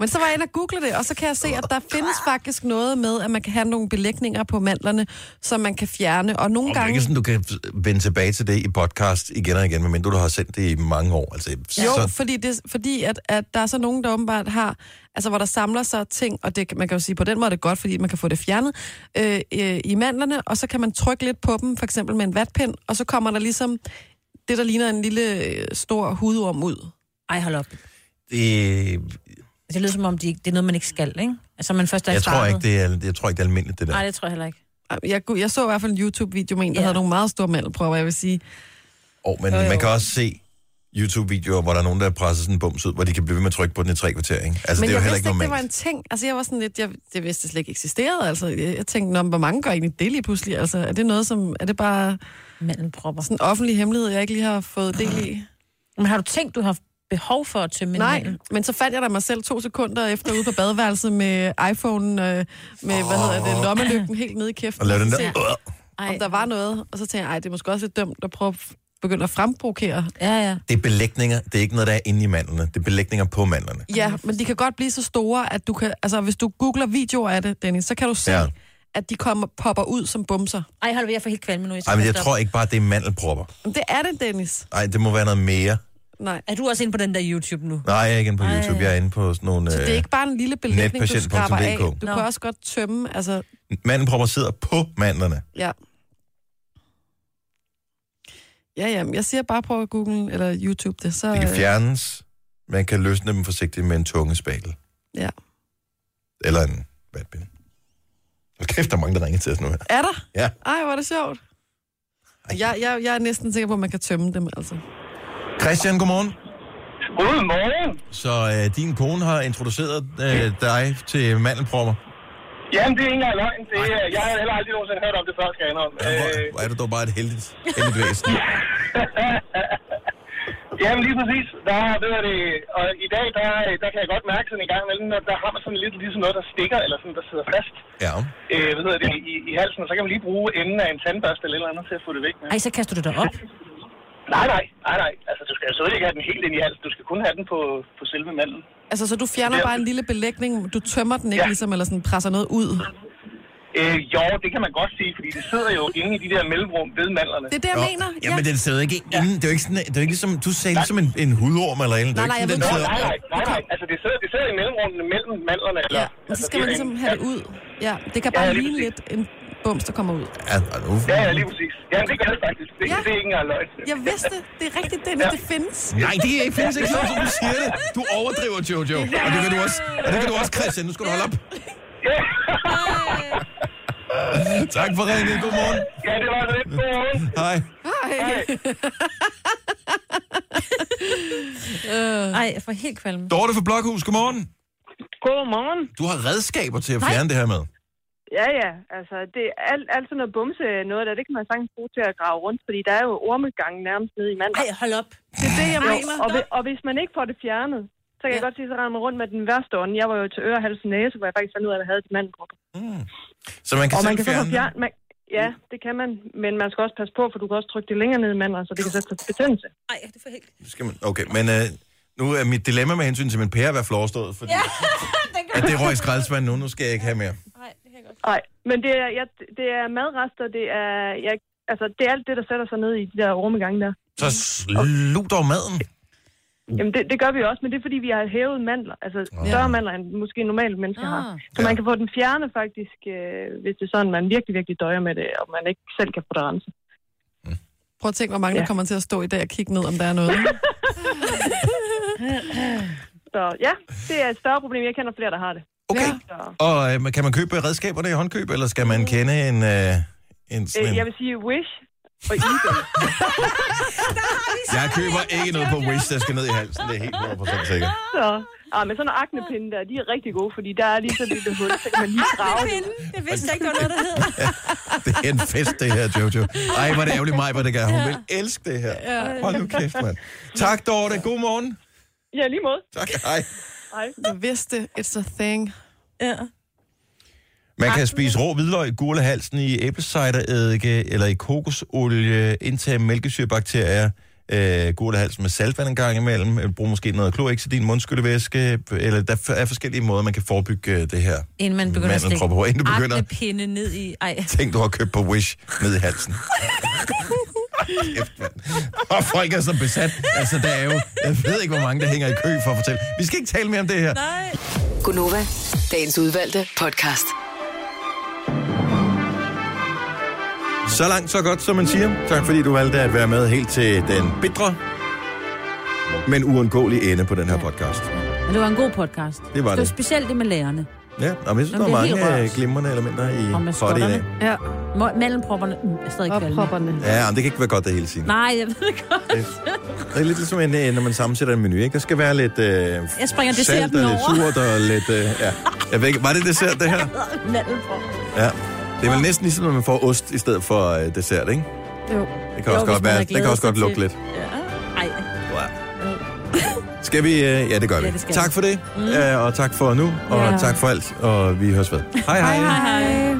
[SPEAKER 3] Men så var jeg inde og google det, og så kan jeg se, at der findes faktisk noget med, at man kan have nogle belægninger på mandlerne, som man kan fjerne. Og nogle
[SPEAKER 1] Og det er
[SPEAKER 3] gange...
[SPEAKER 1] ikke sådan, du kan vende tilbage til det i podcast igen og igen, medmindre du har sendt det i mange år. Altså,
[SPEAKER 3] Jo,
[SPEAKER 1] så,
[SPEAKER 3] fordi, det, fordi at, at der er så nogen, der åbenbart har, altså hvor der samler sig ting, og det, kan- man kan jo sige, på den måde er det godt, fordi man kan få det fjernet øh, øh, i mandlerne, og så kan man trykke lidt på dem, for eksempel med en vatpind, og så kommer der ligesom det, der ligner en lille øh, stor hudorm ud.
[SPEAKER 4] Ej, hold op.
[SPEAKER 1] det,
[SPEAKER 4] Det lyder som om, de ikke, det er noget, man ikke skal, ikke? Altså, man først er
[SPEAKER 1] jeg, tror
[SPEAKER 4] startet.
[SPEAKER 1] ikke, det er, jeg tror ikke, det er almindeligt, det der.
[SPEAKER 4] Nej, det tror jeg heller ikke.
[SPEAKER 3] Jeg, gu- jeg så i hvert fald en YouTube-video med en, der
[SPEAKER 4] Ja.
[SPEAKER 3] ja. havde nogle meget store mandelpropper, jeg vil sige.
[SPEAKER 1] Og, men man kan også se YouTube-videoer, hvor der er nogen, der presser sådan en bums ud, hvor de kan blive ved med at trykke på den i tre kvarter, ikke? Altså,
[SPEAKER 3] Men
[SPEAKER 1] det er jo
[SPEAKER 3] jeg
[SPEAKER 1] heller ikke
[SPEAKER 3] vidste ikke, det
[SPEAKER 1] normalt.
[SPEAKER 3] var en ting. Altså, jeg var sådan lidt, jeg, jeg vidste det slet ikke eksisterede. Altså, jeg, jeg tænkte, Nå, men hvor mange gør egentlig det lige pludselig? Altså, er det noget som, er det bare
[SPEAKER 4] Mandelpropper.
[SPEAKER 3] sådan en offentlig hemmelighed, jeg ikke lige har fået del i?
[SPEAKER 4] Men har du tænkt, du har haft behov for at tømme en
[SPEAKER 3] Nej,
[SPEAKER 4] mandel?
[SPEAKER 3] men så fandt jeg da mig selv to sekunder efter ude på badeværelset med iPhone, øh, med, oh. hvad hedder det, lommelygten helt nede i kæften.
[SPEAKER 1] Og lave den
[SPEAKER 3] Så
[SPEAKER 1] der...
[SPEAKER 3] tænkte jeg, om der var noget, og så tænkte jeg, ej, det er måske også lidt dumt at prøve at f- begynde at fremprovokere.
[SPEAKER 4] Ja, ja.
[SPEAKER 1] Det er belægninger. Det er ikke noget, der er inde i mandlerne. Det er belægninger på mandlerne.
[SPEAKER 3] Ja, men de kan godt blive så store, at du kan, altså hvis du googler videoer af det, Dennis, så kan du se,
[SPEAKER 1] Ja.
[SPEAKER 3] ja. at de kommer, popper ud som bumser.
[SPEAKER 10] Ej, hold da, jeg får helt kvalme nu. Jeg
[SPEAKER 1] Ej, men jeg
[SPEAKER 10] stoppe.
[SPEAKER 1] tror ikke bare, det er mandelpropper.
[SPEAKER 3] Men det er det, Dennis.
[SPEAKER 1] Nej, det må være noget mere.
[SPEAKER 3] Nej.
[SPEAKER 10] Er du også inde på den der YouTube nu?
[SPEAKER 1] Nej, jeg er ikke inde på YouTube. Jeg er inde på sådan nogle... øh,
[SPEAKER 3] Så det er ikke bare en lille belægning, du
[SPEAKER 1] netpatient.dk.
[SPEAKER 3] skraber af. Du
[SPEAKER 10] Nå.
[SPEAKER 3] kan også godt tømme, altså,
[SPEAKER 1] øh, Mandelpropper sidder på mandlerne.
[SPEAKER 3] ja. Ja, ja, men jeg siger bare, prøv at google eller YouTube det, så...
[SPEAKER 1] De kan
[SPEAKER 3] øh,
[SPEAKER 1] fjernes. Man kan løsne dem forsigtigt med en tungespadel.
[SPEAKER 3] Ja.
[SPEAKER 1] Eller en vatpind. Hold kæft, der er mange, der ringer til os nu her.
[SPEAKER 3] Er der?
[SPEAKER 1] Ja.
[SPEAKER 3] Ej, hvor er det sjovt. Jeg, jeg, jeg er næsten sikker på, at man kan tømme dem, altså.
[SPEAKER 1] Christian, godmorgen.
[SPEAKER 7] Godmorgen.
[SPEAKER 1] Så øh, din kone har introduceret øh, dig til mandelpropper.
[SPEAKER 7] Jamen, det er ikke engang løgn. Det, er- jeg har heller aldrig nogensinde hørt om det før, skal jeg indrømme.
[SPEAKER 1] Ja, hvor,
[SPEAKER 7] Øh,
[SPEAKER 1] hvor er du dog bare et heldigt, heldigt væsen.
[SPEAKER 7] Jamen lige præcis. Der, ved jeg det, og i dag, der, der kan jeg godt mærke sådan en gang imellem, at der har man sådan lidt ligesom noget, der stikker, eller sådan, der sidder fast
[SPEAKER 1] Ja.
[SPEAKER 7] øh, hvad hedder det, i, i halsen, og så kan man lige bruge enden af en tandbørste eller et eller andet til at få det væk med.
[SPEAKER 10] Ej, så kaster du det op.
[SPEAKER 7] Nej, nej, nej, nej. Altså, du skal jo selvfølgelig ikke have den helt ind i halsen. Du skal kun have den på, på selve mandlen.
[SPEAKER 3] Altså, så du fjerner
[SPEAKER 7] Ja.
[SPEAKER 3] bare en lille belægning, du tømmer den ikke
[SPEAKER 7] Ja.
[SPEAKER 3] ligesom, eller sådan presser noget ud.
[SPEAKER 7] Øh, jo, det kan man godt sige, fordi det sidder jo inde i de der mellemrum ved mandlerne.
[SPEAKER 3] Det er det, jeg mener.
[SPEAKER 1] Nå, Jamen, den sidder ikke inden. Det er jo ikke, sådan, det er jo ikke som, du sagde det som en, en hudorm eller en. Det er
[SPEAKER 3] Nej,
[SPEAKER 1] jo ikke sådan,
[SPEAKER 3] nej, jeg
[SPEAKER 7] Nå,
[SPEAKER 1] den
[SPEAKER 3] ved
[SPEAKER 1] sidder.
[SPEAKER 7] nej, nej, nej, nej. Altså, det sidder, det sidder i mellemrummene mellem mandlerne. Eller, altså,
[SPEAKER 3] Ja, men så skal
[SPEAKER 7] det
[SPEAKER 3] man
[SPEAKER 7] er
[SPEAKER 3] ligesom
[SPEAKER 7] en-
[SPEAKER 3] have det ud. Ja, det kan
[SPEAKER 7] Ja,
[SPEAKER 3] bare
[SPEAKER 7] lige
[SPEAKER 3] ligne lidt en bums, der kommer ud.
[SPEAKER 1] Ja, og nu,
[SPEAKER 7] Ja, ja, lige præcis. Jamen, det gør det faktisk. Det,
[SPEAKER 3] Ja.
[SPEAKER 7] ja. det er ikke engang løgn.
[SPEAKER 3] Jeg vidste, det er rigtigt, Dennis,
[SPEAKER 7] Ja.
[SPEAKER 3] det findes.
[SPEAKER 1] Nej, det er ikke findes ikke sådan, som du siger det. Du overdriver, Jojo. Og det kan du også, og det kan du også Christian. Nu skal du holde op.
[SPEAKER 7] Ja,
[SPEAKER 1] Tak for ringen. Godmorgen.
[SPEAKER 7] ja det var så lidt godmorgen.
[SPEAKER 1] Hej.
[SPEAKER 3] Hej.
[SPEAKER 10] Ej, jeg får helt kvalme.
[SPEAKER 1] Dorte fra Blokhus, godmorgen.
[SPEAKER 11] Godmorgen.
[SPEAKER 1] Du har redskaber til at fjerne det her med.
[SPEAKER 11] Ja, ja. Altså, det er alt, alt sådan noget bumse noget der, det kan man sagtens bruge til at grave rundt, fordi der er jo ormegang nærmest nede i mandler.
[SPEAKER 10] Ej, hold op.
[SPEAKER 3] Det er det, jeg
[SPEAKER 11] Jo,
[SPEAKER 3] mener.
[SPEAKER 11] og, hvi- og hvis man ikke får det fjernet, så kan ja. jeg godt sige, så render man rundt med den værste ånd. Jeg var jo til øre, hals og næse, hvor jeg faktisk fandt ud af, at jeg havde et mandbrug.
[SPEAKER 1] Så man kan
[SPEAKER 11] Og man
[SPEAKER 1] selv
[SPEAKER 11] kan så få
[SPEAKER 1] fjerne det. Mm.
[SPEAKER 11] fjernet... Man, ja, det kan man, men man skal også passe på, for du kan også trykke det længere ned i mandler, så det kan sætte sig til betændelse.
[SPEAKER 10] Ej, det får helt...
[SPEAKER 1] Skal man, okay, men øh, nu er mit dilemma med hensyn til min pære været forestået, fordi at det røg i skraldespanden nu, nu skal jeg ikke have mere.
[SPEAKER 11] Nej, men det er, jeg, det er madrester, det er, jeg, altså, det er alt det, der sætter sig ned i de der ormegange der.
[SPEAKER 1] Så slut over maden.
[SPEAKER 11] Jamen, det, det gør vi også, men det er, fordi vi har hævet mandler. Altså, større mandler, end måske normale
[SPEAKER 10] Ah.
[SPEAKER 11] mennesker har. Så man kan få den fjernet faktisk, øh, hvis det er sådan, man virkelig, virkelig døjer med det, og man ikke selv kan få det renset.
[SPEAKER 3] Prøv at tænke, hvor mange der
[SPEAKER 11] Ja.
[SPEAKER 3] kommer til at stå i dag og kigge ned, om der er noget.
[SPEAKER 11] Så ja, det er et større problem. Jeg kender flere, der har det.
[SPEAKER 1] Okay.
[SPEAKER 11] Så,
[SPEAKER 1] Og øh, kan man købe redskaberne i håndkøb, eller skal man kende en... Øh, en, sådan
[SPEAKER 11] øh,
[SPEAKER 1] en...
[SPEAKER 11] jeg vil sige wish og eBay.
[SPEAKER 1] Jeg køber ikke noget på Wish, der skal ned i halsen. Det er helt 100% sikkert.
[SPEAKER 11] Så, ah, men sådan nogle aknepinde der, de er rigtig gode, fordi der er lige sådan et lille hul, så kan man lige grave det.
[SPEAKER 10] Jeg vidste ikke, der var noget, der hed.
[SPEAKER 1] Det er en fest, det her, Jojo. Ej, hvor er det ærgerligt mig, hvor det gør. Hun vil elske det her. Hold nu kæft, mand. Tak, Dorte. God morgen.
[SPEAKER 11] Ja, lige måde.
[SPEAKER 1] Tak. Hej.
[SPEAKER 11] Hej.
[SPEAKER 3] Jeg vidste, it's a thing.
[SPEAKER 1] Man kan spise rå hvidløg, gul af halsen i æblecideræddike eller i kokosolie, indtage mælkesyrebakterier, øh, gul af halsen med saltvand en gang imellem, øh, brug måske noget klorexidin, mundskyllevæske, eller der f- er forskellige måder, man kan forebygge øh, det her.
[SPEAKER 10] Inden man begynder at stikke
[SPEAKER 1] Mandelpropper, inden du begynder.
[SPEAKER 10] aknepinde ned i... Ej,
[SPEAKER 1] Tænk, du har købt på Wish ned i halsen. Kæft, mand. Og folk er så besat. Altså, der er jo... Jeg ved ikke, hvor mange, der hænger i kø for at fortælle. Vi skal ikke tale mere om det her.
[SPEAKER 6] Gunova, dagens udvalgte podcast.
[SPEAKER 1] Så langt, så godt, som man siger. Tak fordi du valgte at være med helt til den bitre, men uundgåelige ende på den her podcast.
[SPEAKER 4] Men det var en god podcast.
[SPEAKER 1] Det var
[SPEAKER 4] Det var
[SPEAKER 1] det.
[SPEAKER 4] specielt det med lærerne.
[SPEAKER 1] Ja, og jeg synes,
[SPEAKER 4] Nå,
[SPEAKER 1] der er
[SPEAKER 4] men det er helt
[SPEAKER 1] mange
[SPEAKER 4] rørt.
[SPEAKER 1] øh, glimrende elementer
[SPEAKER 4] Og
[SPEAKER 1] i
[SPEAKER 4] med
[SPEAKER 1] for det i dag.
[SPEAKER 4] skotterne.
[SPEAKER 3] Ja,
[SPEAKER 4] Mo- Mellempropperne mm, er stadig
[SPEAKER 3] og
[SPEAKER 4] kvalme.
[SPEAKER 3] propperne.
[SPEAKER 1] Ja, men det kan ikke være godt, det hele tiden.
[SPEAKER 4] Nej, jeg ved det godt.
[SPEAKER 1] Det er lidt ligesom, en, øh, når man sammensætter en menu, ikke? Der skal være lidt øh, jeg
[SPEAKER 4] springer
[SPEAKER 1] salt
[SPEAKER 4] desserten
[SPEAKER 1] og lidt
[SPEAKER 4] over.
[SPEAKER 1] surt og lidt... Øh, ja. Jeg ved ikke, var det dessert, det her?
[SPEAKER 4] Mandelpropper.
[SPEAKER 1] Ja. Det er vel næsten ligesom, når man får ost i stedet for øh, dessert, ikke?
[SPEAKER 4] Jo.
[SPEAKER 1] Det kan også
[SPEAKER 4] hvis
[SPEAKER 1] godt,
[SPEAKER 4] man
[SPEAKER 1] være,
[SPEAKER 4] havde
[SPEAKER 1] det kan
[SPEAKER 4] glædet
[SPEAKER 1] også
[SPEAKER 4] sig
[SPEAKER 1] godt lugte
[SPEAKER 4] til-
[SPEAKER 1] lidt.
[SPEAKER 4] Ja. Ej,
[SPEAKER 1] Wow. Skal vi? øh, Ja, det gør vi. Mm.
[SPEAKER 4] Ja, det skal
[SPEAKER 1] tak
[SPEAKER 4] vi.
[SPEAKER 1] for det, øh, og tak for nu, og tak for alt, og vi høres ved. Hej hej.
[SPEAKER 4] hej.